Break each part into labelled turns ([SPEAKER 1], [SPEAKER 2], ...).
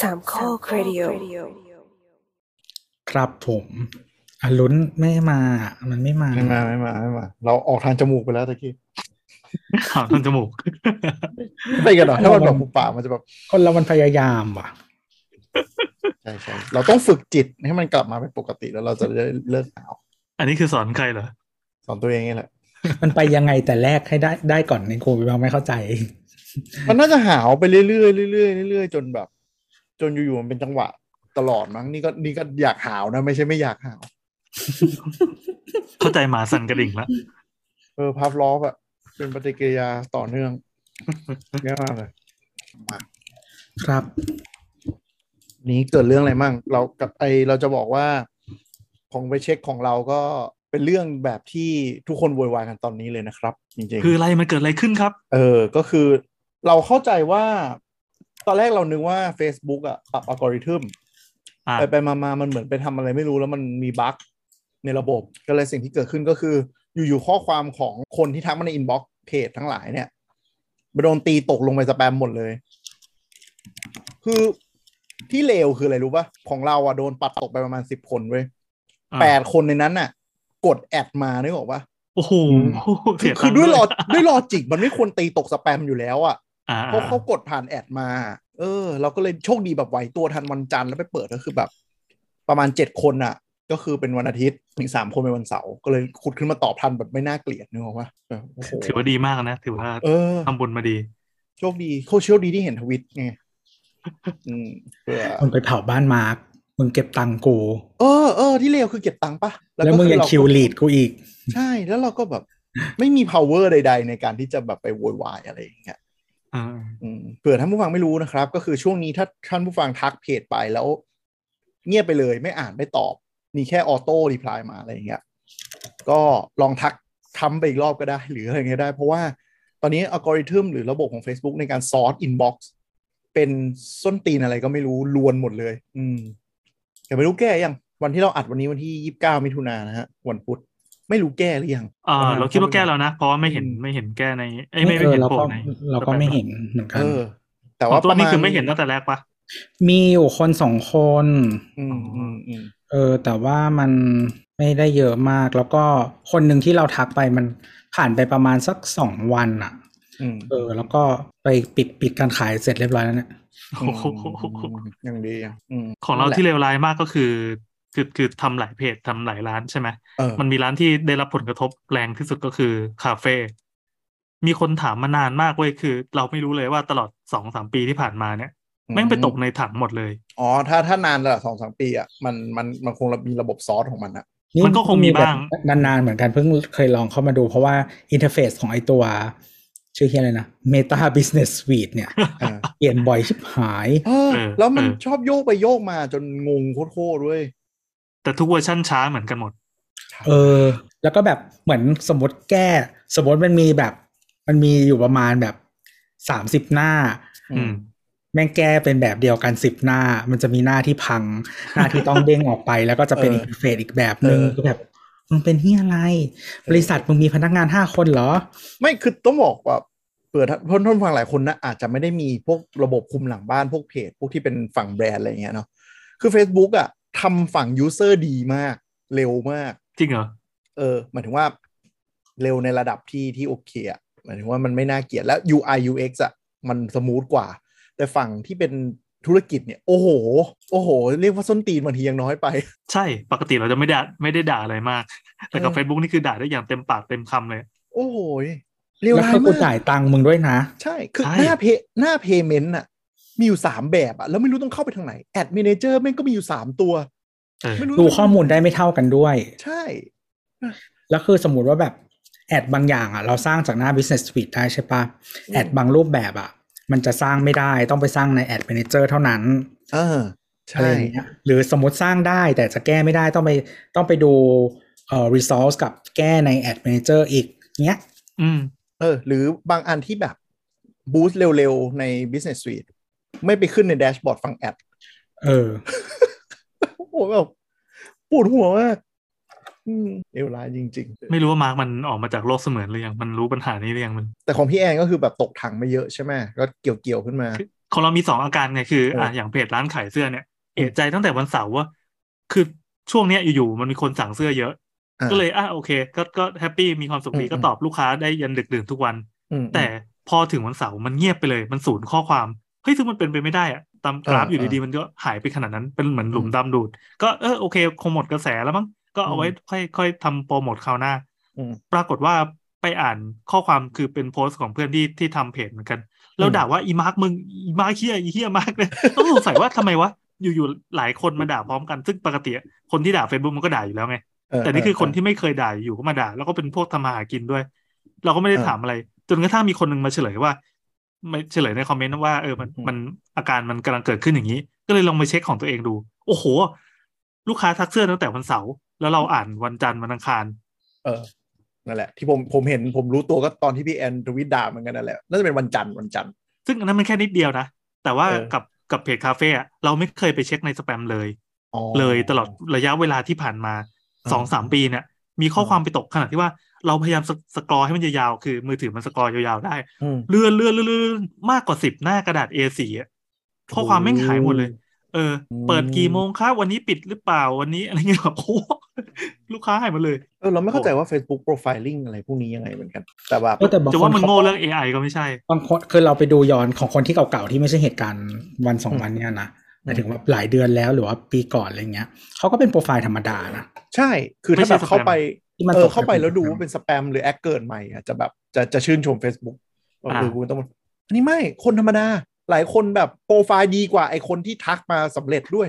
[SPEAKER 1] สามข้อครดิโอ
[SPEAKER 2] ครับผมอะลุ้นไม่มา มันไม่มา
[SPEAKER 3] ไม่มาไม่มาไม่มา เราออกทางจมูกไปแล้วตะกี้
[SPEAKER 4] ขาวทางจมูก
[SPEAKER 3] ไปกันเหรอ ถ้ามันแบบปุบป่ามันจะแบบ
[SPEAKER 2] คนเรามันพยายามว่ะ
[SPEAKER 3] ใช่ใช่เราต้องฝึกจิตให้มันกลับมาเป็นปกติแล้วเราจะได้เลิกหนาว
[SPEAKER 4] อันนี้คือสอนใครเหรอ
[SPEAKER 3] สอนตัวเองนี่แหละ
[SPEAKER 2] มันไปยังไงแต่แรกให้ได้ได้ก่อนในโควิดเราไม่เข้าใจ
[SPEAKER 3] มันน่าจะหาวไปเรื่อยๆเรื่อยๆเรื่อยๆจนแบบ จนอยู่ๆมันเป็นจังหวะตลอดมั้งนี่ก็นี่ก็อยากหาวนะ ไม่ใช่ไม่อยากหาว
[SPEAKER 4] เข้าใจหมาสั่นกระดิ่งละ
[SPEAKER 3] เออพับล้อฟอะเป็นปฏิกิริยาต่อเนื่อง เยอะมากเลยมา
[SPEAKER 2] ครับ
[SPEAKER 3] นี้เกิดเรื่องอะไรมั่งเรากับไอเราจะบอกว่า ของไปเช็คของเราก็เป็นเรื่องแบบที่ทุกคนโวยวายกันตอนนี้เลยนะครับ จริง
[SPEAKER 4] คืออะไรมันเกิดอะไรขึ้นครับ
[SPEAKER 3] ๆ เออ ก็คือเราเข้าใจว่า ตอนแรกเรานึกว่า Facebook อะปรับอัลกอริทึม
[SPEAKER 4] อ่า
[SPEAKER 3] ไปไปมามามันเหมือนไปทำอะไรไม่รู้แล้วมันมีบั๊กในระบบ ก็เลยสิ่งที่เกิดขึ้นก็คือ อยู่ๆข้อความของคนที่ทักมาในอินบ็อกซ์เพจทั้งหลายเนี่ยมาโดนตีตกลงไปสแปมหมดเลย คือที่เลวคืออะไรรู้ปะ่ะ ของเราอะโดนปัดตกไปประมาณสิบคนเว้ยแปดคนในนั้นน่ะ กดแอดมานึกออกปะ
[SPEAKER 4] โอ้โห
[SPEAKER 3] คื
[SPEAKER 4] เสี
[SPEAKER 3] อย
[SPEAKER 4] ตัง
[SPEAKER 3] คือด้วยลอด้วยลอจิกมันไม่ควรตีตกสแปมอยู่แล้วอะ
[SPEAKER 4] อ่า
[SPEAKER 3] เพราะเขากดผ่านแอดมา เออ เราก็เลยโชคดีแบบไหวตัวทันวันจันทร์แล้วไปเปิดก็คือแบบ ประมาณเจ็ดคนอ่ะ ก็คือเป็นวันอาทิตย์อีกสามคนเป็นวันเสาร์ก็เลยขุดขึ้นมาตอบทันแบบไม่น่าเกลียดนึกออกปะแบบโอ้โห
[SPEAKER 4] ถือว่าดีมากนะ ถือว่า
[SPEAKER 3] เออ
[SPEAKER 4] ทำบุญมาดี
[SPEAKER 3] โชคดีโคตรโชคดีที่เห็นทวิต ไงอืมเพื่อ
[SPEAKER 2] มันไปเผาบ้านมาร์กมึงเก็บตังค์กู
[SPEAKER 3] เออเออที่เลวคือเก็บตังค์ปะ
[SPEAKER 2] แล้วมึง
[SPEAKER 3] ก็
[SPEAKER 2] ยัง
[SPEAKER 3] เราก็
[SPEAKER 2] คิวลีดกูอีก
[SPEAKER 3] ใช่แล้วเราก็แบบ ไม่มี power ใด ๆ ในการที่จะแบบไปโวยวายอะไรอย่างเงี้ย
[SPEAKER 4] อ่า
[SPEAKER 3] อืมเผื่อท่านผู้ฟังไม่รู้นะครับ ก็คือช่วงนี้ถ้าท่านผู้ฟังทักเพจไปแล้ว เงียบไปเลยไม่อ่านไม่ตอบ มีแค่ออโต้รีプライมาอะไรอย่างเงี้ยก็ลองทักทำไปอีกรอบก็ได้ หรืออะไรเงี้ยได้ เพราะว่าตอนนี้อัลกอริทึมหรือระบบของ Facebook ในการซอร์ตอินบ็อกซ์เป็นส้นตีนอะไรก็ไม่รู้ลวนหมดเลย อืมแต่ไม่รู้แก้ยัง วันที่เราอัดวันนี้วันที่ยี่สิบเก้ามิถุนายนนะฮะวันพุธไม่รู้แก้หรือยัง
[SPEAKER 4] อ่าเราคิดว่าแก้แล้วนะ เพราะว่าไม่เห็น
[SPEAKER 3] อืม
[SPEAKER 4] ไม่เห็นแก้ในเอ้ยไม่ไม่เห็น
[SPEAKER 2] เรา
[SPEAKER 4] โผล่
[SPEAKER 2] ก็
[SPEAKER 4] ใน
[SPEAKER 2] เราก็ไม่เห็นเหมือนกั
[SPEAKER 3] เอน อ แต่
[SPEAKER 4] ขอ
[SPEAKER 3] ว่าง
[SPEAKER 4] ตัว
[SPEAKER 3] ประ
[SPEAKER 4] นี้
[SPEAKER 3] มาณ
[SPEAKER 4] คือไม่เห็นตั้งแต่แรกปะ
[SPEAKER 2] มีอยู่คนสองคน
[SPEAKER 3] อืมอืมอืม
[SPEAKER 2] เออ แต่ว่ามันไม่ได้เยอะมาก แล้วก็คนหนึ่งที่เราทักไปมันผ่านไปประมาณสักสองวันอะ
[SPEAKER 3] อืม
[SPEAKER 2] เออ แล้วก็ไปปิดปิดการขายเสร็จเรียบร้อยแล้วเนี่ย
[SPEAKER 4] โอ้โห
[SPEAKER 3] อย่างดีอ่ะอืม
[SPEAKER 4] ของเราที่เลวร้ายมากก็คือ คือคือทำหลายเพจทำหลายร้านใช่ไหม
[SPEAKER 3] เออ
[SPEAKER 4] มันมีร้านที่ได้รับผลกระทบแรงที่สุดก็คือคาเฟ่ มีคนถามมานานมากเว้ยคือ เราไม่รู้เลยว่าตลอดสองสามปีที่ผ่านมาเนี่ยแม่งไปตกในถังหมดเลย
[SPEAKER 3] อ๋อ ถ้าถ้านานระดับสองสามปีอ่ะ มันมันมันคงมีระบบซอสของมัน อ่ะ
[SPEAKER 4] มันก็คงมีบ้าง
[SPEAKER 2] แบบนานๆเหมือนกันเพิ่งเคยลองเข้ามาดู เพราะว่าอินเทอร์เฟซของไอตัว ชื่อเฮียอะไรนะ Meta Business Suite เนี่ย
[SPEAKER 3] เออ
[SPEAKER 2] เปลี่ยนบ่อยชิบหาย
[SPEAKER 3] เออ
[SPEAKER 4] เออ
[SPEAKER 3] แล้วมัน
[SPEAKER 4] เออ
[SPEAKER 3] ชอบโยกไปโยกมาจนงงโคตรๆด้วย
[SPEAKER 4] แต่ทุกเวอร์ชั่นช้าเหมือนกันหมด
[SPEAKER 2] เออ แล้วก็แบบเหมือนสมมติแก้ สมมติมันมีแบบ มันมีอยู่ประมาณแบบสามสิบหน้า
[SPEAKER 4] อืม
[SPEAKER 2] แม่งแก้เป็นแบบเดียวกันสิบหน้า มันจะมีหน้าที่พัง หน้าที่ต้องเด้งออกไป แล้วก็จะเป็น
[SPEAKER 3] เอ
[SPEAKER 2] อิ
[SPEAKER 3] อน
[SPEAKER 2] เทอร์เฟซอีกแบบหนึ่ง
[SPEAKER 3] เออ
[SPEAKER 2] คือแบบมึงเป็นเฮียอะไร บริษัทมึงมีพนักงานห้าคนเหรอ
[SPEAKER 3] ไม่คือต้องบอกว่าเปิดเพื่อนท่านฟังหลายคนนะอาจจะไม่ได้มีพวกระบบคุมหลังบ้านพวกเพจ พวกที่เป็นฝั่งแบรนด์อะไรอย่างเงี้ยเนาะคือ Facebook อ่ะทำฝั่งยูเซอร์ดีมาก เร็วมาก
[SPEAKER 4] จริงเหรอ
[SPEAKER 3] เออหมายถึงว่าเร็วในระดับที่ที่โอเคอะหมายถึงว่ามันไม่น่าเกลียดแล้ว UI UX อะมันสมูทกว่า แต่ฝั่งที่เป็นธุรกิจเนี่ย โอ้โห โอ้โห เรียกว่าส้นตีนบางทียังน้อยไป
[SPEAKER 4] ใช่ปกติเราจะไม่ด่าไม่ได้ด่าอะไรมาก แต่กับ
[SPEAKER 3] เออ
[SPEAKER 4] Facebook นี่คือด่าได้อย่างเต็มปากเต็มคำเลย
[SPEAKER 3] โอ้โหเร็ว
[SPEAKER 2] แล้ว
[SPEAKER 3] ร้าย
[SPEAKER 2] ก็กู
[SPEAKER 3] มา
[SPEAKER 2] จ่าก ยตังค์มึงด้วยนะ
[SPEAKER 3] ใช่คือ
[SPEAKER 4] ใช่
[SPEAKER 3] หน้าเพหน้าเพเมนต์อะมีอยู่ 3 แบบอะแล้วไม่รู้ต้องเข้าไปทางไหนแอดมินเจอร์แม่งก็มีอยู่ 3 ตัว
[SPEAKER 4] เออ
[SPEAKER 3] ไม่รู้
[SPEAKER 2] ดูข้อมูลได้ไม่เท่ากันด้วย
[SPEAKER 3] ใช่
[SPEAKER 2] แล้วคือสมมติว่าแบบแอดบางอย่างอ่ะ เราสร้างจากหน้า Business Suite ได้ใช่ปะ
[SPEAKER 3] อืม
[SPEAKER 2] แอดบางรูปแบบอ่ะ มันจะสร้างไม่ได้ต้องไปสร้างใน Ad Manager เท่านั้น
[SPEAKER 3] เออ
[SPEAKER 2] อะไร
[SPEAKER 3] ใช่
[SPEAKER 2] อย่างเงี้ยหรือสมมติสร้างได้แต่จะแก้ไม่ได้ต้องไปต้องไปดูเอ่อ resource กับแก้ใน Ad Manager อีกเงี้ย
[SPEAKER 4] อืม
[SPEAKER 3] เออหรือบางอันที่แบบบูสต์เร็วๆ ใน Business Suite ไม่ไปขึ้นในแดชบอร์ดฟังแอด
[SPEAKER 2] เออ
[SPEAKER 3] โอ้โหแบบปวดหัวมากอืมเอวร้ายจริง
[SPEAKER 4] ไม่รู้ว่ามาร์กมันออกมาจากโลกเสมือนหรือยังมันรู้ปัญหานี้หรือยังมัน
[SPEAKER 3] ๆ แต่ของพี่แอนก็คือแบบตกถังไม่เยอะใช่ไหมก็เกี่ยวๆ ขึ้นมา
[SPEAKER 4] ของเรามีสองอาการไงคือ
[SPEAKER 3] เอออ่
[SPEAKER 4] อ่ะอย่างเพจร้านขายเสื้อเนี่ย เอะใจตั้งแต่วันเสาร์ว่า คือช่วงเนี้ยอยู่ๆมันมีคนสั่งเสื้อเยอะ
[SPEAKER 3] อ่ะ
[SPEAKER 4] ก็เลยอ่ะโอเค ก็ก็แฮปปี้มีความสุขดี
[SPEAKER 3] อืม
[SPEAKER 4] ก็ตอบลูกค้าได้ยันดึกดื่นทุกวัน
[SPEAKER 3] อืม
[SPEAKER 4] แต่พอถึงวันเสาร์มันเงียบไปเลยมันศูนย์ข้อความเฮ้ยซึ่งมันเป็นไปไม่ได้อะตามกราฟ
[SPEAKER 3] เออ
[SPEAKER 4] อยู่
[SPEAKER 3] เออ
[SPEAKER 4] ดีๆมันก็หายไปขนาดนั้นเป็นเหมือนหลุม
[SPEAKER 3] อืม
[SPEAKER 4] ดำดูด ก็เออโอเค คงหมดกระแสแล้วมั้งก็เอาไว้ค่อยค่อยทำโปรโมทคราวหน้า
[SPEAKER 3] อืม
[SPEAKER 4] ปรากฏว่าไปอ่านข้อความคือเป็นโพสต์ของเพื่อนที่ที่ทำเพจเหมือนกัน แล้ว
[SPEAKER 3] อืม
[SPEAKER 4] ด่าว่าอีมาร์กมึงอีมาร์กเฮียอีเฮียมากเนี่ย ต้องสงสัยว่าทำไมวะอยู่ๆหลายคนมาด่าพร้อมกันซึ่งปกติอะคนที่ด่า Facebook มันก็ด่าอยู่แล้วไง
[SPEAKER 3] เเ
[SPEAKER 4] แต่นี่คือคนที่ไม่เคยด่าอยู่ก็มาด่า แล้วก็เป็นพวกทำมาหากินด้วย เราก็ไม่ได้
[SPEAKER 3] เออ
[SPEAKER 4] ถามอะไร จนกระทั่งมีคนหนึ่งมาเฉลยว่าไม่เฉลยในคอมเมนต์ว่าเออมัน
[SPEAKER 3] อืม
[SPEAKER 4] มันอาการมันกำลังเกิดขึ้นอย่างนี้ ก็เลยลองไปเช็คของตัวเองดู โอ้โห ลูกค้าทักเสื้อตั้งแต่วันเสาร์แล้วเราอ่านวันจันทร์วันอังคาร
[SPEAKER 3] เออนั่นแหละ ที่ผมผมเห็นผมรู้ตัวก็ตอนที่พี่แอนทวิตด่าเหมือนกันนั่นแหละน่าจะเป็นวันจันทร์วันจันทร์
[SPEAKER 4] ซึ่งอันนั้นมันแค่นิดเดียวนะ แต่ว่า
[SPEAKER 3] เออ
[SPEAKER 4] กับกับเพจคาเฟ่อะเราไม่เคยไปเช็คในสแปมเลย
[SPEAKER 3] อ๋อ
[SPEAKER 4] เลยตลอดระยะเวลาที่ผ่านมาสองสามปีเนี่ย มีข้อความไปตกขนาดที่ว่าเราพยายามสสกรอให้มันยาวๆคือมือถือมันสกรอยาวๆได้
[SPEAKER 3] อืม
[SPEAKER 4] เลื่อนเลื่อนเลื่อนเลื่อนมากกว่าสิบหน้ากระดาษ A4 อ่ะข้อความไม่งหายหมดเลย เออ
[SPEAKER 3] อืม
[SPEAKER 4] เปิดกี่โมงคะวันนี้ปิดหรือเปล่าวันนี้อะไรเงี้ยแบบ โอ้โหลูกค้าหายหมาเลย
[SPEAKER 3] เออเราไม่เข้าใจว่า Facebook Profiling อะไรพวกนี้ยังไงเหมือนกัน แต่แบบ
[SPEAKER 2] เออแต่บาง
[SPEAKER 4] จะ
[SPEAKER 2] ค
[SPEAKER 4] ว่าน มัน
[SPEAKER 2] เขา
[SPEAKER 4] โง่เรื่อง AI ก็ไม่ใช่
[SPEAKER 2] บางคนคือเราไปดูย้อนของคนที่เก่าๆที่ไม่ใช่เหตุการณ์วันสองวันเนี่ยนะหมายถึงว่าหลายเดือนแล้วหรือว่าปีก่อนอะไรเงี้ยเขาก็เป็นโปรไฟล์ธรรมดานะ
[SPEAKER 3] ใช่ คือถ้าแบบเข้าไป
[SPEAKER 2] ที่มัน
[SPEAKER 3] เอ
[SPEAKER 2] ต
[SPEAKER 3] อก เข้าไปแล้วดูว่าเป็นสแปมหรือแอคเกิดใหม่อ่ะจะแบบจะจะชื่นชม Facebook ว่า
[SPEAKER 4] อ่า
[SPEAKER 3] คือกูต้องอันนี้ไม่คนธรรมดา หลายคนแบบโปรไฟล์ดีกว่าไอคนที่ทักมาสำเร็จ ด้วย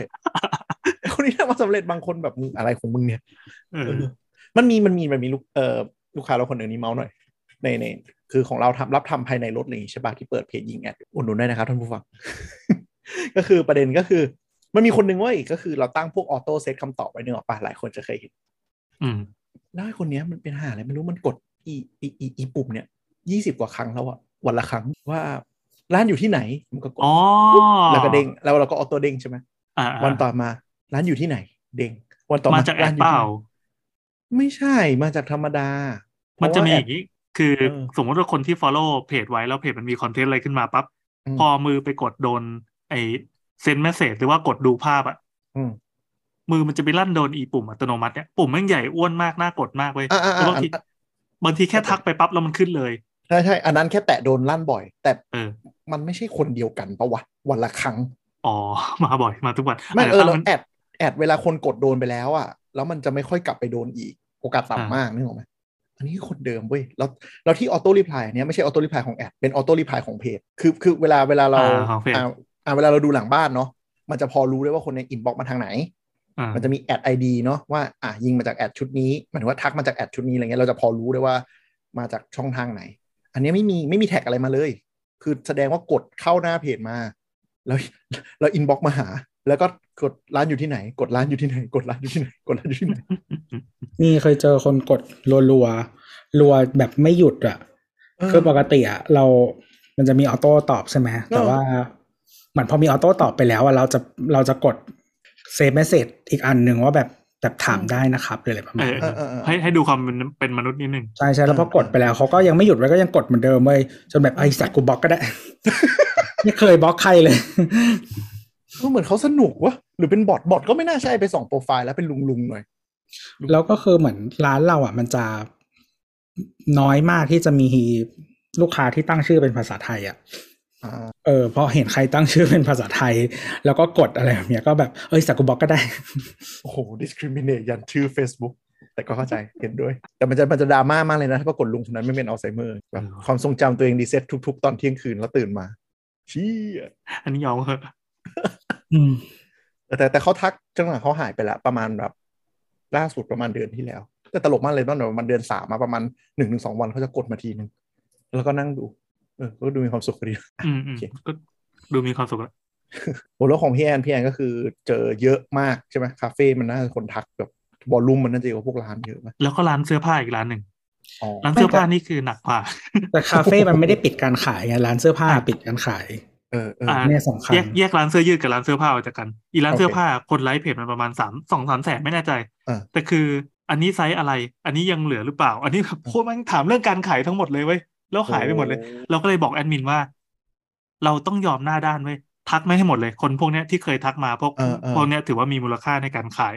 [SPEAKER 3] ไอ้คนที่ทักมาสำเร็จบางคนแบบมึงอะไรของมึงเนี่ย
[SPEAKER 4] เออ
[SPEAKER 3] มันมีมันมีมันมีลูกเอ่อลูกค้าเราคนหนึ่งนี่เมาส์หน่อยในในคือของเราทำรับทำภายในรถอะไรอย่างงี้ใช่ปะที่เปิดเพจยิงแอดอุดหนุนได้นะครับท่านผู้ฟัง ก็คือประเด็นก็คือ มันมีคนหนึ่งเว้ยก็คือเราตั้งพวกออโต้เซตคำตอบไว้นึกออกปะหลายคนจะเคยเห็น
[SPEAKER 4] อืม
[SPEAKER 3] ได้คนเนี้ยมันเป็นหาอะไรไม่รู้มันกดอีอีอีอีปุ่มเนี่ยยี่สิบกว่าครั้งแล้วอะวันละครั้งว่าร้านอยู่ที่ไหนมันก็กด
[SPEAKER 4] อ๋อ
[SPEAKER 3] แล้วก็เด้งแล้วเราก็ออโต้เด้งใช่ไหม
[SPEAKER 4] อ่า
[SPEAKER 3] วันต่อมาร้านอยู่ที่ไหน เด้งวันต่อ
[SPEAKER 4] มา
[SPEAKER 3] มา
[SPEAKER 4] จากแอป
[SPEAKER 3] น
[SPEAKER 4] เปล่า
[SPEAKER 3] ไม่ใช่มาจากธรรมดา มั
[SPEAKER 4] มันจะมีอย่างนี้ คือ
[SPEAKER 3] เออ
[SPEAKER 4] สมมติว่าคนที่ follow เพจไว้แล้วเพจมันมีคอนเทนต์อะไรขึ้นมาปั๊บ พอมือไปกดโดน ไอเซนเมสเซจหรือว่ากดดูภาพอะ
[SPEAKER 3] อืม
[SPEAKER 4] มือมันจะไปลั่นโดนอีปุ่มอัตโนมัติเนี่ยปุ่มแม่งใหญ่อ้วนมากน่ากดมากเว้ย
[SPEAKER 3] อ่าอ่า
[SPEAKER 4] แล้วบางที
[SPEAKER 3] อ่า
[SPEAKER 4] บางทีแค่ทักไปปั๊บแล้วมันขึ้นเลย
[SPEAKER 3] ใช่ใช่อันนั้นแค่แตะโดนลั่นบ่อย แต่
[SPEAKER 4] เออ
[SPEAKER 3] มันไม่ใช่คนเดียวกันปะวะวันละครั้ง
[SPEAKER 4] อ๋อ มาบ่อยมาทุกวัน
[SPEAKER 3] ไม่
[SPEAKER 4] าจ
[SPEAKER 3] เออ
[SPEAKER 4] จะตั้
[SPEAKER 3] เรา
[SPEAKER 4] งมัน
[SPEAKER 3] แอดแอดเวลาคนกดโดนไปแล้วอ่ะ แล้วมันจะไม่ค่อยกลับไปโดนอีก โอกาส
[SPEAKER 4] อ่า
[SPEAKER 3] ต่ำมากนึกออกไหมอันนี้คือคนเดิมเว้ยแล้วแล้วที่ออโต้รีพลายเนี่ยไม่ใช่ออโต้รีพลายของแอดเป็นออโต้รีพลายของเพจคือคือเวลาเวลาเรา
[SPEAKER 4] อ่าของเพจ
[SPEAKER 3] อ่าอ่าเวลาเราดูหลังบ้านเนาะมันจะพอรู้ได้ว่าคนในอินบ็อกมาทางไหน
[SPEAKER 4] อ่า
[SPEAKER 3] มันจะมีแอดไอดีเนาะว่าอ่ะยิงมาจากแอดชุดนี้หมายถึงว่าทักมาจากแอดชุดนี้อะไรเงี้ยเราจะพอรู้ได้ว่ามาจากช่องทางไหน อันเนี้ยไม่มีไม่มีแท็กอะไรมาเลย คือแสดงว่ากดเข้าหน้าเพจมา แล้ว แล้วอินบ็อกมาหา แล้วก็กดร้านอยู่ที่ไหน กดร้านอยู่ที่ไหน กดร้านอยู่ที่ไหนกดร้านอยู่ที่ไหน
[SPEAKER 2] นี่เคยเจอคนกดรัวรัวๆรัวแบบไม่หยุดอะ
[SPEAKER 3] เออ
[SPEAKER 2] คือปกติอะเรา มันจะมีออโต้ตอบใช่ไหมแต่ว่าเหมือนพอมีออโต้ตอบไปแล้วอะเราจะเราจะกดเซฟเมสเซจอีกอันหนึ่งว่าแบบแบบถามได้นะครับหรืออะไรประมา
[SPEAKER 4] เอ
[SPEAKER 2] ณ
[SPEAKER 4] อ
[SPEAKER 2] นั้น
[SPEAKER 4] เออ
[SPEAKER 3] เออเออ
[SPEAKER 4] ให้ให้ดูความเป็นเป็นมนุษย์นิดนึง
[SPEAKER 2] ใช่ใช่แล้วพอ
[SPEAKER 3] เออ
[SPEAKER 2] กดไปแล้วเขาก็ยังไม่หยุดไว้ก็ยังกดเหมือนเดิมเว้ยจนแบบไอสัตว์กูบล็อกก็ได้ ไม่เคยบล็อกใครเลย
[SPEAKER 3] ก็เหมือนเขาสนุกวะหรือเป็นบอทบอทก็ไม่น่าใช่ไปส่องโปรไฟล์แล้วเป็นลุงลุงๆหน่อย
[SPEAKER 2] แล้วก็คือเหมือนร้านเราอ่ะ มันจะน้อยมากที่จะมีลูกค้าที่ตั้งชื่อเป็นภาษาไทยอ่ะ
[SPEAKER 3] อ่า
[SPEAKER 2] เออพอเห็นใครตั้งชื่อเป็นภาษาไทย แล้วก็กดอะไรแบบเนี้ยก็แบบ เอ้ยสักกูบล็อกก็ได้
[SPEAKER 3] โอ้โห discriminate ยันชื่อ Facebook แต่ก็เข้าใจ เห็นด้วย แต่มันจะมันจะดราม่ามากเลยนะ ถ้าปรากฏลุงคนนั้นไม่เป็นอัลไซเมอร์แบบ
[SPEAKER 4] เออ
[SPEAKER 3] ความทรงจำตัวเองดีเซ็ตทุบๆ ตอนเที่ยงคืนแล้วตื่นมา เชี่ย
[SPEAKER 4] อันนี้ยอมเหอะ
[SPEAKER 2] อืม
[SPEAKER 3] แต่แต่แต่เขาทักจังหวะเขาหายไปละ ประมาณแบบล่าสุดประมาณเดือนที่แล้ว แต่ตลกมากเลยตอนแบบมันเดือนสามมาประมาณหนึ่งถึงสองวันเขาจะกดมาทีนึง แล้วก็นั่งดู เออก็ดูมีความสุขดี
[SPEAKER 4] อืมอืมก็ดูมีความสุขละ
[SPEAKER 3] โอ้แล้วของพี่แอนพี่แอนก็คือเจอเยอะมากใช่ไหมคาเฟ่มันน่าจะคนทักแบบวอลลุ่มมันน่าจะเยอะกว่าพวกร้านเยอะไหม
[SPEAKER 4] แล้วก็ร้านเสื้อผ้าอีกร้านหนึ่ง
[SPEAKER 3] อ๋อ
[SPEAKER 4] ร้านเสื้อผ้านี่คือหนักกว่า
[SPEAKER 2] แต่คาเฟ่มันไม่ได้ปิดการขายไงร้านเสื้อผ้าปิดการขาย
[SPEAKER 3] เออเออ
[SPEAKER 4] อ่า
[SPEAKER 2] เนี่ยสำคัญ
[SPEAKER 4] แยกแยกร้านเสื้อยืดกับร้านเสื้อผ้าออกจากกัน อีร้าน
[SPEAKER 3] โอเค
[SPEAKER 4] เสื้อผ้าคนไลฟ์เพจมันประมาณสามสองสามแสนไม่แน่ใจ
[SPEAKER 3] อ่า
[SPEAKER 4] แต่คืออันนี้ไซส์อะไร อันนี้ยังเหลือหรือเปล่า อัน นี้แบบโคตรแมันถามเรื่องการขายทั้งหมดเลยเว้ย แล้วขายไปหมดเลย เราก็เลยบอกแอดมินว่า เราต้องยอมหน้าด้านเว้ยทักไม่ให้หมดเลย คนพวกเนี้ยที่เคยทักมาพวก
[SPEAKER 3] เออเออ
[SPEAKER 4] พวกเนี้ยถือว่ามีมูลค่าในการขาย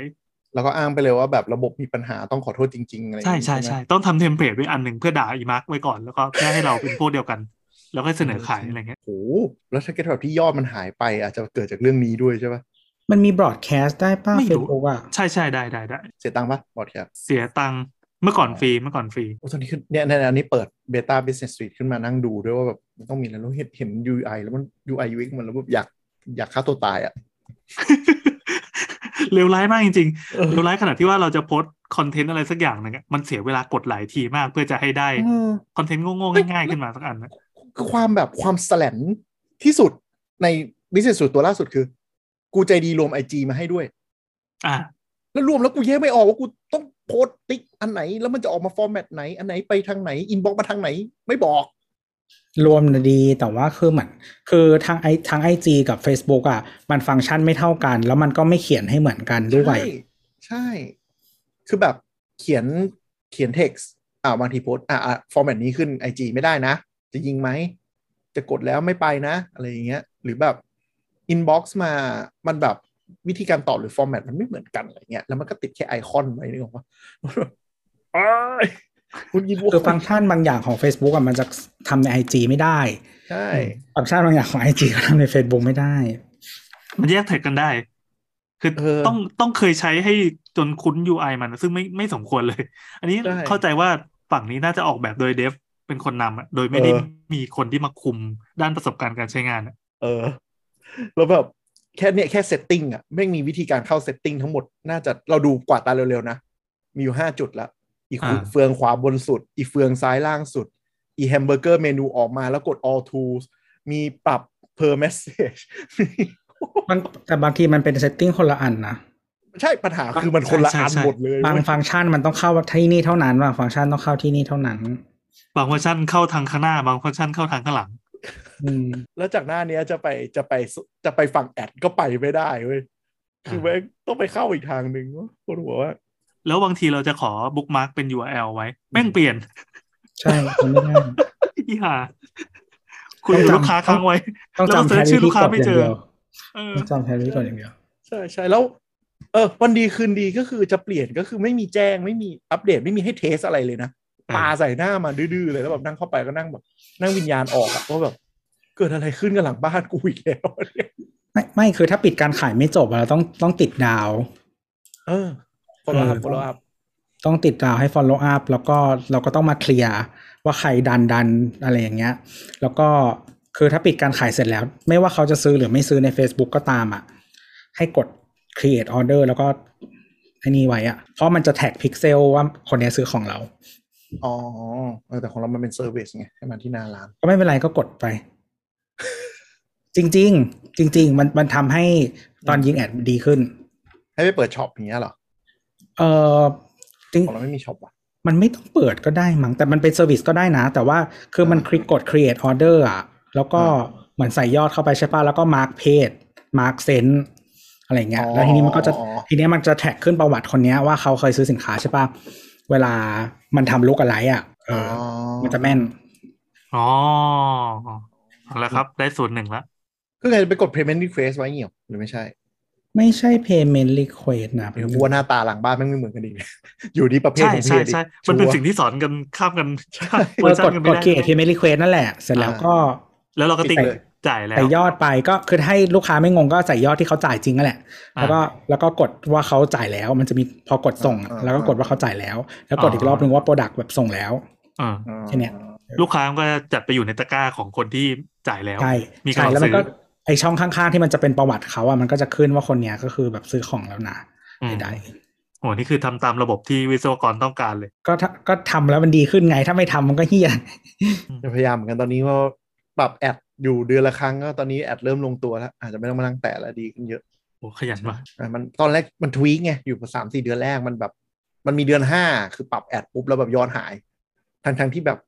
[SPEAKER 3] แล้วก็อ้างไปเลยว่าแบบระบบมีปัญหาต้องขอโทษจริง ๆ อะไรอย่าง
[SPEAKER 4] ใช่
[SPEAKER 3] งี้
[SPEAKER 4] ใช่
[SPEAKER 3] ไหม
[SPEAKER 4] ใช่ต้องทำเทมเพลตไว้อันหนึ่งเพื่อด่าอีมาร์กไว้ก่อนแล้วก็เพื่อให้เราเป็นพวกเดียวกัน แล้วก็เสนอขาย
[SPEAKER 3] อืม
[SPEAKER 4] อะไรเงี้ย
[SPEAKER 3] โอ้โหแล้วถ้าเกิดแบบที่ยอดมันหายไป อาจจะเกิดจากเรื่องนี้ด้วยใช่ปะ
[SPEAKER 2] มันมีบรอดแคสต์ได้ป้า
[SPEAKER 4] ไม่
[SPEAKER 2] เฟซ
[SPEAKER 4] รู้
[SPEAKER 2] บุ๊กอ่ะ
[SPEAKER 4] ใช่ใช่ได้ได้ได้
[SPEAKER 3] เสียตังค์ปะบอดแคสต์
[SPEAKER 4] เสียตังค์เมื่อก่อนฟรีเมื่อก่อนฟรี
[SPEAKER 3] โอ้ตอนนี้ขึ้นเนี่ยเนี่ยอันนี้เปิดเบต้า Business Suite ขึ้นมานั่งดูด้วยว่าแบบมันต้องมีอะไรแล้วเห็นเห็น UI แล้วมัน UI UX มันแล้วแบบอยากอยากฆ่าตัวตายอ่ะ
[SPEAKER 4] เลวร้ายมากจริง
[SPEAKER 3] เออ
[SPEAKER 4] ๆเลวร้ายขนาดที่ว่าเราจะโพสต์คอนเทนต์อะไรสักอย่างหนึ่งอะมันเสียเวลากดหลายทีมากเพื่อจะให้ได้
[SPEAKER 3] เออ
[SPEAKER 4] คอนเทนต์โง่
[SPEAKER 3] เฮ้ย
[SPEAKER 4] ๆง่ายๆขึ้นมาสักอันนะ
[SPEAKER 3] ความแบบความแสลนที่สุดใน Business Suite ตัวล่าสุดคือ กูใจดีรวม IG มาให้ด้วย
[SPEAKER 4] อ่ะ
[SPEAKER 3] แล้วรวมแล้วกูแยกไม่ออกว่ากูต้องโพสต์ติ๊กอันไหน แล้วมันจะออกมาฟอร์แมตไหน อันไหนไปทางไหนอินบ็อกมาทางไหน ไม่บอก
[SPEAKER 2] รวมนะดีแต่ว่าคือเหมือนคือทางไอทางไอจกับ Facebook อ่ะมันฟังก์ชันไม่เท่ากัน แล้วมันก็ไม่เขียนให้เหมือนกันด้วย
[SPEAKER 3] ใช่ ใช่ คือแบบเขียนเขียน text อ่าบางทีโพสต์อ่าฟอร์แมตนี้ขึ้น IG ไม่ได้นะ จะยิงไหม จะกดแล้วไม่ไปนะ อะไรอย่างเงี้ย หรือแบบอินบ็อกซ์มามันแบบวิธีการตอบหรือฟอร์แมตมันไม่เหมือนกันอะไรเงี้ยแล้วมันก็ติดแค่ไอคอนไว้นึกออกปะ อ้ายคุณยินวั
[SPEAKER 2] คือฟังก์ชันบางอย่างของ Facebook อ่ะมันจะทำใน IG ไม่ได้
[SPEAKER 3] ใช่
[SPEAKER 2] ฟังก์ชันบางอย่างของ IG ก็ทำใน Facebook ไม่ได้
[SPEAKER 4] มันแยกแท็กกันได้ คือ
[SPEAKER 3] เออ
[SPEAKER 4] ต้องต้องเคยใช้ให้จนคุ้น UI มันซึ่งไม่ไม่สมควรเลย อันนี้
[SPEAKER 3] ใช่
[SPEAKER 4] เข้าใจว่าฝั่งนี้น่าจะออกแบบโดยเดฟเป็นคนนำอะโดยไม่ได้มีคนที่มาคุมด้านประสบการณ์การใช้งานอะ
[SPEAKER 3] เออแล้วแบบแค่เนี่ยแค่เซตติ้งอ่ะแม่งมีวิธีการเข้าเซตติ้งทั้งหมด น่าจะเราดูกวาดตาเร็วๆนะ มีอยู่ห้าจุดละอีเฟืเฟืองขวาบนสุด อีเฟืองซ้ายล่างสุด อีแฮมเบอร์เกอร์เมนูออกมาแล้วกด all tools มีปรับ per message
[SPEAKER 2] มันแต่บางทีมันเป็นเซตติ้งคนละอันนะ
[SPEAKER 3] ใช่ปัญหาคือมันคนละอันหมดเลย
[SPEAKER 2] บาง
[SPEAKER 3] เว้ย
[SPEAKER 2] ฟังก์ชันมันต้องเข้าที่นี่เท่านั้นบางฟังก์ชันต้องเข้าที่นี่เท่านั้น
[SPEAKER 4] บางฟังก์ชันเข้าทางข้างหน้า บางฟังก์ชันเข้าทางข้างหลัง
[SPEAKER 2] อืม
[SPEAKER 3] แล้วจากหน้าเนี้ยจะไปจะไปจะไปฝั่งแอดก็ไปไม่ได้เว้ยคือแม่งต้องไปเข้าอีกทางหนึ่งปวดหัวว่าก
[SPEAKER 4] แล้วบางทีเราจะขอบุ๊กมาร์กเป็น URL ไว้ แม่งเปลี่ยน
[SPEAKER 2] ใช่ทำไม่ได้
[SPEAKER 4] อีห่าคุณอยู่
[SPEAKER 2] ต้องจำ
[SPEAKER 4] ลูกค้าค้างไว้
[SPEAKER 2] ต้อง
[SPEAKER 4] แล้ว
[SPEAKER 2] จำ
[SPEAKER 4] เสิ
[SPEAKER 2] แพ
[SPEAKER 4] ร์ช
[SPEAKER 2] ร
[SPEAKER 4] ชื่
[SPEAKER 2] รี่
[SPEAKER 4] อลูกค้า
[SPEAKER 2] ก่อนอ
[SPEAKER 4] ไม่
[SPEAKER 2] ย่าง
[SPEAKER 4] เจอ
[SPEAKER 2] เดียว
[SPEAKER 4] เออ
[SPEAKER 2] ต้องจำแพรรี่ก่อนอย่างเดียว
[SPEAKER 3] ใช่ใช่แล้ว เออวันดีคืนดีก็คือจะเปลี่ยนก็คือไม่มีแจ้งไม่มีอัปเดตไม่มีให้เทสอะไรเลยนะ
[SPEAKER 4] เออ
[SPEAKER 3] ปาใส่หน้ามาดื้อๆเลยแล้วแบบนั่งเข้าไปก็นั่งแบบนั่งวิญญาณออกอะว่าแบบ เกิดอะไรขึ้นกับหลังบ้านกูอีกแล้วเนี่ย
[SPEAKER 2] ไม่ไม่คือถ้าปิดการขายไม่จบอะเราต้องต้องติดดาว
[SPEAKER 3] เออ follow up
[SPEAKER 2] เออ
[SPEAKER 3] follow up
[SPEAKER 2] ต้องติดดาวให้ follow up แล้วก็เราก็ต้องมาเคลียร์ว่าใครดันดันอะไรอย่างเงี้ย แล้วก็คือถ้าปิดการขายเสร็จแล้ว ไม่ว่าเขาจะซื้อหรือไม่ซื้อใน Facebook ก็ตามอ่ะ ให้กด create order แล้วก็ไอ้นี่ไว้อ่ะ เพราะมันจะแท็กพิกเซลว่าคนเนี้ยซื้อของเรา
[SPEAKER 3] อ๋อเออแต่ของเรามันเป็นเซอร์วิสไงให้มันที่หน้าร้าน
[SPEAKER 2] ก็ไม่เป็นไรก็กดไป จริง ๆ จริง ๆ มันมันทำให้ตอนยิงแอดดีขึ้น
[SPEAKER 3] ให้ไปเปิดช็อปอย่างเงี้ยเหรอ
[SPEAKER 2] เออจริง
[SPEAKER 3] ของเราไม่มีช็อปว่ะ
[SPEAKER 2] มันไม่ต้องเปิดก็ได้มั้งแต่มันเป็นเซอร์วิสก็ได้นะ แต่ว่าคือมันคลิกกด create order อ่ะ แล้วก็เหมือนใส่ยอดเข้าไปใช่ป่ะ แล้วก็ mark page mark send อะไรเงี้ย แล้วทีนี้มันก็จะ
[SPEAKER 3] อ๋อ
[SPEAKER 2] ทีนี้มันจะแท็กขึ้นประวัติคนเนี้ยว่าเขาเคยซื้อสินค้าใช่ป่ะ เวลามันทำลูกอะไรอ่ะเอ
[SPEAKER 3] อ๋อ
[SPEAKER 2] อมันจะแม่น
[SPEAKER 4] อ๋อเอาละครับ ได้ส่วนหนึ่งละ
[SPEAKER 3] คือไงไปกด payment request ไว้เหี่ยวหรือไม่ใช่
[SPEAKER 2] ไม่ใช่ payment request นะ
[SPEAKER 3] เดี๋ยวกูว่าหน้าตาหลังบ้านแม่งไม่เหมือนกันดี กอยู่ดีประเภท
[SPEAKER 4] ใช่
[SPEAKER 3] ของ
[SPEAKER 4] ใช่
[SPEAKER 3] เพจอีก
[SPEAKER 4] ใช่มันเป็น
[SPEAKER 3] ชัวร์
[SPEAKER 4] สิ่งที่สอนกันข้ามกัน
[SPEAKER 3] ใช่
[SPEAKER 4] เว
[SPEAKER 2] เอ
[SPEAKER 4] อ
[SPEAKER 2] อ
[SPEAKER 4] ร์ชั
[SPEAKER 2] กด
[SPEAKER 4] นกัน
[SPEAKER 2] กด
[SPEAKER 4] ไม่ได้
[SPEAKER 2] create payment request นั่นแหละ เสร็จแล้วก็
[SPEAKER 4] แล้วเราก็ติ๊ก
[SPEAKER 3] ติดเลย
[SPEAKER 4] จ่ายแล้ว
[SPEAKER 2] ใส่ยอดไปก็คือให้ลูกค้าไม่งงก็ใส่ยอดที่เขาจ่ายจริงนั่นแหละ แล้วก็แล้วก็กดว่าเขาจ่ายแล้ว มันจะมีพอกดส่งอะ
[SPEAKER 3] อ่า
[SPEAKER 2] แล้วก็กดว่าเขาจ่ายแล้ว แล้วกด
[SPEAKER 4] อ่า
[SPEAKER 2] อีกรอบนึงว่าโปรดักต์แบบส่งแล้ว
[SPEAKER 4] อ่า
[SPEAKER 3] อ๋อ
[SPEAKER 2] ใช่เนี่ย
[SPEAKER 4] ลูกค้ามันก็จะจัดไปอยู่ในตะกร้าของคนที่จ่ายแล้ว
[SPEAKER 2] ใช่
[SPEAKER 4] มี
[SPEAKER 2] ใช่
[SPEAKER 4] การ
[SPEAKER 2] แล้วมัน
[SPEAKER 4] ซื้อ
[SPEAKER 2] ก็ไอช่องข้างๆที่มันจะเป็นประวัติเขาอะมันก็จะขึ้นว่าคนเนี้ยก็คือแบบซื้อของแล้วนะ
[SPEAKER 4] อืม
[SPEAKER 2] ได้
[SPEAKER 4] โอ้นี่คือทำตามระบบที่วิศวกรต้องการเลย
[SPEAKER 2] ก็ถ้าก็ทำแล้วมันดีขึ้นไงถ้าไม่ทำมันก็เฮีย
[SPEAKER 3] จะพยายามเหมือนกันตอนนี้ว่าปรับแอดอยู่เดือนละครั้งก็ตอนนี้แอดเริ่มลงตัวแล้ว อาจจะไม่ต้องมานั่งแตะแล้วดีขึ้นเยอะ
[SPEAKER 4] โอ้ขยันมาก
[SPEAKER 3] อ่ะมันตอนแรกมันทวีกไงอยู่สามสี่เดือนแรกมันแบบ มันมีเดือนห้าคือปรับแอดปุ๊บแล้วแบบย้อนหายทั้งทั้งๆที่แบบ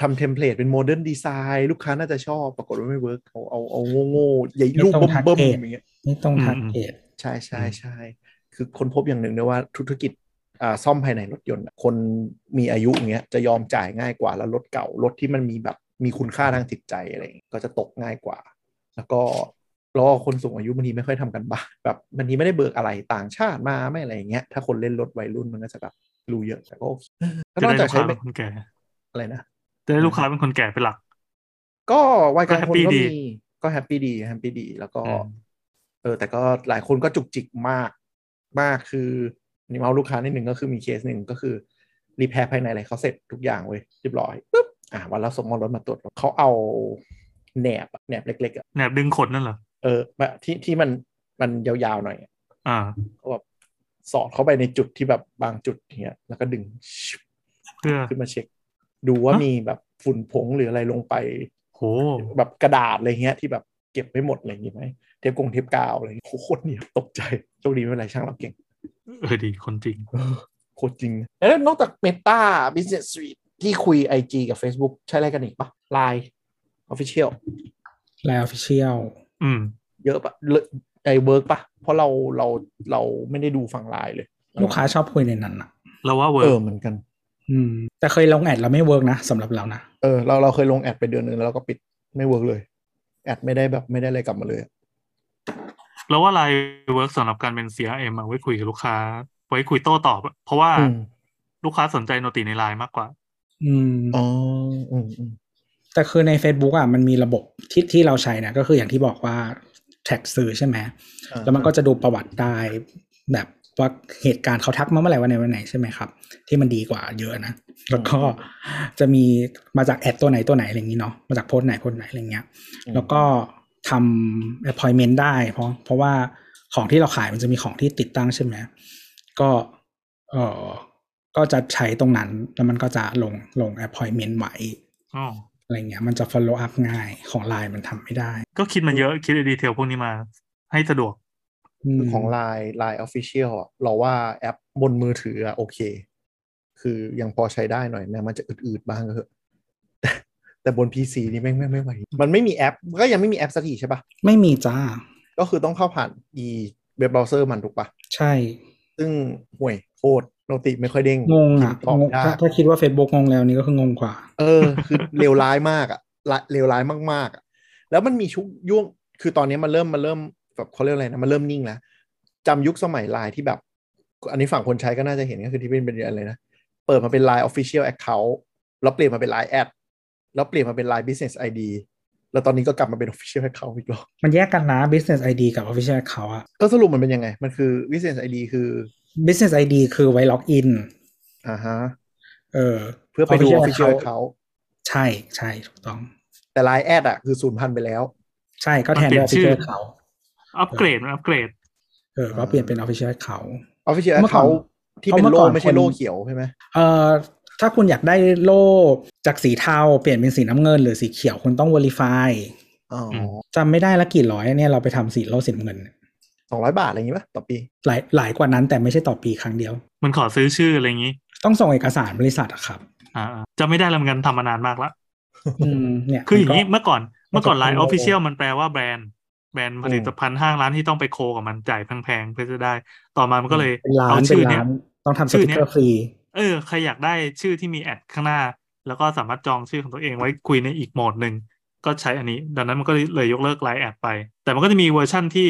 [SPEAKER 3] ทำเทมเพลตเป็นโมเดิร์นดีไซน์ลูกค้าน่าจะชอบปรากฏว่าไม่เวิร์กเอาเอาเอาโง่ๆใหญ่ลูกเบิ่มๆอย่างเงี้ย
[SPEAKER 2] ไม่ต้องทักเกต
[SPEAKER 3] ใช่ใช่ใช่คือคนพบอย่างหนึ่งด้วยว่าธุรกิจอ่าซ่อมภายในรถยนต์อะคนมีอายุอย่างเงี้ยจะยอมจ่ายง่ายกว่าแล้วรถเก่ารถที่มันมีแบบ มีคุณค่าทางจิตใจอะไรอย่างเงี้ยก็จะตกง่ายกว่า แล้วก็แล้วก็คนสูงอายุบางทีไม่ค่อยทำกันบ้าน แบบบางทีไม่ได้เบิกอะไรต่างชาติมาไม่อะไรอย่างเงี้ยถ้าคนเล่นรถวัยรุ่นมันก็จะแบบรู้เยอะแต่ก็โอเคแล้ว
[SPEAKER 4] จะ
[SPEAKER 3] นอก
[SPEAKER 4] ได้
[SPEAKER 3] จาก
[SPEAKER 4] ลู
[SPEAKER 3] ใช้
[SPEAKER 4] กค้า
[SPEAKER 3] ไม่
[SPEAKER 4] เป็นคนแก่
[SPEAKER 3] อะไรนะ
[SPEAKER 4] จะได้ลูกค้าเป็นคนแก่เป็นหลัก
[SPEAKER 3] ก็วัยกลางคน
[SPEAKER 4] ก็แฮปปี้
[SPEAKER 3] ก็
[SPEAKER 4] ดี
[SPEAKER 3] มีก็แฮปปี้ดีแฮปปี้ดี แล้วก็
[SPEAKER 4] อืม
[SPEAKER 3] เออแต่ก็หลายคนก็จุกจิกมากมากคือนี่เอาลูกค้านิดหนึ่งก็คือมีเคสหนึ่งก็คือรีแพร์ภายในอะไรเขาเสร็จทุกอย่างเว้ยเรียบร้อยปุ๊บอ่ะวันเราส่งมอรถมาตรวจเขาเอาแหนบอะแหนบเล็กๆอะ
[SPEAKER 4] แหนบดึงขนนั่นเหรอ
[SPEAKER 3] เออแบบที่ที่มันมันยาวๆหน่อยอะ
[SPEAKER 4] อ่า
[SPEAKER 3] เขาแบบสอดเข้าไปในจุดที่แบบบางจุดเนี้ยแล้วก็ดึง
[SPEAKER 4] เพื่อ
[SPEAKER 3] ขึ้นมาเช็ค ดูว่า
[SPEAKER 4] ฮะ
[SPEAKER 3] มีแบบฝุ่นผงหรืออะไรลงไป
[SPEAKER 4] โห
[SPEAKER 3] แบบกระดาษอะไรเงี้ยที่แบบเก็บไม่หมดอะไรอย่างงี้ไหมเทปกงเทปกาวอะไรเงี้ยโคตรเนี่ยตกใจโชคดีไม่เป็นไรช่างเราเก่ง
[SPEAKER 4] เออดีคนจริง
[SPEAKER 3] เออโคตรจริงนะแล้วนอกจาก Meta Business Suite ที่คุย IG กับ Facebook ใช้อะไรกันอีกปะ Line Official
[SPEAKER 2] ไลน์ออฟฟิเชียล
[SPEAKER 4] อืม
[SPEAKER 3] เยอะปะเลอะไอเวิร์กปะ เพราะเราเราเราไม่ได้ดูฝั่งไลน์เลย
[SPEAKER 2] ลูกค้าชอบคุยในนั้นอะ
[SPEAKER 4] เราว่าเวิ
[SPEAKER 3] เอ
[SPEAKER 4] ร์
[SPEAKER 3] อก เหมือนกัน
[SPEAKER 2] อืม แต่เคยลงแอดเราไม่เวิร์กนะสำหรับเรานะ
[SPEAKER 3] เออเราเราเคยลงแอดไปเดือนหนึ่งแล้วเราก็ปิดไม่เวิร์กเลย แอดไม่ได้แบบไม่ได้อะไรกลับมาเลยอะ
[SPEAKER 4] เราว่าไลน์เวิร์กสำหรับการเป็น CRM อะไว้คุยกับลูกค้า ไว้คุยโต้ตอบอะเพราะว่า
[SPEAKER 3] อืม
[SPEAKER 4] ลูกค้าสนใจโนติในไลน์มากกว่า
[SPEAKER 2] อืม
[SPEAKER 3] อ๋ออืมอืม
[SPEAKER 2] แต่คือใน Facebook อ่ะมันมีระบบที่ที่เราใช้นะก็คืออย่างที่บอกว่าแท็กซื้อใช่ไหม
[SPEAKER 3] อ่า
[SPEAKER 2] แล้วมันก็จะดูประวัติได้แบบว่าเหตุการณ์เขาทักมาเมื่อไหร่วันไหนวันไหนใช่ไหมครับ ที่มันดีกว่าเยอะนะ แล้วก็จะมีมาจากแอดตัวไหนตัวไหนอะไรอย่างนี้เนาะมาจากโพสต์ไหนโพสต์ไหนอะไรเงี้ย
[SPEAKER 3] อืม
[SPEAKER 2] แล้วก็ทำ appointment ได้ เพราะเพราะว่าของที่เราขายมันจะมีของที่ติดตั้งใช่ไหมก็เออก็จะใช้ตรงนั้นแล้วมันก็จะลงลง appointment ไว้
[SPEAKER 4] อ๋อ
[SPEAKER 2] อะไรเงี้ยมันจะ follow up ง่ายของไลน์มันทำไม่ได้
[SPEAKER 4] ก็คิดมาเยอะคิดดีเทลพวกนี้มา ให้สะดวก
[SPEAKER 3] คือ
[SPEAKER 2] ม
[SPEAKER 3] ของ Line Line Official อะเราว่าแอปบนมือถืออะโอเค คือยังพอใช้ได้หน่อยแม้มันจะอืดๆบ้างก็เถอะ แต่แต่บน PC นี่แม่งไม่ไม่ไหว มันไม่มีแอป ก็ยังไม่มีแอปสักทีใช่ปะ
[SPEAKER 2] ไม่มีจ้า
[SPEAKER 3] ก็คือต้องเข้าผ่าน e เว็บเบราว์เซอร์มันถูกปะ
[SPEAKER 2] ใช่
[SPEAKER 3] ซึ่งห่วยโคตรโนติไม่ค่อยเด้ง
[SPEAKER 2] งงอ่ะ
[SPEAKER 3] ตอบ
[SPEAKER 2] งง
[SPEAKER 3] ยา
[SPEAKER 2] ถ้ากถ้าคิดว่า Facebook งงแล้วนี่ก็คืองงกว่า
[SPEAKER 3] เออ คือ เลวร้ายมากอะละเลวร้ายมากๆอะแล้วมันมีชุกย่วงคือตอนนี้มันเริ่มมันเริ่มแบบเขาเรียกอะไรนะมันเริ่มนิ่งแล้วจำยุคสมัยไลน์ที่แบบ อันนี้ฝั่งคนใช้ก็น่าจะเห็นก็คือที่เป็นเป็นอะไรนะ เปิดมาเป็น Line Official Account แล้วเปลี่ยนมาเป็น Line Ad แล้วเปลี่ยนมาเป็น Line Business ID แล้วตอนนี้ก็กลับมาเป็น Official Account อีกรอบ
[SPEAKER 2] มันแยกกันนะ Business ID กับ Official Account อ่ะ
[SPEAKER 3] ก็สรุปมันเป็นยังไง มันคือ Business ID คือ
[SPEAKER 2] Business ID คือไว้ล็อกอิน
[SPEAKER 3] อ่าฮะ
[SPEAKER 2] เออ
[SPEAKER 3] เพื่อไปดู
[SPEAKER 2] Official
[SPEAKER 3] Official
[SPEAKER 2] Account
[SPEAKER 3] Account
[SPEAKER 2] ใช่ใช่ถูกต้อง
[SPEAKER 3] แต่ Line Ad อ่ะคือศูนย์พันไปแล้ว
[SPEAKER 2] ใช่ก็แทนด้วย
[SPEAKER 4] มันเปลี่ยนชื่อ
[SPEAKER 2] Official Account
[SPEAKER 4] อัปเกรดอัปเกรด
[SPEAKER 2] เออก็เปลี่ยนเป็น Official Account
[SPEAKER 3] Official
[SPEAKER 2] เมื่อก่อน
[SPEAKER 3] Account ที่เป็น
[SPEAKER 2] เพราะเมื่
[SPEAKER 3] โล่
[SPEAKER 2] อก่อน
[SPEAKER 3] ไม่ใช่
[SPEAKER 2] คน
[SPEAKER 3] โล่เขียวใช่ไหม
[SPEAKER 2] เอ่อถ้าคุณอยากได้โล่จากสีเทาเปลี่ยนเป็นสีน้ำเงินหรือสีเขียวคุณต้อง Verify
[SPEAKER 3] อ๋ออ
[SPEAKER 4] ม
[SPEAKER 2] จำไม่ได้ละกี่ร้อยเนี่ยเราไปทำสีโล่สีน้ำเงิน
[SPEAKER 3] สองร้อยบาท อะไรอย่างงี้ป่ะต่อปี
[SPEAKER 2] หลายหลายกว่านั้นแต่ไม่ใช่ต่อปีครั้งเดียว
[SPEAKER 4] มันขอซื้อชื่ออะไรอย่างนี้
[SPEAKER 2] ต้องส่งเอกสารบริษัทอะครับ
[SPEAKER 4] อ่าๆจะไม่ได้แล้วเหมือนกันทำมานานมากละ
[SPEAKER 2] อืมเนี่ย
[SPEAKER 4] คืออย่างนี้
[SPEAKER 2] นี้
[SPEAKER 4] เมื่อก่อนเมื่อก่อน
[SPEAKER 2] มันก็
[SPEAKER 4] ไลน์อ
[SPEAKER 2] โล
[SPEAKER 4] อ
[SPEAKER 2] โก้
[SPEAKER 4] ฟฟิเชียลมันแปลว่าแบรนด์แบรนด์ผลิตภัณฑ์ห้างร้านที่ต้องไปโคกับมันจ่ายแพงๆเพื่อจะได้ ต่อมามันก็เลย
[SPEAKER 2] เป็นร้า
[SPEAKER 4] เอา
[SPEAKER 2] นเป็
[SPEAKER 4] ชื่
[SPEAKER 2] น
[SPEAKER 4] อเนี้
[SPEAKER 2] ร้าย นต้องทำส
[SPEAKER 4] ชื่
[SPEAKER 2] ติ
[SPEAKER 4] อก เนี้
[SPEAKER 2] เก
[SPEAKER 4] ย
[SPEAKER 2] อร์ฟรี
[SPEAKER 4] เออใครอยากได้ชื่อที่มีแอดข้างหน้า แล้วก็สามารถจองชื่อของตัวเองไว้คุยในอีกโหมดหนึ่งก็ใช้อันนี้ ดังนั้นมันก็เลยยกเลิกไลน์แอดไป แต่มันก็จะมีเวอร์ชั่นที่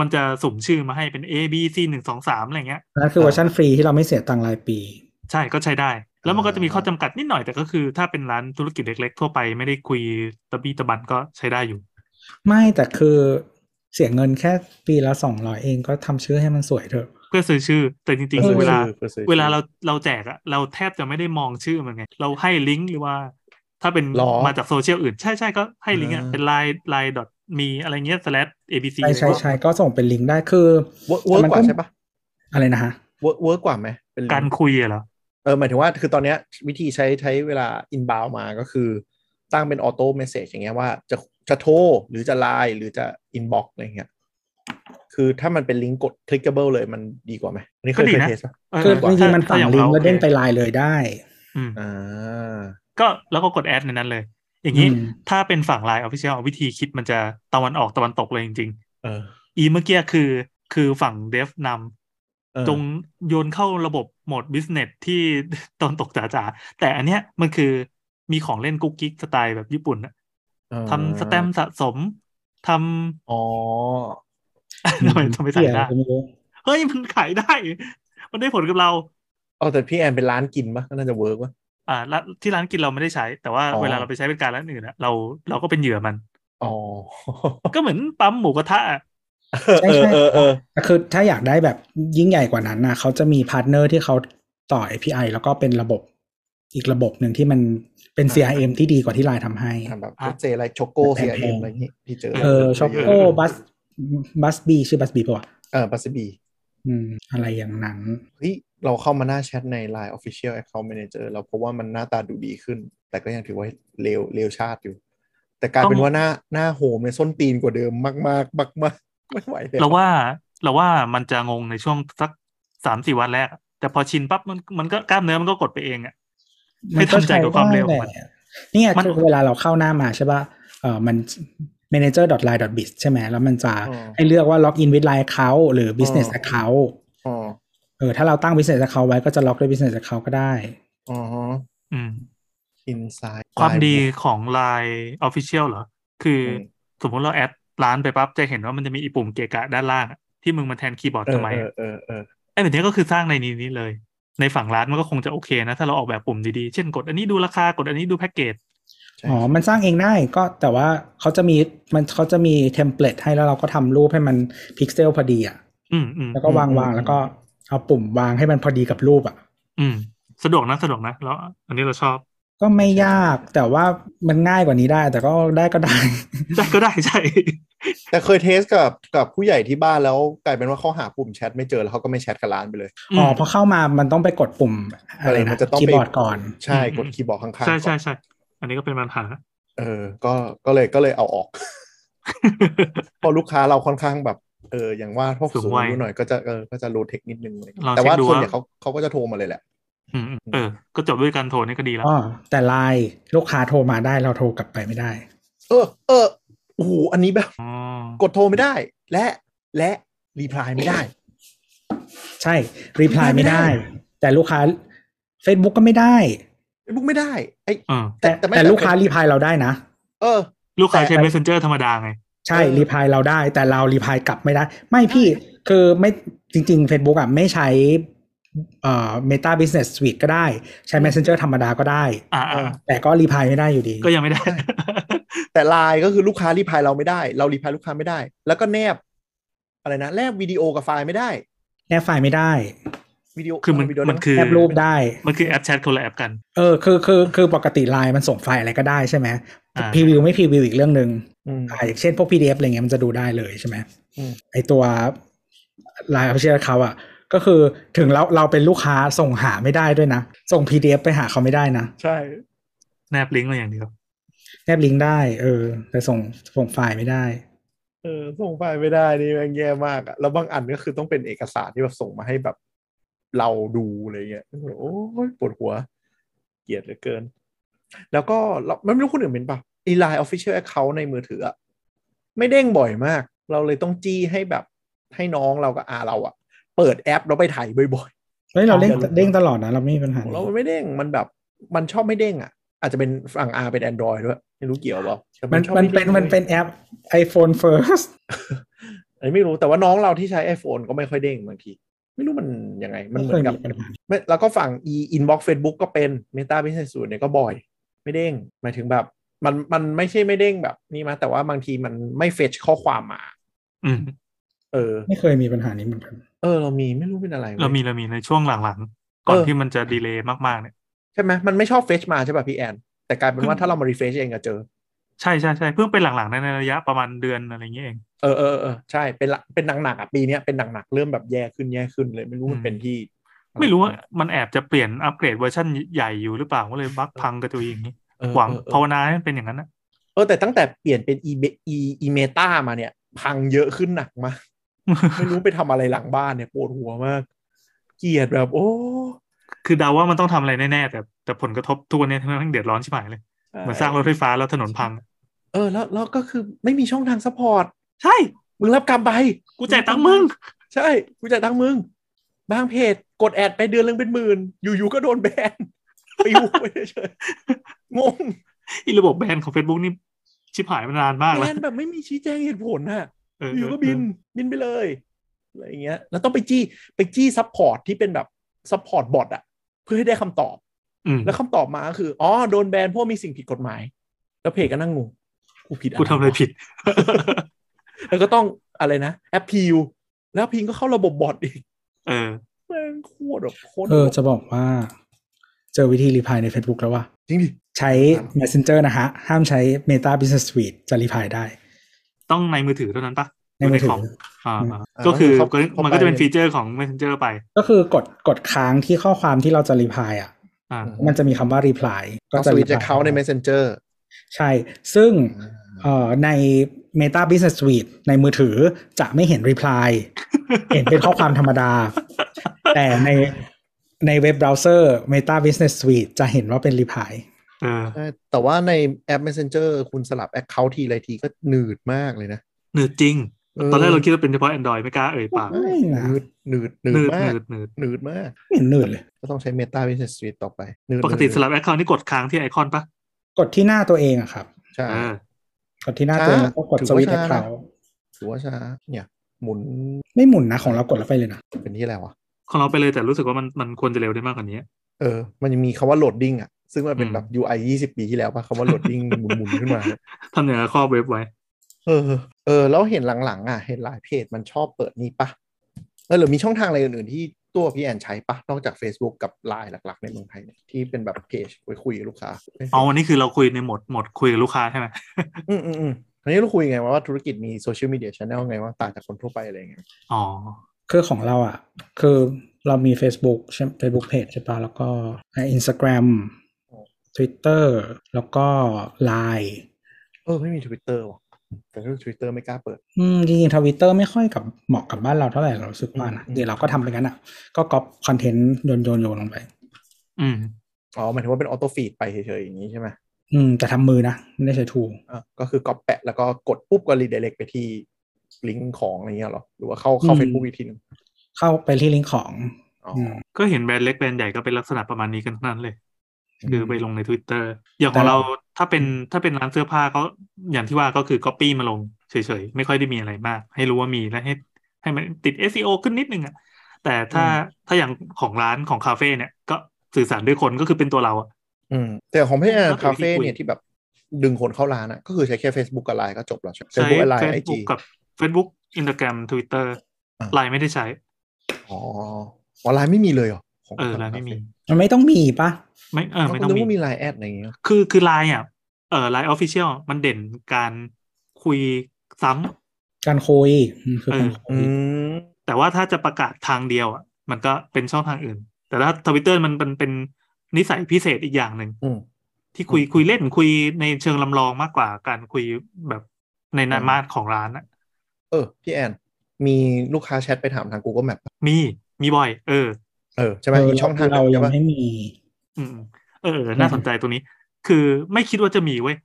[SPEAKER 4] มันจะสุ่มชื่อมาให้เป็น A B C หนึ่งสองสามอะไรเงี้ย
[SPEAKER 2] นั่นคือเวอร์ชันฟรีที่เราไม่เสียตังค์รายปี
[SPEAKER 4] ใช่ก็ใช้ได้ แล้วมันก็จะมี
[SPEAKER 3] อ่า
[SPEAKER 4] ข้อจำกัดนิดหน่อยแต่ก็คือ ถ้าเป็นร้านธุรกิจเล็ก ๆ ทั่วไปไม่ได้คุยตะบี้ตะบันก็ใช้ได้อยู่
[SPEAKER 2] ไม่แต่คือเสียเงินแค่ปีละสองร้อยเองก็ทำชื่อให้มันสวยเถอะ
[SPEAKER 4] เพื่อซื้อชื่อ แต่จริง
[SPEAKER 2] เออ
[SPEAKER 4] ๆเวลา
[SPEAKER 3] พื่อซื้อ
[SPEAKER 4] เวลาเราเราแจกอะเราแทบจะไม่ได้มองชื่อมันไง เราให้ลิงก์หรือว่า ถ้าเป็น
[SPEAKER 3] หรอ
[SPEAKER 4] มาจากโซเชียลอื่น ใช่ใช่ก็ให้ลิงก์อะ
[SPEAKER 3] อ่า
[SPEAKER 4] เป็นไลน์ไลน์ dot me อะไรเงี้ย slash abc
[SPEAKER 2] ใช่ใช่ใช่ก็ส่งเป็นลิงก์ได้คือ
[SPEAKER 3] เวิร์กเวิร์ก
[SPEAKER 2] แต่มัน
[SPEAKER 3] ก
[SPEAKER 2] ก็
[SPEAKER 3] ว่าใช่ปะ
[SPEAKER 2] อะไรนะฮะ
[SPEAKER 3] เวิร์กเวิร์กกว่าไหมเป็น
[SPEAKER 4] การคุยอะเหรอ
[SPEAKER 3] เออหมายถึงว่าคือตอนเนี้ยวิธีใช้ใช้เวลาอินบาวมาก็คือ ตั้งเป็นออโต้เมสเซจอย่างเงี้ยว่าจะจะโทรหรือจะไลน์หรือจะอินบ็อกอะไรเงี้ยคือถ้ามันเป็นลิงก์กด clickable เลยมันดีกว่าไหมอันนี้เคย
[SPEAKER 4] ก็ดี
[SPEAKER 3] เคย
[SPEAKER 4] นะ
[SPEAKER 3] เทสป่ะ
[SPEAKER 4] เออ
[SPEAKER 2] คือจริงๆมัน
[SPEAKER 4] ถ้า
[SPEAKER 2] สั่ง
[SPEAKER 4] อย่า
[SPEAKER 2] ลิง
[SPEAKER 4] รา
[SPEAKER 2] ก์แล้วเด้งไป
[SPEAKER 4] โอค
[SPEAKER 2] ไลน์เลยได้
[SPEAKER 4] อืม
[SPEAKER 3] อ่า
[SPEAKER 4] ก็แล้วก็กดแอดในนั้นเลย อย่างนี้
[SPEAKER 2] อืม
[SPEAKER 4] ถ้าเป็นฝั่งไลน์ออฟฟิเชียลวิธีคิดมันจะตะวันออกตะวันตกเลยจริง ๆ
[SPEAKER 3] เออ
[SPEAKER 4] อีเมื่อกี้คือคือฝั่งเดฟ
[SPEAKER 3] เ
[SPEAKER 4] น
[SPEAKER 3] ออ
[SPEAKER 4] ำจง โยนเข้าระบบโหมดบิสเนสที่ ตอนตกจ๋าๆแต่อันเนี้ยมันคือ มีของเล่นกุ๊กกิ๊กสไตล์แบบญี่ปุ่นน่ะ
[SPEAKER 3] อ่า
[SPEAKER 4] ทำสแตมป์สะสมท
[SPEAKER 3] อ๋อ
[SPEAKER 4] ำ ทำไมทำไมขายได้
[SPEAKER 2] ม่รู้
[SPEAKER 4] เฮ้ยมันขายได้ มันได้ผลกับเรา
[SPEAKER 3] เอาแต่พี่แอนเป็นร้านกินปะก็น่าจะเวิร์กปะ
[SPEAKER 4] อ่าร้านที่ร้านกินเราไม่ได้ใช้ แต่ว่า
[SPEAKER 3] อ๋อ
[SPEAKER 4] เวลาเราไปใช้บริการร้านอื่นอะเราเราก็เป็นเหยื่อมัน
[SPEAKER 3] อ๋อ
[SPEAKER 4] ก็เหมือนปั๊มหมูกระทะอะ
[SPEAKER 3] เออเออเออ
[SPEAKER 2] แต่คือถ้าอยากได้แบบยิ่งใหญ่กว่านั้นนะเขาจะมีพาร์ทเนอร์ที่เขาต่อ API แล้วก็เป็นระบบอีกระบบหนึ่งที่มันเป็น CRM ที่ดีกว่าที่ไลน์ทำให้
[SPEAKER 3] ทำแบบเจอะไรโชโก้เสียเอ็มอะไรอย่างงี้ที่เจอ
[SPEAKER 2] เออช็อกโก้บัสบัสบีชื่อบัสบีป่ะวะ
[SPEAKER 3] เออปัสบี
[SPEAKER 2] อืม อะไรอย่างนั้น
[SPEAKER 3] เฮ้ยเราเข้ามาหน้าแชทใน Line Official Account Manager เราพบว่ามันหน้าตาดูดีขึ้น แต่ก็ยังถือว่าเลวเลวชาติอยู่ แต่กลายเป็นว่าหน้าหน้าโฮมเนี่ยส้นตีนกว่าเดิมมากมากมากมากๆไม่ไหวแล้ว
[SPEAKER 4] เราว่าเราว่ามันจะงงในช่วงสักสามสี่วันแรกอะแต่พอชินปั๊บมันมันก็กล้ามเนื้อมันก็กดไปเองอะ ให้ทำใจกับความเร็วของมัน
[SPEAKER 2] นก็ใช้ได้แหละเนี่ย
[SPEAKER 4] มัน
[SPEAKER 2] คือเวลาเราเข้าหน้ามาใช่ป่ะเออมัน manager.line.biz ใช่ไหมแล้วมันจะให้เลือกว่า log in with line account หรือ business account
[SPEAKER 3] อ๋อ
[SPEAKER 2] เออถ้าเราตั้ง business account ไว้ก็จะล็อกด้วย business account ก็ได้
[SPEAKER 3] อ๋อ
[SPEAKER 4] อืม
[SPEAKER 3] อินไซด์
[SPEAKER 4] ความดีของ Line Official เหรอ คืออ
[SPEAKER 3] ม
[SPEAKER 4] สมมติเราแอดร้านไปปั๊บจะเห็นว่ามันจะมีอีปุ่มเกะกะด้านล่างอะที่มึงมาแทนคีย์บอร์ด
[SPEAKER 3] เอ
[SPEAKER 4] ทำ
[SPEAKER 3] อ
[SPEAKER 4] ไม
[SPEAKER 3] เออ
[SPEAKER 4] อะ
[SPEAKER 3] เออเออ
[SPEAKER 4] ไอ้แบบนี้ก็คือสร้างในนี้นี้เลย ในฝั่งร้านมันก็คงจะโอเคนะ ถ้าเราออกแบบปุ่มดีๆ เช่นกดอันนี้ดูราคากดอันนี้ดูแพ็กเกจ
[SPEAKER 3] ใช่
[SPEAKER 2] อ๋อ มันสร้างเองได้ก็แต่ว่าเขาจะมีมันเขาจะมีเทมเพลตให้แล้วเราก็ทำรูปให้มันพิกเซลพอดีอ่ะ
[SPEAKER 4] อืมอืม
[SPEAKER 2] แล้วก็วางวางแล้วก็เอาปุ่มวางให้มันพอดีกับรูปอ่ะ
[SPEAKER 4] อืมสะดวกนะสะดวกนะแล้วอันนี้เราชอบ
[SPEAKER 2] ก็ไม่ยากแต่ว่ามันง่ายกว่านี้ได้ แต่ก็ได้ก็ได้
[SPEAKER 4] ใช่ก็ได้ใช่
[SPEAKER 3] แต่เคยเทสกับกับผู้ใหญ่ที่บ้านแล้วกลายเป็นว่าเขาหาปุ่มแชทไม่เจอแล้วเขาก็ไม่แชทกับร้านไปเลย
[SPEAKER 4] อืม
[SPEAKER 2] อ๋อพอเข้ามามันต้องไปกดปุ่มอะไร
[SPEAKER 3] มั
[SPEAKER 2] นะ
[SPEAKER 3] นจะต้อง
[SPEAKER 2] คีย์
[SPEAKER 3] ไป
[SPEAKER 2] บอร์ดก่อน
[SPEAKER 3] ใช่กดคีย์บอร์ดข้างๆ
[SPEAKER 4] ใช่
[SPEAKER 3] ก่อน
[SPEAKER 4] ใช่ใช่อันนี้ก็เป็นปัญหา
[SPEAKER 3] เออ ก็ก็เลยก็เลยเอาอ อก พอลูกค้าเราค่อนข้างแบบเอออย่างว่าพวก
[SPEAKER 4] สู
[SPEAKER 3] สู
[SPEAKER 4] ง
[SPEAKER 3] ง
[SPEAKER 4] วัย
[SPEAKER 3] อายุหน่อยก็จะเออก็จะรู้เทคนิดนึงอะไรอย่าง
[SPEAKER 4] เรา
[SPEAKER 3] เงี้ยแต่ว่า
[SPEAKER 4] เช็คดู
[SPEAKER 3] ส่วนให
[SPEAKER 4] ว่า
[SPEAKER 3] ญ่เขาเขาก็จะโทรมาเลยแหละ
[SPEAKER 4] อืมอืมเออ ก็จบด้วยการโทรนี่ก็ดีแล้ว
[SPEAKER 2] อ๋อแต่ไลน์ลูกค้าโทรมาได้เราโทรกลับไปไม่ได้
[SPEAKER 3] เออ เออโอ้โหอันนี้แบบ
[SPEAKER 4] อ๋อ
[SPEAKER 3] กดโทรไม่ได้ และและรีプライไม่ได้
[SPEAKER 2] ใช่รีプライ
[SPEAKER 3] ไม่
[SPEAKER 2] ไม่
[SPEAKER 3] ได้
[SPEAKER 2] ได้ แต่ลูกค้า Facebook ก็ไม่ได้
[SPEAKER 3] บุ๊กไม่ได้ไอ้
[SPEAKER 4] อืม
[SPEAKER 2] แต่
[SPEAKER 3] แต่ไม่
[SPEAKER 2] แต่ลูกค้ารีプライเราได้นะ
[SPEAKER 3] เออ
[SPEAKER 4] ลูกค้าใช้
[SPEAKER 3] แต่
[SPEAKER 4] Messenger ธรรมดาไง
[SPEAKER 2] ใช่
[SPEAKER 3] เออ
[SPEAKER 2] รีプライเราได้ แต่เรารีプライกลับไม่ได้ ไม่พี่คือไม่จริง ๆ Facebook อ่ะไม่ใช้เอ่อ Meta Business Suite ก็ได้ใช้ Messenger ธรรมดาก็ได้
[SPEAKER 4] อ่า
[SPEAKER 3] เออ
[SPEAKER 2] แต่ก็รีプライไม่ได้อยู่ดี
[SPEAKER 4] ก็ยังไม่ได้
[SPEAKER 3] แต่ไลน์ก็คือลูกค้ารีプライเราไม่ได้ เรารีプライลูกค้าไม่ได้ แล้วก็แนบ อะไรนะแนบวิดีโอกับไฟล์ไม่ได้
[SPEAKER 2] แนบไฟล์ไม่ได้
[SPEAKER 3] วิดีโอ
[SPEAKER 4] คือมัน
[SPEAKER 3] วิดีโอ
[SPEAKER 4] มันคือ
[SPEAKER 2] แนบรูปได้
[SPEAKER 4] มันคือแอปแชทคนละแอปกัน
[SPEAKER 2] เออคือคือคือปกติไลน์มันส่งไฟล์อะไรก็ได้ใช่ไหม
[SPEAKER 4] อ่า
[SPEAKER 2] พรีวิวไม่พรีวิวอีกเรื่องหนึ่ง
[SPEAKER 3] อืม
[SPEAKER 2] อ่าอย่างเช่นพวก PDF อะไรเงี้ยมันจะดูได้เลยใช่ไหม
[SPEAKER 3] อืม
[SPEAKER 2] ไอตัวไลน์ official เขาอะก็คือถึงเราเราเป็นลูกค้าส่งหาไม่ได้ด้วยนะ ส่ง PDF ไปหาเขาไม่ได้นะ
[SPEAKER 3] ใช่
[SPEAKER 4] แนบลิงก์มาอย่างเดียว
[SPEAKER 2] แนบลิงก์ได้เออแต่ส่งส่งไฟล์ไม่ได้
[SPEAKER 3] เออส่งไฟล์ไม่ได้นี่แม่งแย่มากอะแล้วบางอันก็คือต้องเป็นเอกสารที่แบบส่งมาให้แบบ เราดูอะไรเงี้ยโอ้ยปวดหัว เกลียดเหลือเกิน แล้วก็เราไม่รู้คนอื่นเป็นปะอีไลน์ออฟฟิเชียลแอคเคาท์ในมือถืออะไม่เด้งบ่อยมาก เราเลยต้องจี้ให้แบบให้น้องเรากับอาเราอะเปิดแอปแล้วไปถ่ายบ่อย
[SPEAKER 2] เฮ้ยเราเล่นเด้งตลอดนะ เราไม่มีปัญหา
[SPEAKER 3] ๆของเรามันไม่เด้งมันแบบมันชอบไม่เด้งอะอาจจะเป็นฝั่งอาเป็น Android ด้วยไม่รู้เกี่ยวเปล่าแต่
[SPEAKER 2] มัน
[SPEAKER 3] ชอบ
[SPEAKER 2] มัน
[SPEAKER 3] ได้ง
[SPEAKER 2] เป็นมัน
[SPEAKER 3] ว้ย
[SPEAKER 2] เป็นแอป iPhone first
[SPEAKER 3] อันนี้ไม่รู้แต่ว่าน้องเราที่ใช้ iPhone ก็ไม่ค่อยเด้งบางทีไม่รู้มันยังไง มันเหมือนกับ
[SPEAKER 2] ไคยปัญหา
[SPEAKER 3] ไม่แล้วก็ฝั่ง e inbox Facebook ก็เป็น Meta Business Suite เนี่ยก็บ่อย ไม่เด้งหมายถึงแบบ มันมันไม่ใช่ไม่เด้งแบบนี้มาแต่ว่าบางทีมันไม่เฟชข้อความมา
[SPEAKER 4] อืม
[SPEAKER 3] เออ
[SPEAKER 2] ไม่เคยมีปัญหานี้เหมือนกัน
[SPEAKER 3] เออ เรามีไม่รู้เป็นอะไรว้ย
[SPEAKER 4] เรามีเรามีในช่วงหลังๆ ก่อน
[SPEAKER 3] เออ
[SPEAKER 4] ที่มันจะดีเลย์มากๆเนี่ย
[SPEAKER 3] ใช่ไหมมันไม่ชอบเฟชมาใช่ป่ะพี่แอน แต่กลายเป็นว่า
[SPEAKER 4] อืม
[SPEAKER 3] ถ้าเรามารีเฟชเองก็เจอ
[SPEAKER 4] ใช่ใช่ใช่เพิ่งเป็นหลังๆในระยะประมาณเดือนอะไรอย่างเงี้ยเอง
[SPEAKER 3] เออเออเออใช่เป็นละเป็นหนักๆอ่ะปีเนี้ยเป็นหนักๆเริ่มแบบแย่ขึ้นแย่ขึ้นเลยไม่รู้มันเป็นที่อะ
[SPEAKER 4] ไม่รู้ว่ามันแอบจะเปลี่ยนอัปเกรดเวอร์ชันใหญ่อยู่หรือเปล่าก็เลยบั๊กพังกระจุยอย่างนี้
[SPEAKER 3] เออ
[SPEAKER 4] หวัง
[SPEAKER 3] เออเออ
[SPEAKER 4] ภาวนาให้มันเป็นอย่างนั้นนะ
[SPEAKER 3] เออแต่ตั้งแต่เปลี่ยนเป็น e b e e m e t a มาเนี่ย พังเยอะขึ้นหนักมาก ไม่รู้ไปทำอะไรหลังบ้านเนี่ยปวดหัวมาก เกลียดแบบ โอ้
[SPEAKER 4] คือเดาว่ามันต้องทำอะไรแน่ๆ แต่แต่ผลกระทบทุกวันนี้ทั้งนั้นเดือดร้อนชิบหายเลยเหมือนสร้างรถไฟฟ้าแล้วถนนพัง
[SPEAKER 3] เออแล้วแล้วก็คือไม่มีช่องทางซัพพอร์ต
[SPEAKER 4] ใช่
[SPEAKER 3] มึงรับกรรมไป
[SPEAKER 4] กูจ่ายตังค์มึง
[SPEAKER 3] ใช่กูจ่ายตังค์มึง บางเพจกดแอดไปเดือนนึงเป็นหมื่น อยู่ๆก็โดนแบน ปิวไปเฉยๆงง
[SPEAKER 4] อีระบบแบนของ Facebook นี่ชิบหายมานานมาก
[SPEAKER 3] แบ
[SPEAKER 4] แล้ว
[SPEAKER 3] นแบบไม่มีชี้แจงเหตุผลน่ะ
[SPEAKER 4] เออ
[SPEAKER 3] อยู่ก็บิน
[SPEAKER 4] เออ
[SPEAKER 3] บินไปเลยอะไรอย่างเงี้ย แล้วต้องไปจี้ไปจี้ซัพพอร์ตที่เป็นแบบซัพพอร์ตบอทอะเพื่อให้ได้คำตอบ
[SPEAKER 4] อืม
[SPEAKER 3] แล้วคำตอบมาก็คือ อ๋อ โดนแบนเพราะมีสิ่งผิดกฎหมาย แล้วเพจก็นั่งงงกูผิด
[SPEAKER 4] กูทำอะไรผิด
[SPEAKER 3] แล้วก็ต้องอะไรนะแอปพิวแล้วพิงก็เข้าระบบบอทอีก
[SPEAKER 4] เออ
[SPEAKER 3] แม่งโคตรแบบโคตร
[SPEAKER 2] เออจะบอกว่า เจอวิธีรีพายใน Facebook แล้วว่า
[SPEAKER 3] จริงดิ
[SPEAKER 2] ใช้ Messenger นะฮะ ห้ามใช้ Meta Business Suite จะรีพายได้
[SPEAKER 4] ต้องในมือถือเท่านั้นปะ
[SPEAKER 2] ในมือถื
[SPEAKER 4] ค
[SPEAKER 2] อ
[SPEAKER 4] มอ่า
[SPEAKER 2] อืม
[SPEAKER 4] ๆก็คือ
[SPEAKER 3] เข้าไป
[SPEAKER 4] มันก็จะเป็นฟีเจอร์ของ Messenger ไป
[SPEAKER 2] ก็คือกดกดค้างที่ข้อความที่เราจะรีพายอ่ะ
[SPEAKER 4] อ่า
[SPEAKER 2] มันจะมีคำว่า reply
[SPEAKER 3] ก็สวิตช์จะ
[SPEAKER 2] reply
[SPEAKER 3] เข้าใน messenger
[SPEAKER 2] ใช่ ซึ่งเอ่อใน Meta Business Suite ในมือถือจะไม่เห็น reply เห็นเป็นข้อความธรรมดา แต่ในในเว็บเบราว์เซอร์ Meta Business Suite จะเห็นว่าเป็น reply
[SPEAKER 4] เออ
[SPEAKER 3] ใช่แต่ว่าในแอป messenger คุณสลับ account ทีไรทีก็หนืดมากเลยนะ
[SPEAKER 4] หนืดจริง
[SPEAKER 3] เ
[SPEAKER 4] ตอนแรกเราคิดว่าเป็นเฉพาะ Android ไม่กล้าเอ่ยปาก
[SPEAKER 3] ใช่หนืดหนืดหนืด
[SPEAKER 4] หนืด
[SPEAKER 3] มา
[SPEAKER 4] ห
[SPEAKER 3] ก
[SPEAKER 4] นืดหนืด
[SPEAKER 3] หนืดมาก
[SPEAKER 2] ไม่เห็นหนืดเลย
[SPEAKER 3] ก็ต้องใช้ Meta Business Suite ต่อไปหนืด
[SPEAKER 4] ปกติ
[SPEAKER 3] หนืด
[SPEAKER 4] สลับแอคเคาท์นี่กดค้างที่ไอคอนปะ
[SPEAKER 2] กดที่หน้าตัวเองอะครับ
[SPEAKER 3] ใช่
[SPEAKER 4] เออ
[SPEAKER 2] กดที่หน้าตัวเองแล้วก็กดสวิตช์ให้เขา
[SPEAKER 3] ถือว่าช้าเนี่ย หมุน
[SPEAKER 2] ไม่หมุนนะของเรากดแล้วไปเลยนะ
[SPEAKER 3] เป็นที่อะไรวะ
[SPEAKER 4] ของเราไปเลยแต่รู้สึกว่ามันมันควรจะเร็วได้มากกว่านี้
[SPEAKER 3] เออ มันยังมีคำว่า loading อ่ะ ซึ่งมันเป็น
[SPEAKER 4] อืม
[SPEAKER 3] แบบ UI 20 ปีที่แล้วป่ะคำว่า loading หมุนหมุนๆขึ้นมา
[SPEAKER 4] ทำอย่างกับครอบเว็บไว้
[SPEAKER 3] เออ เออ แล้วเห็นหลังๆ อ่ะ เห็นหลายเพจมันชอบเปิดนี่ปะเออหรือมีช่องทางอะไรอื่นๆที่ตัวพี่แอนใช้ปะนอกจาก Facebook กับ Line หลักๆ ในเมืองไทยเนี่ยที่เป็นแบบเพจไว้คุยกับลูกค้า
[SPEAKER 4] เอาวันนี้คือเราคุยในโหมดโหมดคุยกับลูกค้าใช่ไหม
[SPEAKER 3] อืมอืมอืมอันนี้เราคุยไงว่าธุรกิจมีโซเชียลมีเดียชแนลไงว่าต่างจากคนทั่วไปอะไรอย่างเงี้ย
[SPEAKER 4] อ๋อ
[SPEAKER 2] คือของเราอ่ะ คือเรามี Facebook ใช่ Facebook Page ใช่ปะแล้วก็ใน Instagram Twitter แล้วก็ Line
[SPEAKER 3] เออ ไม่มีทวิตเตอร์ว่ะแต่ก็ทวิตเตอร์ไม่กล้าเปิด
[SPEAKER 2] อืมจริงๆทวิตเตอร์ไม่ค่อยกับเหมาะกับบ้านเราเท่าไหร่เรารู้สึกว่านะ
[SPEAKER 3] อืม
[SPEAKER 2] เดี๋ยวเราก็ทำไปงั้นอ่ะ ก็ก๊อปคอนเทนต์โยนโยนโยนลงไป
[SPEAKER 4] อืม
[SPEAKER 3] อ๋อหมายถึงว่าเป็นออโต้ฟีดไปเฉยๆ อย่างนี้ใช่ไหม
[SPEAKER 2] อืมแต่ทำมือนะ ไม่ได้ใช้ทูล
[SPEAKER 3] อ่ะก็คือก๊อปแปะแล้วก็กดปุ๊บก็รีเดเ c กไปที่ลิงก์ของอะไรเงี้ยเหรอ หรือว่าเข้าเข้าเฟซบุ๊กอีกทีหนึง
[SPEAKER 2] เข้าไปที่ลิงก์ของ
[SPEAKER 3] อ๋อ
[SPEAKER 2] ม
[SPEAKER 4] ก็เห็นแบรนด์เล็กแบรนด์ใหญ่ก็เป็นลักษณะประมาณนี้กันทั้งนั้นเลย คือไปลงใน Twitter อย่างของ
[SPEAKER 2] แต่
[SPEAKER 4] เราถ้าเป็นถ้าเป็นร้านเสื้อผ้าก็อย่างที่ว่าก็คือ Copy มาลงเฉยๆ ไม่ค่อยได้มีอะไรมาก ให้รู้ว่ามีและให้ให้มันติด SEO ขึ้นนิดนึงอะแต่ถ้าถ้าอย่างของร้านของคาเฟ่เนี่ยก็สื่อสารด้วยคนก็คือเป็นตัวเราอะ
[SPEAKER 3] อืมแต่ของพี่แอน
[SPEAKER 4] ก็
[SPEAKER 3] คา
[SPEAKER 4] คือวิธี
[SPEAKER 3] เฟ่
[SPEAKER 4] คุย
[SPEAKER 3] เนี่ยที่แบบดึงคนเข้าร้านอ่ะ ก็คือใช้แค่ Facebook กับ Line ก็จบแล้วใช่ไหม
[SPEAKER 4] ใช้
[SPEAKER 3] Facebook กับ Line ไอจี
[SPEAKER 4] Facebook กับ Facebook Instagram Twitter
[SPEAKER 3] อ่า
[SPEAKER 4] ไลน์ไม่ได้ใช้
[SPEAKER 3] อ๋อออนไลน์ไม่มีเลยเหรอของ
[SPEAKER 4] เออไลน์ไม่มี
[SPEAKER 2] มันไม่ต้องมีปะ
[SPEAKER 4] ไม่เอ
[SPEAKER 3] เอ
[SPEAKER 4] อ
[SPEAKER 3] อไม่
[SPEAKER 4] ไม่
[SPEAKER 3] ต้
[SPEAKER 4] ต้
[SPEAKER 3] อ
[SPEAKER 4] อง ง
[SPEAKER 3] มี
[SPEAKER 4] มี
[SPEAKER 3] มีไลน์แอดอะไรอย่างเงี้ย
[SPEAKER 4] คือคือไลน์อ่ะเออไลน์ออฟฟิเชียลมันเด่นการคุยซ้ำ
[SPEAKER 2] การคุยอืมคือการ
[SPEAKER 4] เออ
[SPEAKER 2] คุ
[SPEAKER 3] อื
[SPEAKER 2] ย
[SPEAKER 3] ม
[SPEAKER 4] แต่ว่าถ้าจะประกาศทางเดียวอ่ะมันก็เป็นช่องทางอื่น แต่ถ้าทวิตเตอร์มันเป็นเป็นนิสัยพิเศษอีกอย่างหนึ่ง
[SPEAKER 3] อืม
[SPEAKER 4] ที่คุย
[SPEAKER 3] อืม
[SPEAKER 4] คุยเล่นคุยในเชิงลำลองมากกว่าการคุยแบบในนา
[SPEAKER 3] อื
[SPEAKER 4] ม
[SPEAKER 3] ม
[SPEAKER 4] มาตรของร้านอ่ะ
[SPEAKER 3] เออพี่แอนมีลูกค้าแชทไปถามทาง Google Map ปะ
[SPEAKER 4] มีมีบ่อย เออ
[SPEAKER 3] เออใช่ไหมอีกช่องทางหนึ่
[SPEAKER 2] เรา
[SPEAKER 3] ง
[SPEAKER 2] ยั
[SPEAKER 3] ใช่
[SPEAKER 2] ง
[SPEAKER 3] ปะ
[SPEAKER 2] ไม่มี
[SPEAKER 4] อืมเออเออน่าสนใจตรงนี้ คือไม่คิดว่าจะมีเว้ย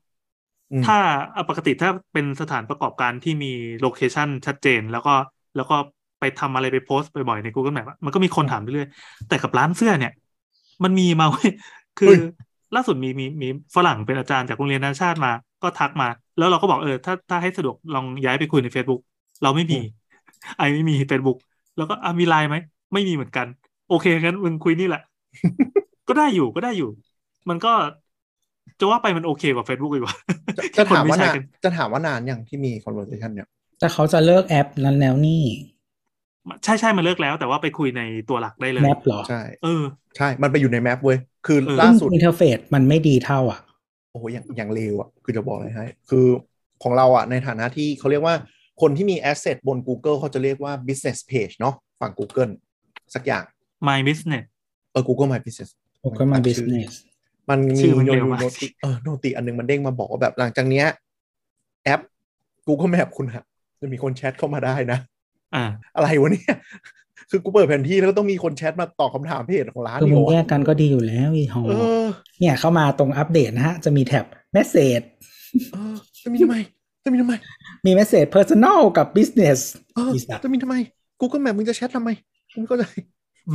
[SPEAKER 3] อืม
[SPEAKER 4] ถ้าอ่ะปกติถ้าเป็นสถานประกอบการที่มีโลเคชันชัดเจน แล้วก็แล้วก็ไปทำอะไรไปโพสต์บ่อยๆใน Google Map อะมันก็มีคนถามเรื่อยๆแต่กับร้านเสื้อเนี่ย มันมีมาเว้ยคื
[SPEAKER 3] เฮ้
[SPEAKER 4] อย ล่าสุดมีมีมีฝรั่งเป็นอาจารย์จากโรงเรียนนานาชาติมา ก็ทักมา แล้วเราก็บอกเออถ้าถ้าให้สะดวกลองย้ายไปคุยใน Facebook เราไม่มีไอไม่มี Facebook แล้วก็อ่ะมีไลน์ไหมไม่มีเหมือนกัน โอเคงั้นมึงคุยนี่แหละ ก็ได้อยู่ก็ได้อยู่ มันก็จะว่าไปมันโอเคกว่า Facebook อีกว่า
[SPEAKER 3] จะจะถามว่า
[SPEAKER 4] คนไม่ใช้
[SPEAKER 3] นาน
[SPEAKER 4] กัน
[SPEAKER 3] จะถามว่านานยังที่มี conversation เนี่ย
[SPEAKER 2] แต่เขาจะเลิกแอปนั้นแล้วนี่
[SPEAKER 4] ใช่ใช่มันเลิกแล้วแต่ว่าไปคุยในตัวหลักได้เลย
[SPEAKER 2] แมปเหรอ
[SPEAKER 3] ใช่
[SPEAKER 4] เออ
[SPEAKER 3] ใช่ มันไปอยู่ในแมปเว้ย คือ
[SPEAKER 4] เออ
[SPEAKER 3] ล่าสุด
[SPEAKER 2] อินเทอร์เฟซมันไม่ดีเท่าอ่ะ
[SPEAKER 3] โอ้โหอย่างอย่างเลวอ่ะ คือจะบอกอะไรให้ คือของเราอ่ะ ในฐานะที่เขาเรียกว่าคนที่มี asset บน Google เขาจะเรียกว่า business page เนาะฝั่ง Google สักอย่าง
[SPEAKER 4] my business
[SPEAKER 3] เออ Google My Business
[SPEAKER 2] ผมก็มา
[SPEAKER 3] ตั้งชื่อ
[SPEAKER 2] business
[SPEAKER 3] มันมี
[SPEAKER 4] ชื่อมัน
[SPEAKER 3] โน
[SPEAKER 4] เร็ว
[SPEAKER 3] ติ
[SPEAKER 4] มาก
[SPEAKER 3] โนติเออโนติอันนึงมันเด้งมาบอกว่าแบบหลังจากเนี้ยแอป Google Map คุณฮะจะมีคนแชทเข้ามาได้นะ
[SPEAKER 4] อ่า
[SPEAKER 3] อะไรวะเนี่ย คือกูเปิดแผนที่แล้วก็ต้องมีคนแชทมาตอบคำถามเพจของร้าน
[SPEAKER 2] คือ
[SPEAKER 3] อีก
[SPEAKER 2] มึ
[SPEAKER 3] เหรง
[SPEAKER 2] แยวก
[SPEAKER 3] อะ
[SPEAKER 2] กันก็ดีอยู่แล้วอีหอ
[SPEAKER 3] เออ
[SPEAKER 2] เนี่ยเข้ามาตรงอัปเดตนะฮะ จะมีแท็บ message
[SPEAKER 3] เออจะมีทำไมจะมีทำไม
[SPEAKER 2] มี message personal กับ business
[SPEAKER 3] เออ
[SPEAKER 2] อีสัตว์
[SPEAKER 3] จะมีทำไม Google Map มึงจะแชททำไมมึงก็จะ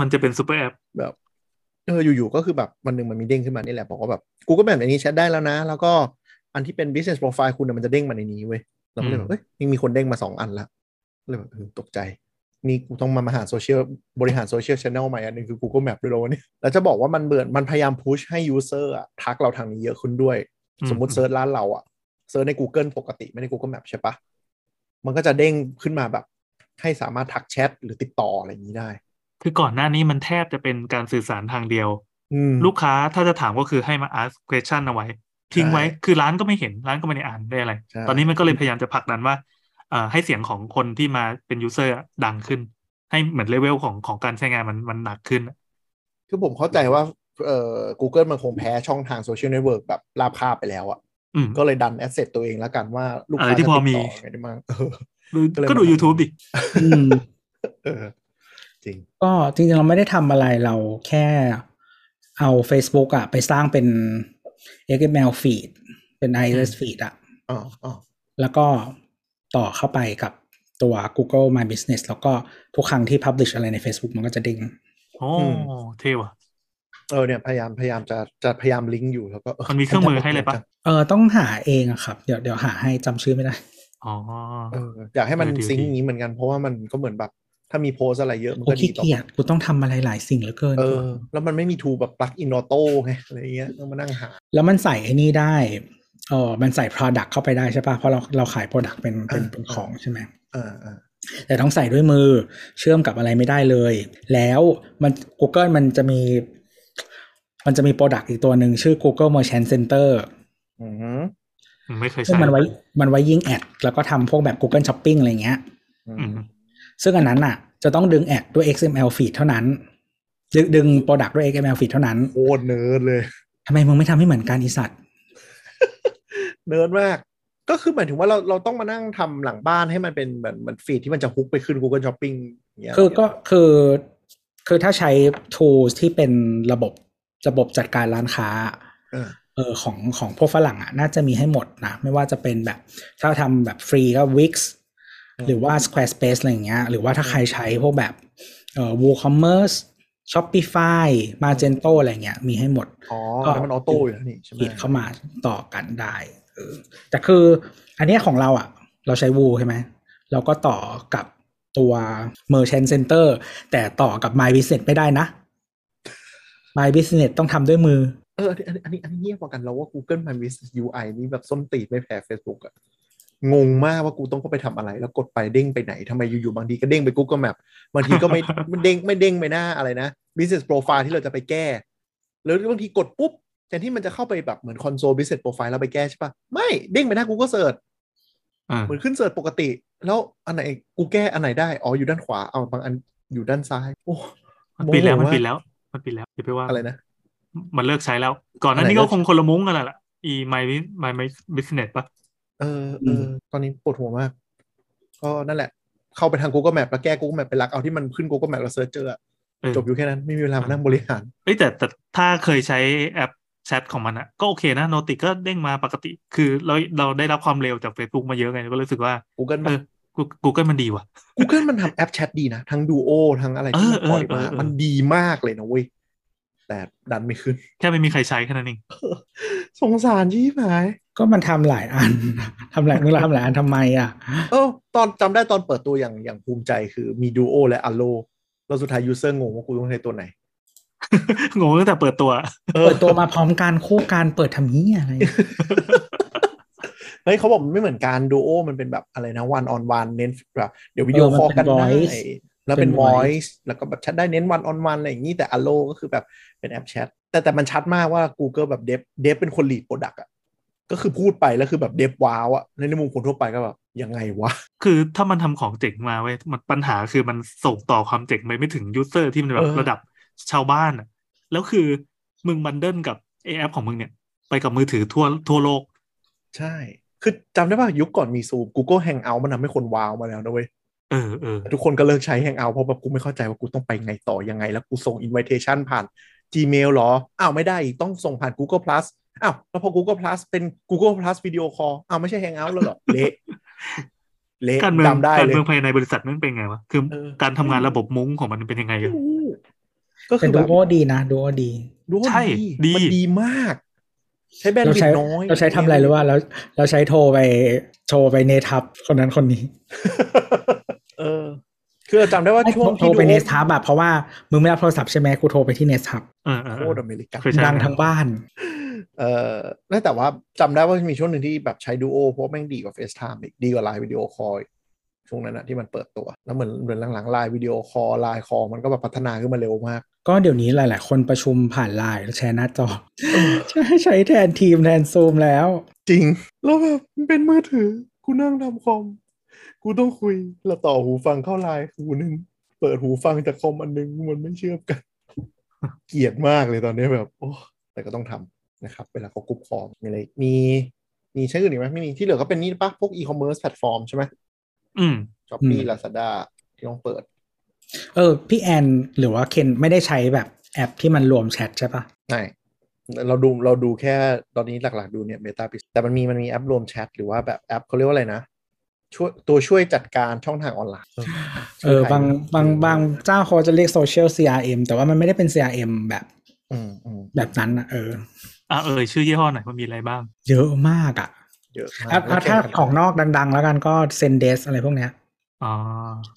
[SPEAKER 4] มันจะเป็นซูเปอร์แอป
[SPEAKER 3] แบบ เอออยู่ๆก็คือแบบวันหนึ่งมันมีเด้งขึ้นมานี่แหละบอกว่าแบบ Google Map อันนี้แชทได้แล้วนะ แล้วก็อันที่เป็น business profile คุณน่ะมันจะเด้งมาในนี้เว้ยเราก็เลยแบบเอ้ยยังมีคนเด้งมาสองอันละเลยแบบเออตกใจ นี่กูต้องมามาหาโซเชียลบริหารโซเชียลชแนลใหม่อันหนึงคือ Google Map ด้วยแล้ววันนี้แล้วจะบอกว่ามันเบื่อมันพยายามพุชให้ user อะทักเราทางนี้เยอะขึ้นด้วย
[SPEAKER 4] อื
[SPEAKER 3] สมมติเซิร์ชร้านเราอะเซิร์ชใน Google ปกติไม่ได้ Google Map ใช่ปะมันก็จะเด้งขึ้นมาแบบให้สามารถทักแชทหรือติดต่ออะไรอย่างนี้ได้
[SPEAKER 4] คือก่อนหน้านี้มันแทบจะเป็นการสื่อสารทางเดียว
[SPEAKER 3] อืม
[SPEAKER 4] ลูกค้าถ้าจะถามก็คือให้มา ask question เอาไว้ ทิ้งไว้
[SPEAKER 3] ใช่
[SPEAKER 4] คือร้านก็ไม่เห็นร้านก็ไม่ได้อ่านได้อะไร
[SPEAKER 3] ใช่
[SPEAKER 4] ตอนนี้มันก็เลยพยายามจะผลักดันว่าเอ่อให้เสียงของคนที่มาเป็น user อะดังขึ้น ให้เหมือนเลเวลของของการใช้งานมันมันหนักขึ้น
[SPEAKER 3] คือผมเข้าใจว่าเอ่อ Google มันคงแพ้ช่องทางโซเชียลเน็ตเวิร์กแบบราบคาบไปแล้วอะ
[SPEAKER 4] อืม
[SPEAKER 3] ก็เลยดันแอสเซทตัวเองแล้วกันว่าลูกค้า
[SPEAKER 4] อะไรที่
[SPEAKER 3] จะติด
[SPEAKER 4] พอมี
[SPEAKER 3] ต่อไงได้บ้าง เออ ก็เลย
[SPEAKER 4] ก็ดู
[SPEAKER 3] มา
[SPEAKER 4] YouTube ดิ
[SPEAKER 2] อืม
[SPEAKER 3] เออ จริง
[SPEAKER 2] ก็จริงๆ เราไม่ได้ทำอะไรเราแค่เอา Facebook อะไปสร้างเป็น XML feed เป็น IRS feed อะ
[SPEAKER 3] อ๋ออ๋อ
[SPEAKER 2] แล้วก็ต่อเข้าไปกับตัว Google My Business แล้วก็ทุกครั้งที่ Publish อะไรใน Facebook มันก็จะเด้ง
[SPEAKER 4] โอ้เท่ว่ะ
[SPEAKER 3] เออเนี่ยพยายามพยายามจะจะพยายามลิงก์อยู่แล้วก็
[SPEAKER 4] มันมีเครื่องมือให้เลยปะ
[SPEAKER 2] เออต้องหาเองอะครับ เดี๋ยวเดี๋ยวหาให้จำชื่อไม่ได้
[SPEAKER 4] อ๋อ
[SPEAKER 3] เอออยากให้มัน
[SPEAKER 4] เออดี
[SPEAKER 3] ซิงค์
[SPEAKER 4] ดี
[SPEAKER 3] อย่างนี้เหมือนกันเพราะว่ามันก็เหมือนแบบ ถ้ามีโพสอะไรเยอะมัน
[SPEAKER 2] กู
[SPEAKER 3] ก็ดี
[SPEAKER 2] ขี้
[SPEAKER 3] ต่อ
[SPEAKER 2] เกียจกูต้องทำอะไรหลายสิ่งเหลือเกิน
[SPEAKER 3] เออ แล้วมันไม่มีทูแบบปลั๊กอินออโต้ไงอะไรเงี้ยต้องมานั่งหา
[SPEAKER 2] แล้วมันใส่ไอ้นี่ได้ เออมันใส่ product เข้าไปได้ใช่ปะเพราะเราเราขาย product เป็นเป็น
[SPEAKER 3] อ่า
[SPEAKER 2] เป็นของใช่ไหม
[SPEAKER 3] อ่าอ่า
[SPEAKER 2] แต่ต้องใส่ด้วยมือเชื่อมกับอะไรไม่ได้เลย แล้วมัน Google มันจะมี มันจะมี Product อีกตัวหนึ่งชื่อ Google Merchant Center
[SPEAKER 3] อืม
[SPEAKER 4] ไม่เคย
[SPEAKER 2] ซึ่ง
[SPEAKER 4] ใช้
[SPEAKER 2] มันไว้มันไว้ยิงแอด แล้วก็ทำพวกแบบ Google Shopping อะไรเงี้ย
[SPEAKER 3] อื
[SPEAKER 4] อื
[SPEAKER 3] ม
[SPEAKER 4] ม
[SPEAKER 2] ซึ่งอันนั้นน่ะ จะต้องดึงแอดด้วย XML feed เท่านั้น ดึงดึง Product ด้วย XML feed เท่านั้น
[SPEAKER 3] โคตรเนิร์ดเลย
[SPEAKER 2] ทำไมมึงไม่ทำให้เหมือนกันอีสัตว์
[SPEAKER 3] เนิร์ดมาก ก็คือหมายถึงว่าเราเราต้องมานั่งทำหลังบ้านให้มันเป็นเหมือนเหมือนฟีดที่มันจะฮุกไปขึ้น Google Shopping อย่างเงี้ย
[SPEAKER 2] คือก็คือ คือถ้าใช้ tools ที่เป็นระบบระบบจัดการร้านค้า
[SPEAKER 3] เออ
[SPEAKER 2] เออของของพวกฝรั่งอ่ะน่าจะมีให้หมดนะ ไม่ว่าจะเป็นแบบ ถ้าทำแบบฟรีก็ Wix หรือว่า Squarespace อะไรอย่างเงี้ยหรือว่าถ้าใครใช้พวกแบบเอ่อ WooCommerce Shopify Magento อะไรเงี้ยมีให้หมด
[SPEAKER 3] อ๋อ
[SPEAKER 2] ก็
[SPEAKER 3] แล้วมันออโต้อยู่แล้วนี่ใช่ไหม
[SPEAKER 2] ขีดเข้ามาต่อกันได้เออแต่คืออันเนี้ยของเราอ่ะ เราใช้ Woo ใช่ไหมเราก็ต่อกับตัว Merchant Center แต่ต่อกับ My Business ไม่ได้นะ My Business ต้องทำด้วยมือ
[SPEAKER 3] เอออันนี้อันนี้อันนี้เงียบกว่ากันเราว่า Google My Business UI นี่แบบส้นตีนไม่แพ้ Facebook อะงงมากว่ากูต้องเข้าไปทำอะไร แล้วกดไปเด้งไปไหนทำไมอยู่ๆบางทีก็เด้งไป Google Map บางทีก็ไม่ ไม่เด้งไม่เด้งไปหน้าอะไรนะ Business Profile ที่เราจะไปแก้ แล้วบางทีกดปุ๊บแทนที่มันจะเข้าไปแบบเหมือนคอนโซล Business Profile แล้วไปแก้ใช่ปะไม่เด้งไปหน้า Google Search
[SPEAKER 4] อ่า
[SPEAKER 3] เหมือนขึ้นเสิร์ชปกติ แล้วอันไหนกูแก้อันไหนได้ อ๋ออยู่ด้านขวาเอาบางอันอยู่ด้านซ้าย โอ้
[SPEAKER 4] มันปิดแล้ว
[SPEAKER 3] โโห
[SPEAKER 4] มันปิดแล้ว มันปิดแล้วอย่าไปว่า
[SPEAKER 3] ากอะไรนะ
[SPEAKER 4] มันเลิกใช้แล้ว ก่อนหนั้านนี้
[SPEAKER 3] อะไร
[SPEAKER 4] ก็
[SPEAKER 3] เลิก
[SPEAKER 4] คงคนละมุ้งกันแหละล่ะอี my Biz- my my business ปะ
[SPEAKER 3] เออ
[SPEAKER 2] อืม
[SPEAKER 3] เออตอนนี้ปวดหัวมาก ก็นั่นแหละ เข้าไปทาง Google Map แล้วแก้ Google Map เป็นหลักเอาที่มันขึ้น Google Map แล้วเซิร์ชเจออะ
[SPEAKER 4] เออ
[SPEAKER 3] จบอยู่แค่นั้นไม่มีเวลามานั่งบริหาร
[SPEAKER 4] เอ้ยแต่แต่ถ้าเคยใช้แอปแชทของมันอะก็โอเคนะโนติก็เด้งมาปกติ คือเราเราได้รับความเร็วจาก Facebook มาเยอะไงก็รู้สึกว่า
[SPEAKER 3] Google
[SPEAKER 4] เอ
[SPEAKER 3] มัน
[SPEAKER 4] อ Google- Google มันดีว่ะ
[SPEAKER 3] Google มันทำแอปแชทดีนะ ทั้ง Duo ทั้งอะไรที่มัน
[SPEAKER 4] เออเออ
[SPEAKER 3] ปล่อยมา
[SPEAKER 4] เออเออ
[SPEAKER 3] มันดีมากเลยนะเว้ย แต่ดันไม่ขึ้น
[SPEAKER 4] แค่ไม่มีใครใช้แค่นั้นเอง
[SPEAKER 3] ส งสารที่หาย
[SPEAKER 2] ก็มันทำหลายอัน ทำหลายมึงเราทำหลายอันทำไมอ่ะ
[SPEAKER 3] เออตอนจำได้ตอนเปิดตัวอย่างอย่างภูมิใจคือมีดูโอและอัลโลแล้วสุดท้ายยูเซอร์งงว่ากูต้องใช้ตัวไหน
[SPEAKER 4] งงตั้งแต่เปิดตัวอะ
[SPEAKER 3] เออ
[SPEAKER 2] เปิดตัวมาพร้อมการคู่การเปิดทำนี้ยอะไร
[SPEAKER 3] เฮ้ยเขาบอกมันไม่เหมือนการดูโอมันเป็นแบบอะไรนะวันออนวันเน้นแบบเดี๋ยววิดีโอ
[SPEAKER 2] เออมั
[SPEAKER 3] ค
[SPEAKER 2] เป็น
[SPEAKER 3] อน ลกันได้
[SPEAKER 2] voice
[SPEAKER 3] แล้วเป็น
[SPEAKER 2] เป็น voice
[SPEAKER 3] voice แล้วก็แบบแชัดได้เน้นวันออนวันอะไรอย่างนี้แต่อัลโลก็คือแบบเป็นแอปแชทแต่แต่มันชัดมากว่า Google แบบเดฟเดฟเป็นคนลีดโปรดักต์อ่ะก็คือพูดไปแล้วคือแบบเดฟว้าวอ่ะในมุมคนทั่วไปก็แบบยังไงวะ
[SPEAKER 4] คือถ้ามันทำของเจ๋งมาเว้ยมันปัญหาคือมันส่งต่อความเจ๋งไปไม่ถึงยูเซอร์ที่มันแบ
[SPEAKER 3] เอบ อ
[SPEAKER 4] ระดับชาวบ้านอะแล้วคือมึงบันเดิลกับไอ้แอปของมึงเนี่ยไปกับมือถือทั่วทั่วโลก
[SPEAKER 3] ใช่ คือจำได้ป่ะยุคก่อนมีซูม Google Hangout มันทำให้คนว้าวมาแล้วนะเว้ย
[SPEAKER 4] เออเออ
[SPEAKER 3] ทุกคนก็เลิกใช้แฮงเอาเพราะแบบกูไม่เข้าใจว่ากูต้องไปไงต่อยังไง แล้วกูส่งอินวิเทชันผ่าน Gmail เหรอ อ้าวไม่ได้อีกต้องส่งผ่าน Google Plus อ้าวแล้วพอ Google Plus เป็น Google Plus Video Call อ้าวไม่ใช่แฮงเอาแล้วเหรอ เละเละ
[SPEAKER 4] การเมือง
[SPEAKER 3] จำได้
[SPEAKER 4] การ
[SPEAKER 3] เลย
[SPEAKER 4] เมืองภายในบริษัทมันเป็นไงวะ คือ
[SPEAKER 3] เออ
[SPEAKER 4] การทำงานระบบมุ้งของมันเป็นยังไงกั
[SPEAKER 3] ไม่
[SPEAKER 4] น
[SPEAKER 3] รู้ ก็
[SPEAKER 2] แต่
[SPEAKER 3] คือแบ
[SPEAKER 2] ดูโอ
[SPEAKER 3] บ
[SPEAKER 2] ดีนะดูโอดี
[SPEAKER 3] ดูว่า
[SPEAKER 4] ใช่
[SPEAKER 3] ดี
[SPEAKER 4] ดี
[SPEAKER 3] มันดีมาก ใช้แบนด์
[SPEAKER 2] เรา
[SPEAKER 3] วิด
[SPEAKER 2] ใช้
[SPEAKER 3] ต์น้อย
[SPEAKER 2] เราใช้ทำอะไรหรือว่าเราเราใช้โทรไปโชว์ไปเนทับคนนั้นคนนี้
[SPEAKER 3] เออ คือเราจำได้ว่าช่วง
[SPEAKER 2] โทร
[SPEAKER 3] ที่
[SPEAKER 2] ไปเนทับแบบเพราะว่ามึงไม่รับโทรศัพท์ใช่ไหมกูโทรไปที่เนทับ
[SPEAKER 4] เออเออ
[SPEAKER 3] โค
[SPEAKER 4] เอ
[SPEAKER 3] ตร
[SPEAKER 4] อ
[SPEAKER 3] อเมริกัน
[SPEAKER 4] เคยใช้
[SPEAKER 2] ดังทั้งบ้าน
[SPEAKER 3] เออแล้วแต่ว่าจำได้ว่ามีช่วงหนึ่งที่แบบใช้ดูโอเพราะแม่งดีกว่าเฟซไทม์อีกดีกว่าไลน์วิดีโอคอลช่วงนั้นนะที่มันเปิดตัว แล้วเหมือนเหมือนหลังๆไลน์วิดีโอคอลไลน์คอลมันก็แบบพัฒนาขึ้นมาเร็วมาก
[SPEAKER 2] ก็เดี๋ยวนี้หลาย ๆ คนประชุมผ่านไลน์แชร์หน้าจอใช้ใช้แทนทีมแทนซูมแล้ว
[SPEAKER 3] จริง แล้วแบบมันเป็นมือถือ กูนั่งทำคอม กูต้องคุย แล้วต่อหูฟังเข้าไลน์หูหนึ่งเปิดหูฟังจากคอมอันหนึงมันไม่เชื่อมกัน เกลียดมากเลยตอนนี้แบบ โอ้แต่ก็ต้องทำนะครับ เวลาเขากรุ๊ปคอมมีอะไรมีมีใช้อื่นอีกไหมไม่มีที่เหลือก็เป็นนี่ปะพวกอีคอมเมิร์ซแพลตฟอร์มใช่ไหม
[SPEAKER 4] อืม
[SPEAKER 3] ช้อปปี้
[SPEAKER 2] อืม
[SPEAKER 3] ลาซาด้าที่ต้องเปิด
[SPEAKER 2] เออ พี่แอนหรือว่าเคนไม่ได้ใช้แบบแอปที่มันรวมแชทใช่ปะ
[SPEAKER 3] ใช่เราดูเราดูแค่ตอนนี้หลักๆ ดูเนี่ยเมตาพิสแต่มันมีมันมีแอปรวมแชทหรือว่าแบบแอปเขาเรียกว่าอะไรนะ ช่วยตัวช่วยจัดการช่องทางออนไลน์
[SPEAKER 2] เออบางบางบางเจ้าเขาจะเรียกโซเชียล CRM แต่ว่ามันไม่ได้เป็น CRM แบบ
[SPEAKER 3] อืมอืม
[SPEAKER 2] แบบนั้นอะเออ
[SPEAKER 4] อ่ะเออชื่อยี่ห้อหน่อยมันมีอะไรบ้าง
[SPEAKER 2] เยอะมากอะ
[SPEAKER 3] เยอะมาก
[SPEAKER 2] แอปอ่ะถ้าของนอกดัง ๆ แล้วกันก็ Zendesk อะไรพวกเนี้ย
[SPEAKER 4] อ๋อ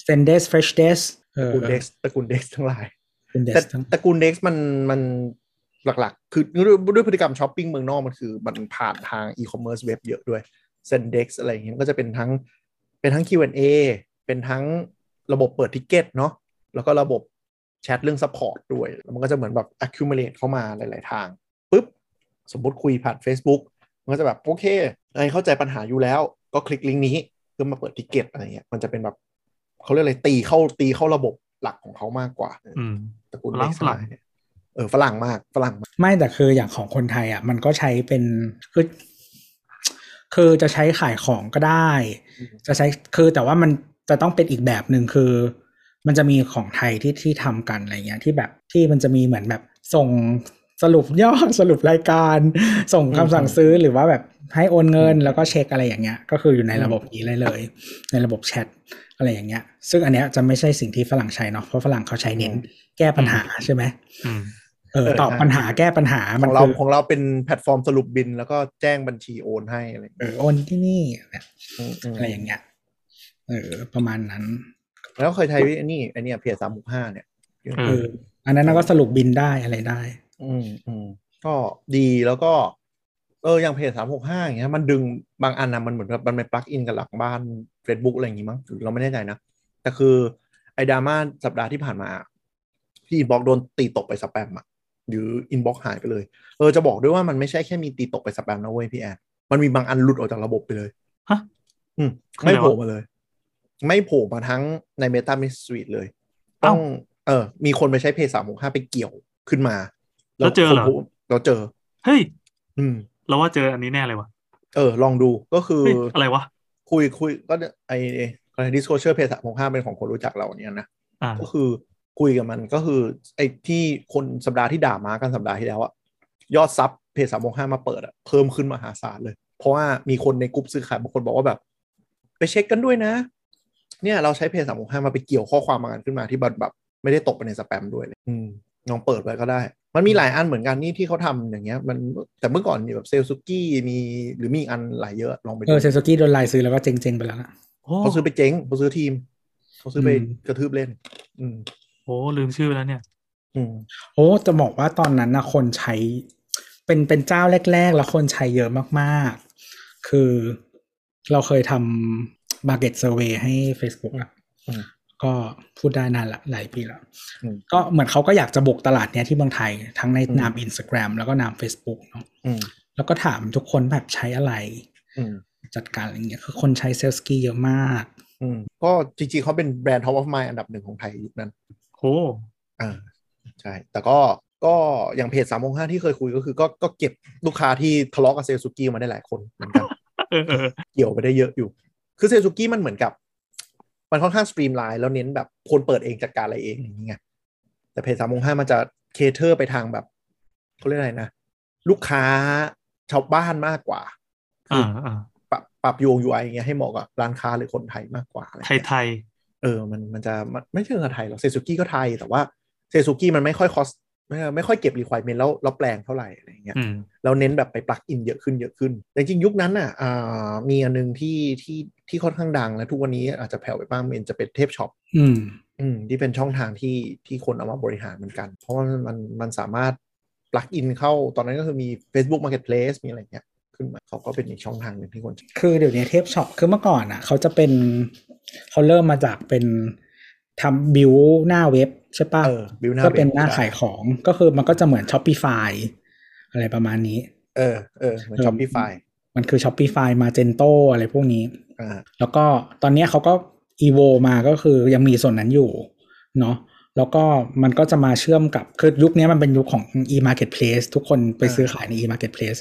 [SPEAKER 2] Zendesk Freshdesk เอ
[SPEAKER 3] ต
[SPEAKER 2] อ
[SPEAKER 3] ระกูลเด็กตระกูลเด็กทั้งหลาย แต่
[SPEAKER 2] Zendesk ทั้ง
[SPEAKER 3] ตระกูลเด็กมันมันหลักๆ คือด้วยด้วยพฤติกรรมช้อปปิ้งเมืองนอกมันคือมันผ่านทางอีคอมเมิร์ซเว็บเยอะด้วยเซนเด็กอะไรอย่างเงี้ยมันก็จะเป็นทั้งเป็นทั้ง Q&A เป็นทั้งระบบเปิดทิกเก็ตเนาะแล้วก็ระบบแชทเรื่องซัพพอร์ตด้วยแล้วมันก็จะเหมือนแบบ accumulate เข้ามาหลาย ๆ ทางปุ๊บ สมมติคุยผ่าน Facebook มันก็จะแบบโอเคไอ้เข้าใจปัญหาอยู่แล้ว ก็คลิกลิงก์นี้เพื่อมาเปิดทิกเก็ตอะไรเงี้ยมันจะเป็นแบบเขาเรียกอะไรตีเข้าตีเข้าระบบหลักของเขามากกว่า
[SPEAKER 4] อืม
[SPEAKER 3] ตระกูล
[SPEAKER 4] ฝรั่
[SPEAKER 3] เล็
[SPEAKER 4] ง
[SPEAKER 3] ก
[SPEAKER 4] ฝ
[SPEAKER 3] ฝ
[SPEAKER 4] รั่
[SPEAKER 3] รั่
[SPEAKER 4] ง
[SPEAKER 3] งเนี่ยเออฝรั่งมากฝรั่งมาก
[SPEAKER 2] ไม่แต่คืออย่างของคนไทยอ่ะ มันก็ใช้เป็นคือคือจะใช้ขายของก็ได้ จะใช้คือแต่ว่ามันจะต้องเป็นอีกแบบหนึ่งคือ มันจะมีของไทยที่ที่ทำกันอะไรเงี้ยที่แบบที่มันจะมีเหมือนแบบส่งสรุปยอด สรุปรายการ ส่งคำสั่งซื้อหรือว่าแบบให้โอนเงินแล้วก็เช็คอะไรอย่างเงี้ย ก็คืออยู่ในระบบนี้เลยเลย ในระบบแชทอะไรอย่างเงี้ย ซึ่งอันเนี้ยจะไม่ใช่สิ่งที่ฝรั่งใช้เนาะเพราะฝรั่งเขาใช้เน้นแก้ปัญหาใช่ไหม
[SPEAKER 4] อืม
[SPEAKER 2] เออตอบปัญหาแก้ปัญหา
[SPEAKER 3] ข
[SPEAKER 2] มัน
[SPEAKER 3] องเรา
[SPEAKER 2] คือ
[SPEAKER 3] ของเราเป็นแพลตฟอร์มสรุปบิน แล้วก็แจ้งบัญชีโอนให้อะไรอย่าง
[SPEAKER 2] เอ
[SPEAKER 3] เงี้ย
[SPEAKER 2] อโอนที่นี่แบบ
[SPEAKER 3] อืม
[SPEAKER 2] อะไรอย่างเงี้ยเออ ประมาณนั้น
[SPEAKER 3] แล้วเคยใช้ไอ้นี่ไอ้เนี่ยเพจสามหกห้าเนี่ย
[SPEAKER 4] เออ
[SPEAKER 2] เอออันนั้นเราก็สรุปบินได้อะไรได้
[SPEAKER 3] อืมอืมก็ดีแล้วก็ เอออย่างเพจสามหกห้าอย่างเงี้ยมันดึงบางอันนะมันเหมือนแบบมันเป็นปลั๊กอินกับหลังบ้าน Facebook อะไรอย่างงี้มั้งหรือเราไม่แน่ใจนะ แต่คือไอ้ดราม่าสัปดาห์ที่ผ่านมาที่อินบ็อกโดนตีตกไปสแปมอะหรืออินบ็อกหายไปเลย เออจะบอกด้วยว่ามันไม่ใช่แค่มีตีตกไปสแปมนะเว้ยพี่แอนมันมีบางอันหลุดออกจากระบบไปเลย
[SPEAKER 4] ฮะ
[SPEAKER 3] อืม
[SPEAKER 4] คือ
[SPEAKER 3] ไม่
[SPEAKER 4] อะไรวะ
[SPEAKER 3] โผล่มาเลย ไม่โผล่มาทั้งใน Meta m i s s u i t e เลย
[SPEAKER 4] เอ้า
[SPEAKER 3] ต้อง เออ มีคนไปใช้เพจสามหกห้าไปเกี่ยวขึ้นมา
[SPEAKER 4] แล้วเจอเหรอ
[SPEAKER 3] คนพบเราเจอ
[SPEAKER 4] เฮ้ย
[SPEAKER 3] อืม
[SPEAKER 4] เราว่าเจออันนี้แน่เลยวะ
[SPEAKER 3] เออ ลองดูก็คือ
[SPEAKER 4] เฮ้ยอะไรวะ
[SPEAKER 3] คุยคุยก็เนี่ยไอดิสโคเชอร์เพจสามหกห้าเป็นของคนรู้จักเราเนี่ยนะ
[SPEAKER 4] อ่า
[SPEAKER 3] ก็คือคุยกับมันก็คือไอ้ที่คนสัปดาห์ที่ด่ามากันสัปดาห์ที่แล้วอะยอดซับเพจสามโมงห้ามาเปิดอะเพิ่มขึ้นมหาศาลเลย เพราะว่ามีคนในกลุ่มซื้อขายบางคนบอกว่าแบบ ไปเช็คกันด้วยนะ เนี่ยเราใช้เพจสามโมงห้ามาไปเกี่ยวข้อความบางอันขึ้นมาที่แบบแบบไม่ได้ตกไปในสแปมด้วยเลยอืมลองเปิดไว้ก็ได้ มันมีหลายอันเหมือนกันนี่ที่เขาทำอย่างเงี้ย มันแต่เมื่อก่อนมีแบบเซลซุกี้มีหรือมีอีกอันหลายเยอะลองไป
[SPEAKER 2] เอ
[SPEAKER 3] ดู
[SPEAKER 2] อเซซกี้โดนไลน์ซื้อแล้วก็เจ๊งๆไปแล้วนะ
[SPEAKER 4] โอ้
[SPEAKER 3] เขาซื้อไปเจ๊งเขาซื้อทีมเขาซื้อไป
[SPEAKER 2] อืม
[SPEAKER 3] กระทืบเล่น อืม
[SPEAKER 4] โหลืมชื่อไปแล้วเนี่ย
[SPEAKER 3] อืม
[SPEAKER 2] โอ้จะบอกว่าตอนนั้นนะคนใช้ เป็นเป็นเจ้าแรก ๆ แล้วคนใช้เยอะมากๆ คือเราเคยทำ market survey ให้ Facebook อะ
[SPEAKER 3] อืม
[SPEAKER 2] ก็พูดได้นานละหลายปีแล้ว
[SPEAKER 3] อืม
[SPEAKER 2] ก็เหมือนเขาก็อยากจะบุกตลาดเนี้ยที่เมืองไทย ทั้งใน
[SPEAKER 3] อืม
[SPEAKER 2] นาม Instagram แล้วก็นาม Facebook เนาะ
[SPEAKER 3] อืม
[SPEAKER 2] แล้วก็ถามทุกคนแบบใช้อะไร
[SPEAKER 3] อืม
[SPEAKER 2] จัดการอะไรเงี้ยคือคนใช้เซลสกี้เยอะมาก
[SPEAKER 3] อืมก็จริงๆเขาเป็นแบรนด์ Top of Mind อันดับหนึ่งของไทยยุคนั้น
[SPEAKER 4] โห
[SPEAKER 3] อ่า ใช่ แต่ก็ก็อย่างเพจสามงห้าที่เคยคุยก็คือก็ก็เก็บลูกค้าที่ทะเลาะกับเซลซูกิมาได้หลายคนเหมือนกัน
[SPEAKER 4] เออเออ
[SPEAKER 3] เกี่ยวไปได้เยอะอยู่ คือเซลซูกิมันเหมือนกับ มันค่อนข้างสตรีมไลน์แล้วเน้นแบบคนเปิดเองจัดการอะไรเองอย่างนี้ไงแต่เพจสามงห้ามันจะเคเทอร์ไปทางแบบเขาเรียกอะไรนะ ลูกค้าชาวบ้านมากกว่า
[SPEAKER 4] อ่าอ่า
[SPEAKER 3] ปรับปรับโยง UI อย่างเงี้ยให้เหมาะกับร้านค้าหรือคนไทยมากกว่าอะไรอย่าง
[SPEAKER 4] ไท
[SPEAKER 3] เงี้
[SPEAKER 4] ย
[SPEAKER 3] ย
[SPEAKER 4] ไทย
[SPEAKER 3] เออ มัน มันจะมันไม่เชิงกับไทยหรอก เซซูกิก็ไทย แต่ว่า เซ เซซูกิมันไม่ค่อยคอสไม่ไม่ค่อยเก็บรีควอรเมนแล้วแล้วแปลงเท่าไหร่อะไรอย่างเงี้ย
[SPEAKER 4] อืม
[SPEAKER 3] เราเน้นแบบไปปลักอินเยอะขึ้นเยอะขึ้น แต่จริงๆยุคนั้นน่ะอ่ามีอันนึงที่ที่ที่ค่อนข้างดังและทุกวันนี้อาจจะแผ่วไปบ้างมันจะเป็นเทปช็อป
[SPEAKER 2] อืม
[SPEAKER 3] อืมที่เป็นช่องทางที่ที่คนเอามาบริหารเหมือนกัน เพราะว่ามันมันมันสามารถปลักอินเข้าตอนนั้นก็คือมี Facebook Marketplace มีอะไรเงี้ยขึ้นมาเขาก็เป็นอีกช่องทางหนึ่งที่คนใช้
[SPEAKER 2] คือเดี๋ยวนี้เทปช็อปคือเมื่อก่อนอ่ะ เขาจะเป็นเขาเริ่มมาจากเป็นทำบิวหน้าเว็บใช่ปะ
[SPEAKER 3] เออบิวหน้า
[SPEAKER 2] ก็เป็นหน้าขายของก็คือมันก็จะเหมือน Shopify อะไรประมาณนี้
[SPEAKER 3] เออเออเหมือน
[SPEAKER 2] เออ
[SPEAKER 3] ช้อปปี้ไฟ
[SPEAKER 2] มันคือ Shopify Magento อะไรพวกนี้
[SPEAKER 3] อ่า
[SPEAKER 2] แล้วก็ตอนเนี้ยเขาก็ evolve มาก็คือยังมีส่วนนั้นอยู่เนาะแล้วก็มันก็จะมาเชื่อมกับคือยุคเนี้ยมันเป็นยุคของ e-marketplace ทุกคนไปซื้อขายใน e-marketplace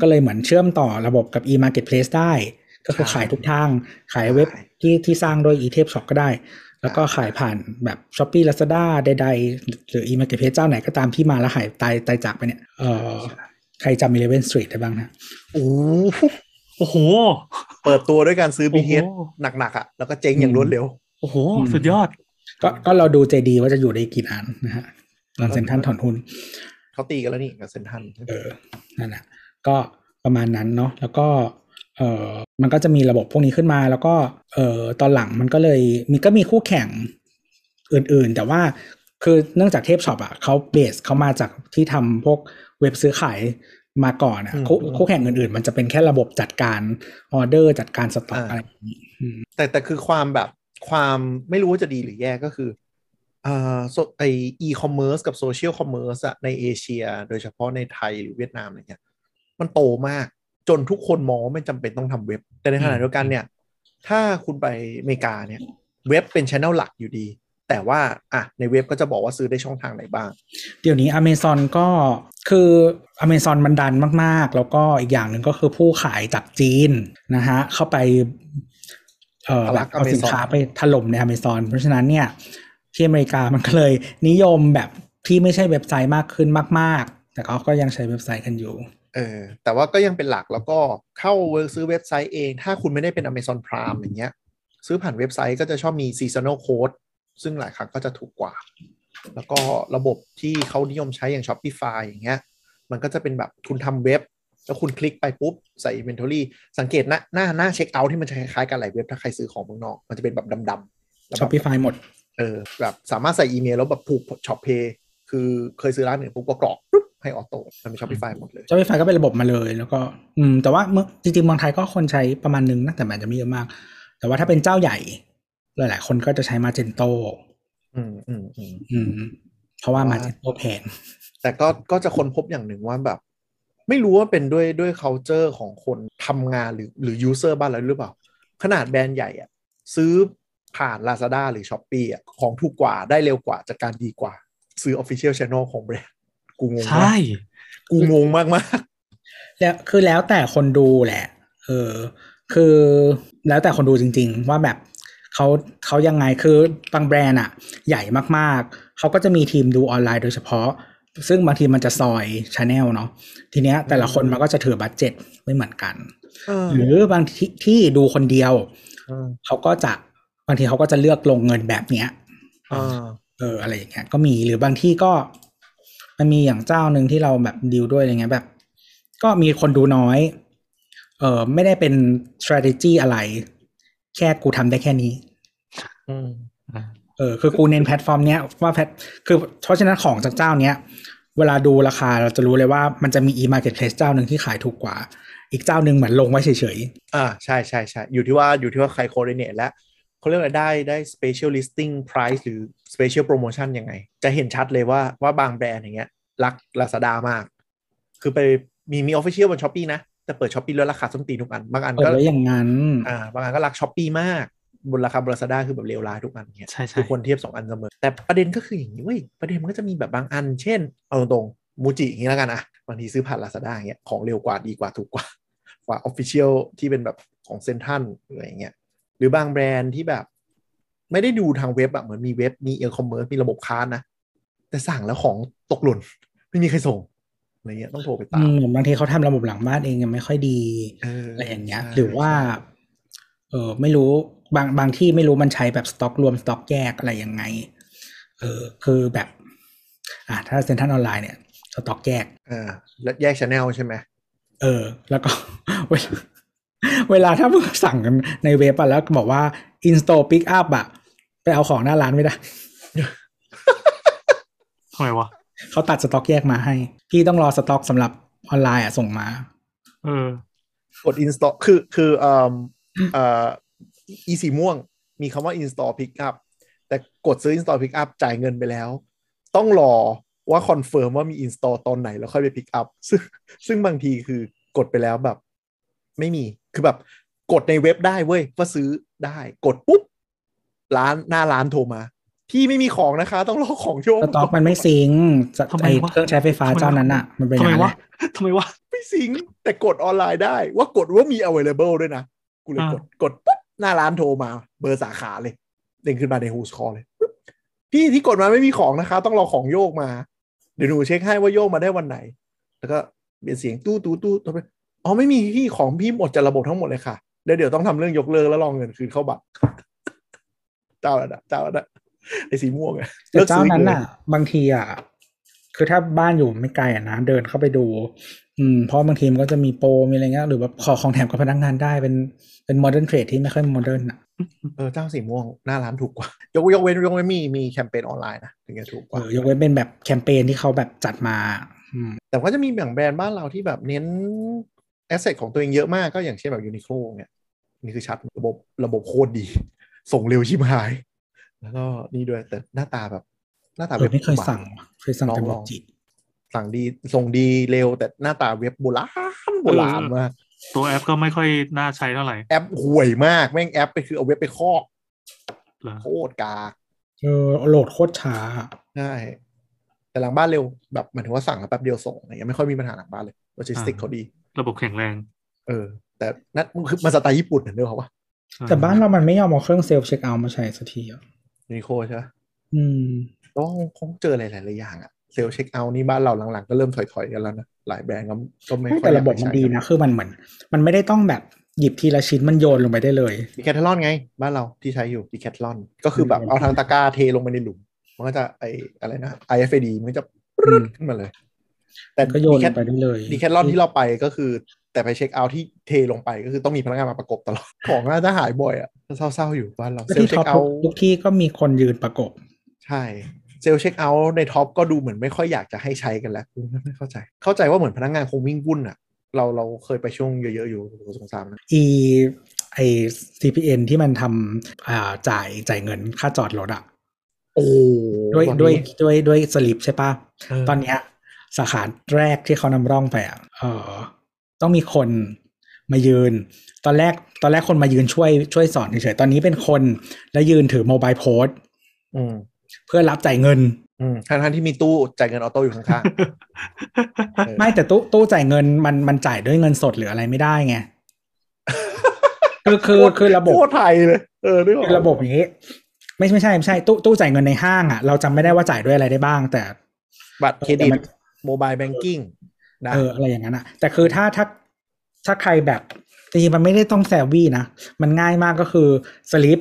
[SPEAKER 2] ก็เลยเหมือนเชื่อมต่อระบบกับ e-marketplace ได้ ก็คือขายทุกทาง ขายเว็บที่ที่สร้างโดย e-tape shop ก็ได้ แล้วก็ขายผ่านแบบ Shopee Lazada ใดๆ หรือ e-marketplace เจ้าไหนก็ตามที่มาแล้วหายตายตายจากไปเนี่ยเออใครจำ Eleven Street ได้บ้างนะ
[SPEAKER 3] โอ้โห
[SPEAKER 4] โอ้โห
[SPEAKER 3] เปิดตัวด้วยการซื้อ BTS
[SPEAKER 4] โอ้โห
[SPEAKER 3] หนักๆอ่ะแล้วก็เจ๊งอย่างรวดเร็ว
[SPEAKER 4] โอ้โห
[SPEAKER 2] อืม
[SPEAKER 4] สุดยอด
[SPEAKER 2] ก็ก็เราดูเจดีว่าจะอยู่ได้กี่อันนะฮะหลังเซ็นทรันถอนหุ้น
[SPEAKER 3] เขาตีกันแล้วนี่กับเซนทัน
[SPEAKER 2] เออ นั่นแหละก็ประมาณนั้นเนาะ แล้วก็ เออมันก็จะมีระบบพวกนี้ขึ้นมา แล้วก็ เออตอนหลังมันก็เลยมีก็มีคู่แข่งอื่นๆ แต่ว่า คือเนื่องจากเทพช็อปอ่ะเขาเบสเขามาจากที่ทำพวกเว็บซื้อขายมาก่อนอ่ะ
[SPEAKER 3] อืม
[SPEAKER 2] คู่
[SPEAKER 3] อืม
[SPEAKER 2] คู่แข่งอื่นๆ มันจะเป็นแค่ระบบจัดการออเดอร์จัดการสต็อกอะไรอย่างนี้อืม
[SPEAKER 3] แต่แต่คือความแบบความไม่รู้ว่าจะดีหรือแย่ก็คืออ่าโซไออีคอมเมิร์ซกับโซเชียลคอมเมิร์ซอะในเอเชีย โดยเฉพาะในไทยหรือเวียดนามอะไรเงี้ยมันโตมากจนทุกคนมองว่าไม่จำเป็นต้องทำเว็บ แต่ในขณะเดียวกันเนี่ย ถ้าคุณไปอเมริกาเนี่ย เว็บเป็นช anel หลักอยู่ดี แต่ว่าอ่ะในเว็บก็จะบอกว่าซื้อได้ช่องทางไหนบ้าง
[SPEAKER 2] เดี๋ยวนี้ Amazon ก็คือ Amazon มันดันมากๆ แล้วก็อีกอย่างหนึ่งก็คือผู้ขายจากจีนนะฮะเข้าไป เออ
[SPEAKER 3] ทะลั
[SPEAKER 2] แบ
[SPEAKER 3] ก
[SPEAKER 2] บเอาสิน
[SPEAKER 3] Amazon
[SPEAKER 2] ค้าไปถล่มใน Amazon เพราะฉะนั้นเนี่ยที่อเมริกามันก็เลยนิยมแบบที่ไม่ใช่เว็บไซต์มากขึ้นมาก ๆ แต่เขาก็ยังใช้เว็บไซต์กันอยู่
[SPEAKER 3] เออแต่ว่าก็ยังเป็นหลักแล้วก็เข้าเวิร์กซื้อเว็บไซต์เอง ถ้าคุณไม่ได้เป็น Amazon Prime อย่างเงี้ย ซื้อผ่านเว็บไซต์ก็จะชอบมี seasonal code ซึ่งหลายครั้งก็จะถูกกว่า แล้วก็ระบบที่เขานิยมใช้อย่าง Shopify อย่างเงี้ย มันก็จะเป็นแบบคุณทำเว็บ แล้วคุณคลิกไปปุ๊บ ใส่ inventory สังเกตหน้าหน้าหน้าเช็คเอาท์ที่มันจะคล้ายๆกันหลายเว็บถ้าใครซื้อของเมืองนอก มันจะเป็นแบบดำๆแล้วแบบ
[SPEAKER 2] Shopify หมด
[SPEAKER 3] เออแบบสามารถใส่อีเมลแล้วแบบผูกช็อปเพย์คือเคยซื้อร้านหนึ่งปุ๊บก็กรอกปุ๊บให้ออโต้มันเป็น Shopify หมดเลย
[SPEAKER 2] Shopify ก็เป็นระบบมาเลยแล้วก็ อืม แต่ว่าเมืองจริงๆเมืองไทยก็คนใช้ประมาณนึงนะแต่มันอาจจะไม่เยอะมาก แต่ว่าถ้าเป็นเจ้าใหญ่ หลายๆ คนก็จะใช้ Magento
[SPEAKER 3] อืมอืมอืม
[SPEAKER 2] อืม เพราะว่า
[SPEAKER 3] อ่า
[SPEAKER 2] Magento แพง
[SPEAKER 3] แต่ก็ก็จะค้นพบอย่างหนึ่งว่าแบบ ไม่รู้ว่าเป็นด้วยด้วย culture ของคนทำงานหรือหรือ user บ้านเราหรือเปล่า ขนาดแบรนด์ใหญ่อะซื้อผ่าน Lazada หรือ s h อ p e e อะของถูกกว่าได้เร็วกว่าจัดการดีกว่า ซื้อ Official Channel ของแบรนด์ กูงง
[SPEAKER 4] ใช่
[SPEAKER 3] มากกูงงมากมาก
[SPEAKER 2] แล้วคือแล้วแต่คนดูแหละ เออ คือแล้วแต่คนดูจริง ๆ ว่าแบบเขาเขายังไงคือบางแบรนด์อะใหญ่มากๆ เขาก็จะมีทีมดูออนไลน์โดยเฉพาะ ซึ่งบางทีมันจะซอยชาแนลเนาะทีเนี้ยแต่ละคนมันก็จะถือบัตเจ็ตไม่เหมือนกัน
[SPEAKER 3] เออ
[SPEAKER 2] หรือบางที่ที่ดูคนเดียว
[SPEAKER 3] เออ
[SPEAKER 2] เขาก็จะบางทีเขาก็จะเลือกลงเงินแบบเนี้ย
[SPEAKER 3] เออ
[SPEAKER 2] เอออะไรอย่างเงี้ยก็มีหรือบางที่ก็มันมีอย่างเจ้าหนึ่งที่เราแบบดีลด้วยอะไรเงี้ยแบบ ก็มีคนดูน้อย เออไม่ได้เป็น strategy อะไร แค่กูทำได้แค่นี้
[SPEAKER 3] อืม
[SPEAKER 2] เออคือกูเน้นแพลตฟอร์มเนี้ยว่าแพลตคือเพราะฉะนั้นของจากเจ้าเนี้ย เวลาดูราคาเราจะรู้เลยว่ามันจะมี e-marketplace เจ้าหนึ่งที่ขายถูกกว่า อีกเจ้าหนึ่งเหมือนลงไว้เฉย
[SPEAKER 3] อ่าใช่ใช่ใช่อยู่ที่ว่าอยู่ที่ว่าใคร coordinate และเขาเรียกอะไรได้ได้ special listing price หรือ special promotion ยังไง จะเห็นชัดเลยว่าว่าบางแบรนด์อย่างเงี้ย รัก Lazada มาก คือไปมีมีออฟฟิเชียลบนช้อปปีนะ แต่เปิดช้อปปีแล้วราคาส้นตีนทุกอัน บาง
[SPEAKER 2] ๆ
[SPEAKER 3] อัน
[SPEAKER 2] เปิด
[SPEAKER 3] ก็
[SPEAKER 2] ไว้อย่างนั้น
[SPEAKER 3] อ่าบางอันก็รักช้อปปีมาก บนราคาบน Lazada คือแบบเลวร้ายทุกอันเนี่ย
[SPEAKER 4] ใช่ใช่
[SPEAKER 3] คือคนเทียบสองอันเสมอ แต่ประเด็นก็คืออย่างนี้เว้ย ประเด็นมันก็จะมีแบบบางอัน เช่น เอาตรงๆมูจิอย่างนี้แล้วกันอะบางทีซื้อผ่าน Lazada อย่างเงี้ยของเร็วกว่าดีกว่า ถูกกว่ากว่าออฟฟิเชียลที่เป็นแบบของเซนทันอะไรอย่างเงี้ยหรือบางแบรนด์ที่แบบ ไม่ได้ดูทางเว็บอะเหมือนมีเว็บมีเอคอมเมิร์ซมีระบบค้านนะแต่สั่งแล้วของตกหล่นไม่มีใครส่งอะไรเงี้ยต้องโทรไปตา
[SPEAKER 2] อื
[SPEAKER 3] ม
[SPEAKER 2] มเหมือนบางทีเขาทำระบบหลังบ้านเองยังไม่ค่อยดี
[SPEAKER 3] เออ
[SPEAKER 2] อะไรอย่างเงี้ย
[SPEAKER 3] ใช่
[SPEAKER 2] หรือว่า เออไม่รู้บางบางที่ไม่รู้มันใช้แบบสต็อกรวมสต็อกแยกอะไรยังไง เออคือแบบ อ่ะถ้าเซ็นทรัลออนไลน์เนี่ยสต็อกแยก
[SPEAKER 3] เออแล้วแยกชแนลใช่ไหม
[SPEAKER 2] เออ แล้วก็ เวลาเวลาถ้ามึงสั่งกันในเว็บอะแล้วบอกว่า install pick up อะไปเอาของหน้าร้านไม่ได้
[SPEAKER 4] ทำไมวะ
[SPEAKER 2] เขาตัดสต็อกแยกมาให้ พี่ต้องรอสต็อกสำหรับออนไลน์อะส่งมา
[SPEAKER 4] เออก
[SPEAKER 3] ด install คือคือเอ่ อเอ่ออีสีม่วงมีคำว่า install pick up แต่กดซื้อ install pick up จ่ายเงินไปแล้ว ต้องรอว่าคอนเฟิร์มว่ามี install ตอนไหนแล้วค่อยไป pick up ซึ่งซึ่งบางทีคือกดไปแล้วแบบ ไม่มีคือแบบกดในเว็บได้เว้ยว่าซื้อได้กดปุ๊บ ร้านหน้าร้านโทรมา พี่ไม่มีของนะคะ ต้องรอของช่วง
[SPEAKER 2] สต็อกมันไม่ซิงค์จะไอเครื่องใช้ไฟฟ้าเจ้านั้นอะมันเป็นอ
[SPEAKER 4] ทำ
[SPEAKER 2] ย่างนั้
[SPEAKER 4] ไม
[SPEAKER 2] นแห
[SPEAKER 4] วะ
[SPEAKER 2] ละ
[SPEAKER 4] ทำไมวะ
[SPEAKER 3] ไม่ซิงค์แต่กดออนไลน์ได้ ว่ากดว่ามี available ด้วยนะ กูเลย
[SPEAKER 4] อ่า
[SPEAKER 3] กดกดปุ๊บหน้าร้านโทรมา เบอร์สาขาเลยเด้งขึ้นมาใน Who's Call เลยปุ๊บพี่ที่กดมาไม่มีของนะคะ ต้องรอของโยกมา เดี๋ยวหนูเช็คให้ว่าโยกมาได้วันไหน แล้วก็เป็นเสียงตู้ตู้ตู้ต่อไปอ๋อไม่มีพี่ของพี่หมดจากระบบทั้งหมดเลยค่ะแล้วเดี๋ยวต้องทำเรื่องยกเลิกแล้วรองเงินคืนเข้าบัตร เจ้าละเจ้าละไอ้สีม่วงอะ
[SPEAKER 2] แต่เจ้า
[SPEAKER 3] ซื้
[SPEAKER 2] นั้น
[SPEAKER 3] ลย
[SPEAKER 2] อะบางทีอะคือถ้าบ้านอยู่ไม่ไกลอะนะเดินเข้าไปดู อืมเพราะบางทีมันก็จะมีโปรมีอะไรเงี้ยหรือแบบขอของแถมกับพนักงานได้เป็นเป็นโมเดิร์นเทรดที่ไม่ค่อยโมเดิร์นอะ
[SPEAKER 3] เออเจ้าสีม่วงหน้าร้านถูกกว่ายกยกเว้นยกเว้นมีมีแคมเปญออนไลน์นะถึงจะถูกก
[SPEAKER 2] เอ
[SPEAKER 3] ว่า
[SPEAKER 2] อยกเว้นเป็นแบบแคมเปญที่เขาแบบจัดมาอืม
[SPEAKER 3] แต่ก็จะมีอย่างแบรนด์บ้านเราที่แบบเน้นแอสเซทของตัวเองเยอะมากก็อย่างเช่นแบบยูนิโคลเนี่ยนี่คือชัดระบบระบบโคตรดี ส่งเร็วชิบหาย แล้วก็นี่ด้วยแต่หน้าตาแบบหน้าตา
[SPEAKER 2] เอ
[SPEAKER 3] เว็
[SPEAKER 2] อบ ไม่เคย
[SPEAKER 3] โบราณ
[SPEAKER 2] สั่งว่ะเคยสั่งแต่
[SPEAKER 3] ลองๆ
[SPEAKER 2] บอกจิ
[SPEAKER 3] สั่งดีส่งดีเร็วแต่หน้าตาเว็บโบราณโบราณมาก
[SPEAKER 4] ตัวแอปก็ไม่ค่อยน่าใช้เท่าไหร่
[SPEAKER 3] แอปห่วยมากแม่งแอปไปคือเอาเว็บไปครอก
[SPEAKER 4] เหรอ
[SPEAKER 3] โคตรกาก
[SPEAKER 2] เออโหลดโคตรช้า
[SPEAKER 3] ใช่แต่หลังบ้านเร็วแบบหมายถึงว่าสั่งแล้วแป๊บเดียวส่งอะไรเงี้ยไม่ค่อยมีปัญหาหลังบ้านเลยโลจิสติกเขาดี
[SPEAKER 4] ระบบแข็งแรง
[SPEAKER 3] เออ แต่นั่นมันคือมันสไตล์ญี่ปุ่นนะเนอะเขาว่า
[SPEAKER 2] แต่บ้านเรามันไม่ยอมเอาเครื่องเซลล์เช็คเอาท์มาใช้สักทีอ่ะ
[SPEAKER 3] ยูนิโคใช่ไหม
[SPEAKER 2] อืม
[SPEAKER 3] แล้วก็คงเจอหลายๆอย่างอะเซลล์เช็คเอาท์นี่บ้านเราหลังๆ ก็เริ่มถอยๆกันแล้วนะ หลายแบรนด์ก็ก็ไม่
[SPEAKER 2] ไม่
[SPEAKER 3] ค่อ
[SPEAKER 2] แต่
[SPEAKER 3] ย
[SPEAKER 2] ระบบมันดี
[SPEAKER 3] อยากไปใช้
[SPEAKER 2] นะคือมันเหมือน มันไม่ได้ต้องแบบหยิบทีละชิ้นมันโยนลงไปได้เลย
[SPEAKER 3] ดีแคทลอนไง บ้านเราที่ใช้อยู่ดีแคทลอนก็คือแบบเอาทางตะกร้าเทลงไปในหลุม มันก็จะไออะไรนะ IFAD มันก็จะปรึ๊ดขึ้นมาเลย แต่
[SPEAKER 2] ก็โยนล
[SPEAKER 3] Decathlon
[SPEAKER 2] งไปได้เลย
[SPEAKER 3] ดีแคทลอนที่เราไปก็คือ แต่ไปเช็คเอาท์ที่เทลงไปก็คือต้องมีพนักงานมาประกบตลอด ของน่าจะหายบ่อยอะเศร้าๆอยู่บ้านเรา
[SPEAKER 2] ก็
[SPEAKER 3] เซล
[SPEAKER 2] ที่
[SPEAKER 3] ล์เช็
[SPEAKER 2] ท็อป
[SPEAKER 3] คเอา
[SPEAKER 2] ทุก
[SPEAKER 3] ท์
[SPEAKER 2] ทุกที่ก็มีคนยืนประกบ
[SPEAKER 3] ใช่ เซลล์เช็คเอาท์ในท็อปก็ดูเหมือนไม่ค่อยอยากจะให้ใช้กันแล้วไม่เข้าใจ เข้าใจว่าเหมือนพนักงานคงวิ่งวุ่นอะเราเราเคยไปช่วงเยอะ ๆ อยู่โอ้โหสงสารนะ
[SPEAKER 2] อีไอ CPN ที่มันทำอ่าจ่ายจ่ายเงินค่าจอดรถอ่ะ
[SPEAKER 3] โอ้โห
[SPEAKER 2] ด้วย
[SPEAKER 3] ตอนนี้
[SPEAKER 2] ด้วยด้วยด้วยสลิปใช่ปะ
[SPEAKER 3] เออ
[SPEAKER 2] ตอนเนี้ยสาขาแรกที่เขานำร่องไปอ่ะเออต้องมีคนมายืน ตอนแรกตอนแรกคนมายืนช่วยช่วยสอนเฉยๆตอนนี้เป็นคนแล้วยืนถือโมบายโพส
[SPEAKER 3] อืม
[SPEAKER 2] เพื่อรับจ่ายเงิน
[SPEAKER 3] อืมทั้งทั้งๆที่มีตู้จ่ายเงินออโต้อยู่ข้างๆเออ
[SPEAKER 2] ไม่แต่ตู้ตู้จ่ายเงินมันมันจ่ายด้วยเงินสดหรืออะไรไม่ได้ไง คือคือ
[SPEAKER 3] โตร
[SPEAKER 2] คือระบบ
[SPEAKER 3] โคตรไทยเลยเออนึกออ
[SPEAKER 2] คือระบบอย่างนี้ ไม่ไม่ใช่ไม่ใช่ตู้ตู้จ่ายเงินในห้างอ่ะเราจำไม่ได้ว่าจ่ายด้วยอะไรได้บ้าง แต่
[SPEAKER 3] บัตรเคร
[SPEAKER 2] แต่
[SPEAKER 3] ดิต
[SPEAKER 2] มัน
[SPEAKER 3] โมบายแบงกิ้งนะ
[SPEAKER 2] เอออะไรอย่างนั้นอะแต่คือถ้าถ้าถ้าใครแบบจริงๆมันไม่ได้ต้องแซววี่นะ มันง่ายมากก็คือสลิป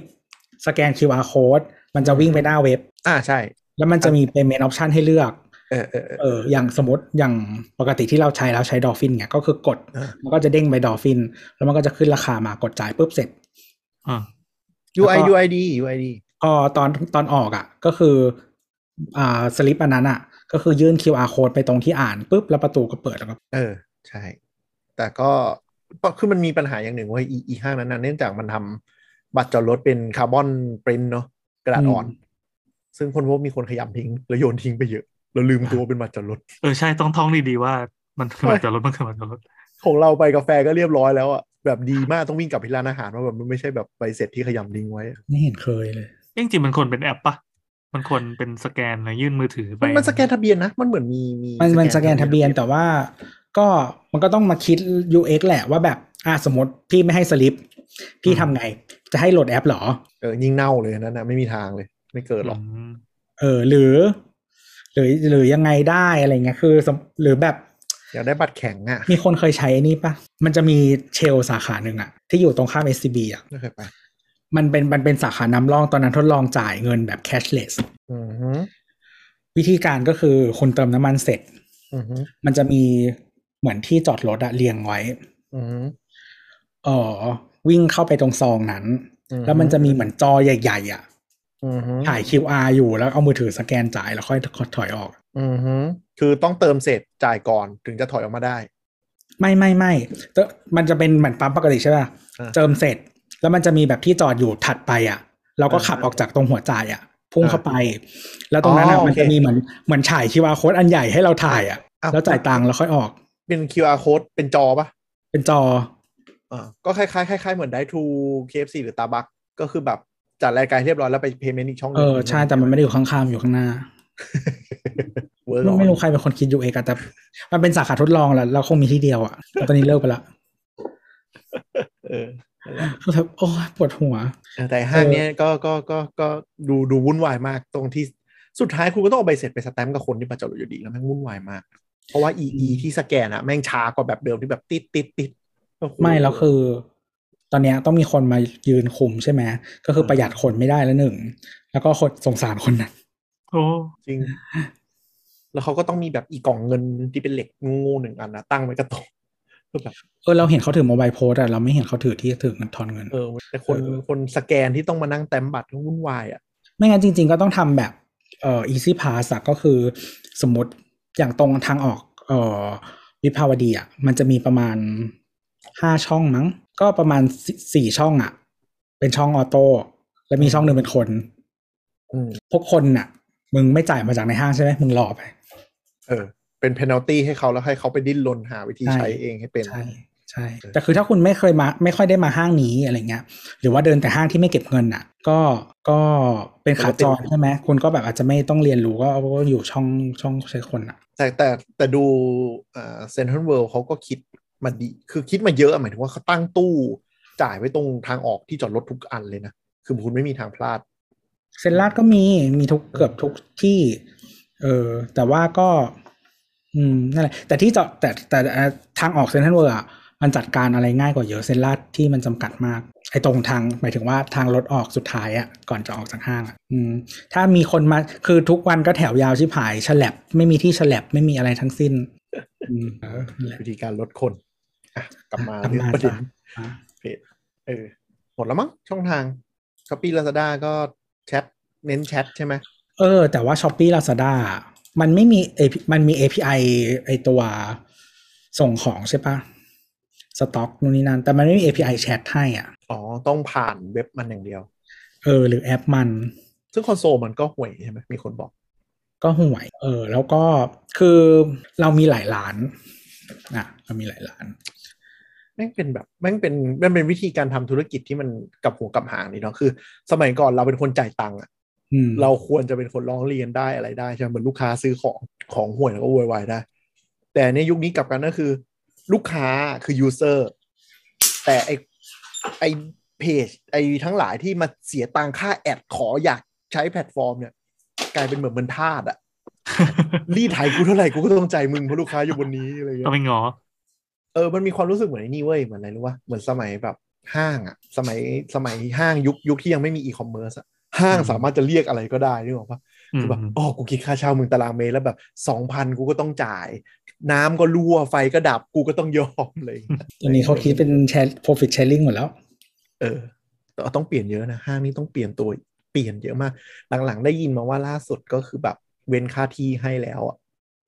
[SPEAKER 2] สแกน QR code มันจะวิ่งไปหน้าเว็บ
[SPEAKER 3] อ่าใช่
[SPEAKER 2] แล้วมันจะมี payment option ให้เลือก
[SPEAKER 3] เออเออเออ
[SPEAKER 2] เอออย่างสมมติอย่างปกติที่เราใช้แล้วใช้ดอฟฟินเนี่ยก็คือกด
[SPEAKER 3] อ่ามั
[SPEAKER 2] มันก็จะเด้งไปดอฟฟิน แล้วมันก็จะขึ้นราคามากดจ่ายปุ๊บเสร็จ
[SPEAKER 4] อ่า
[SPEAKER 3] UI
[SPEAKER 2] แล้วก็
[SPEAKER 3] UID UID
[SPEAKER 2] พอตอนตอนออกอะ่ะก็คืออ่าสลิปอันนั้นอะ่ะ ก็คือยื่น QR code ไปตรงที่อ่านปุ๊บแล้วประตูก็เปิดแล้วก็
[SPEAKER 3] เออ ใช่ แต่ก็คือมันมีปัญหาอย่างหนึ่งเว่าอีอีห้างนั้นนะเนื่องจากมันทำบัตรจอดรถเป็นคาร์บอนปรินท์เนาะกระดาษอ่อน
[SPEAKER 2] อืม
[SPEAKER 3] ซึ่งคนพบมีคนขยำทิ้ง แล้วโยนทิ้งไปเยอะ แล้วลืมตัวเป็นบัตรจอดรถ
[SPEAKER 4] เออใช่ต้องท่องดีๆว่ามันคือบัตรจอดรถมันคือบัตรจอดรถ
[SPEAKER 3] ของเราไปกาแฟก็เรียบร้อยแล้วอะแบบดีมากต้องวิ่งกลับไปร้านอาหารว่าแบบมันไม่ใช่แบบใบเสร็จที่ขยำทิ้งไว้อะ
[SPEAKER 2] ไม่เห็นเคยเลย
[SPEAKER 4] เอ้ยจริงๆมันควรเป็นแอปปะมันควรเป็นสแกนนะยื่นมือถือไป
[SPEAKER 3] มันมันสแกนทะเบียนนะ มันเหมือนมีมี
[SPEAKER 2] มันมันสแกนทะเบียนแต่ว่าก็มันก็ต้องมาคิด UX แหละว่าแบบอ่ะสมมติพี่ไม่ให้สลิป พี่ทำไง จะให้โหลดแอปเหรอ
[SPEAKER 3] เออยิ่งเน่าเลยอันนั้นนะไม่มีทางเลย ไม่เกิดหรอก
[SPEAKER 4] ม
[SPEAKER 2] เออ หรือ หรือหรือยังไงได้อะไรเงี้ยคือสมหรือแบบ
[SPEAKER 3] อยากได้บัตรแข็งอะ
[SPEAKER 2] มีคนเคยใช้ไอ้นี่ปะมันจะมีเชลสาขาหนึ่งอะที่อยู่ตรงข้าม SCB อะ
[SPEAKER 3] ไม่เคยไป
[SPEAKER 2] มันเป็นมันเป็นสาขานำร่องตอนนั้นทดลองจ่ายเงินแบบ cashless
[SPEAKER 3] อือหือ
[SPEAKER 2] วิธีการก็คือคุณเติมน้ำมันเสร็จ
[SPEAKER 3] อือฮึ
[SPEAKER 2] มันจะมีเหมือนที่จอดรถอะเรียงไว้
[SPEAKER 3] อือฮึ
[SPEAKER 2] เออวิ่งเข้าไปตรงซองนั้น
[SPEAKER 3] อือฮึ
[SPEAKER 2] แล้วมันจะมีเหมือนจอใหญ่ ๆ อ่ะ
[SPEAKER 3] อือฮึ
[SPEAKER 2] ถ่าย QR อยู่แล้วเอามือถือสแกนจ่ายแล้วค่อยถอยออก
[SPEAKER 3] อือฮึคือต้องเติมเสร็จจ่ายก่อนถึงจะถอยออกมาได้
[SPEAKER 2] ไม่ไม่ไม่เตมันจะเป็นเหมือนปั๊มปกติใช่ป่ะ
[SPEAKER 3] อ่า
[SPEAKER 2] เจิมเสร็จ แล้วมันจะมีแบบที่จอดอยู่ถัดไปอ่ะ เราก็ขับ
[SPEAKER 3] อ่า
[SPEAKER 2] ออกจากตรงหัวจ่ายอ่ะ พุ่ง
[SPEAKER 3] อ่า
[SPEAKER 2] เข้าไป แล้วตรงนั้น
[SPEAKER 3] อ๋
[SPEAKER 2] อ่ะ
[SPEAKER 3] อ
[SPEAKER 2] มันจะ
[SPEAKER 3] โอเค
[SPEAKER 2] มีเหมือนเหมือนฉายคิวอาโค้ดอันใหญ่ให้เราถ่ายอ่ะ
[SPEAKER 3] อ่ะ
[SPEAKER 2] แล้วจ่ายตังค์แล้วค่อยออก
[SPEAKER 3] เป็น QR code เป็นจอปะ
[SPEAKER 2] เป็นจอ
[SPEAKER 3] อ่าก็คล้ายๆคล้ายๆเหมือนได้ True KFC หรือ Starbucks ก็คือแบบจัดรายการเรียบร้อยแล้วไป payment อีกช่องห
[SPEAKER 2] เอ
[SPEAKER 3] นึ่ง
[SPEAKER 2] อใช่แต่มันไม่ได้อยู่ข้างๆอยู่ข้างหน้า
[SPEAKER 3] เวิร์ก
[SPEAKER 2] ไม่ไม่รู้ใครเป็นคนคิดยูเอกแต่มันเป็นสาขาทดลองแหละเราคงมีที่เดียวอ่ะแต่ตอนนี้เลิกไปละ
[SPEAKER 3] เออ
[SPEAKER 2] ก็แบบโอ้ยปวดหัว
[SPEAKER 3] เออแต่ห้างเนี้ยก็ก็ก็ก็ดูดูวุ่นวายมากตรงที่สุดท้ายคุณก็ต้องเอาใบเสร็จไปสแตมป์กับคนที่มาจอดรถอยู่ดีแล้วแม่งวุ่นวายมาก เพราะว่า EE ที่สแกนอะแม่งช้ากว่าแบบเดิมที่แบบติดติดติดโอ้โห
[SPEAKER 2] ไม่แล้วคือ ตอนเนี้ยต้องมีคนมายืนคุมใช่ไหมก็คือ
[SPEAKER 3] เออ
[SPEAKER 2] ประหยัดคนไม่ได้แล้วหนึ่ง แล้วก็คนสงสารคนนั้น
[SPEAKER 4] โอ้
[SPEAKER 3] จริง แล้วเขาก็ต้องมีแบบอีกกล่องเงินที่เป็นเหล็กงูๆหนึ่งอันนะตั้งไว้กระโตะก็ แบบ
[SPEAKER 2] เออเราเห็นเขาถือโมบายโพสอะเราไม่เห็นเขาถือที่ถือเงินทอนเงิน
[SPEAKER 3] เออแต่คนคนสแกนที่ต้องมานั่งแต้มบัตรก็วุ่นวายอ่ะ
[SPEAKER 2] ไม่งั้นจริง ๆ ก็ต้องทำแบบเอ่อ easy pass อะก็คือสมมติอย่างตรงทางออกเอ่อวิภาวดีอะมันจะมีประมาณห้าช่องมั้ง ก็ประมาณสี่สี่ช่องอะเป็นช่องออโต้และมีช่องหนึ่งเป็นคน
[SPEAKER 3] อืม
[SPEAKER 2] พวกคนน่ะ มึงไม่จ่ายมาจากในห้างใช่ไหมมึงหลอกไป
[SPEAKER 3] เออ เป็นเพนัลตี้ให้เขาแล้วให้เขาไปดิ้นรนหาวิธีใช้เองให้เป็น
[SPEAKER 2] ใช่ใช่
[SPEAKER 3] เออ
[SPEAKER 2] แต่คือถ้าคุณไม่เคยมาไม่ค่อยได้มาห้างนี้อะไรเงี้ย หรือว่าเดินแต่ห้างที่ไม่เก็บเงินอ่ะ ก็ก็เป็นขาจรใช่ไหมคุณก็แบบอาจจะไม่ต้องเรียนรู้ก็ก็อยู่ช่องช่องใช้คนอ่ะ
[SPEAKER 3] แต่แต่แต่ดูเซ็นทรัลเวิลด์เขาก็คิดมาดี คือคิดมาเยอะหมายถึงว่าเขาตั้งตู้จ่ายไว้ตรงทางออกที่จอดรถทุกอันเลยนะ คือคุณไม่มีทางพลาด
[SPEAKER 2] เซนลาดก็มีมีทุกเกือบทุกที่ เออแต่ว่าก็ อืมนั่นแหละแต่ที่จะแต่แต่แต่ทางออกเซนทรัลเวิร์อ่ะมันจัดการอะไรง่ายกว่าเยอะเซนลาดที่มันจำกัดมากไอ้ตรงทางหมายถึงว่าทางรถออกสุดท้ายอะก่อนจะออกจากห้างอะอืม ถ้ามีคนมาคือทุกวันก็แถวยาวชิบหายฉลับไม่มีที่ฉลับไม่มีอะไรทั้งสิ้น อืมเออนั่นแหละ
[SPEAKER 3] วิธีการลดคนอ่ะกลับมาก
[SPEAKER 2] ลับ
[SPEAKER 3] เรื่อ
[SPEAKER 2] มาง
[SPEAKER 3] ประเด็น
[SPEAKER 2] จ้ะอ่ะ
[SPEAKER 3] เพจเออหมดแล้วมั้งช่องทางช้อปปี้ลาซาด้าก็แชทเน้นแชทใช่ไหม
[SPEAKER 2] เออ แต่ว่าช้อปปี้ลาซาด้ามันไม่มี AP มันมี API ไอตัวส่งของใช่ปะสต็อกนู่นนี่นั่นแต่มันไม่มี API แชทให้อ่ะ
[SPEAKER 3] อ๋อ ต้องผ่านเว็บมันอย่างเดียว
[SPEAKER 2] เออหรือแอปมัน
[SPEAKER 3] ซึ่งคอนโซลมันก็ห่วยใช่ไหมมีคนบอก
[SPEAKER 2] ก็ห่วย เออ แล้วก็คือเรามีหลายร้านอ่ะเรามีหลายร้าน
[SPEAKER 3] แม่งเป็นแบบแม่งเป็นแม่งเป็นวิธีการทำธุรกิจที่มันกลับหัวกลับหางนี่เนาะคือ สมัยก่อนเราเป็นคนจ่ายตังค์อะ
[SPEAKER 2] อืม
[SPEAKER 3] เราควรจะเป็นคนร้องเรียนได้อะไรได้ใช่ไหมเหมือนลูกค้าซื้อของของห่วยแล้วก็โวยวายได้ แต่ในยุคนี้กลับกันก็คือ ลูกค้าคือ user แต่ไอไอเพจไอทั้งหลายที่มาเสียตังค่าแอดขออยากใช้แพลตฟอร์มเนี่ย กลายเป็นเหมือนเป็นทาสอะรีดไถกูเท่าไหร่กูก็ต้องใจายมึงเพราะลูกค้าอยู่บนนี้อะไรอย่างเงี้ ย
[SPEAKER 4] ต้องไปงอ
[SPEAKER 3] เออ มันมีความรู้สึกเหมือนไอ้นี่เว้ย เหมือนอะไรรู้ป่ะ เหมือนสมัยแบบห้างอะสมัยสมัยห้างยุคยุคที่ยังไม่มีอีคอมเมิร์ซอะห้างสามารถจะเรียกอะไรก็ได้นึกออกปะ
[SPEAKER 4] อืม
[SPEAKER 3] คือแบบอ๋อกูคิดค่าเช่ามึงตารางเมตรแล้วแบบสองพันกูก็ต้องจ่าย น้ำก็รั่วไฟก็ดับกูก็ต้องยอมอะไรอย่างเลย
[SPEAKER 2] ตอนนี้เขาคิดเป็นแชร์ profit sharing หมดแล้ว
[SPEAKER 3] เออแต่ต้องเปลี่ยนเยอะนะ ห้างนี้ต้องเปลี่ยนตัวเปลี่ยนเยอะมาก หลังๆ ได้ยินมาว่าล่าสุดก็คือแบบเว้นค่าที่ให้แล้วอะ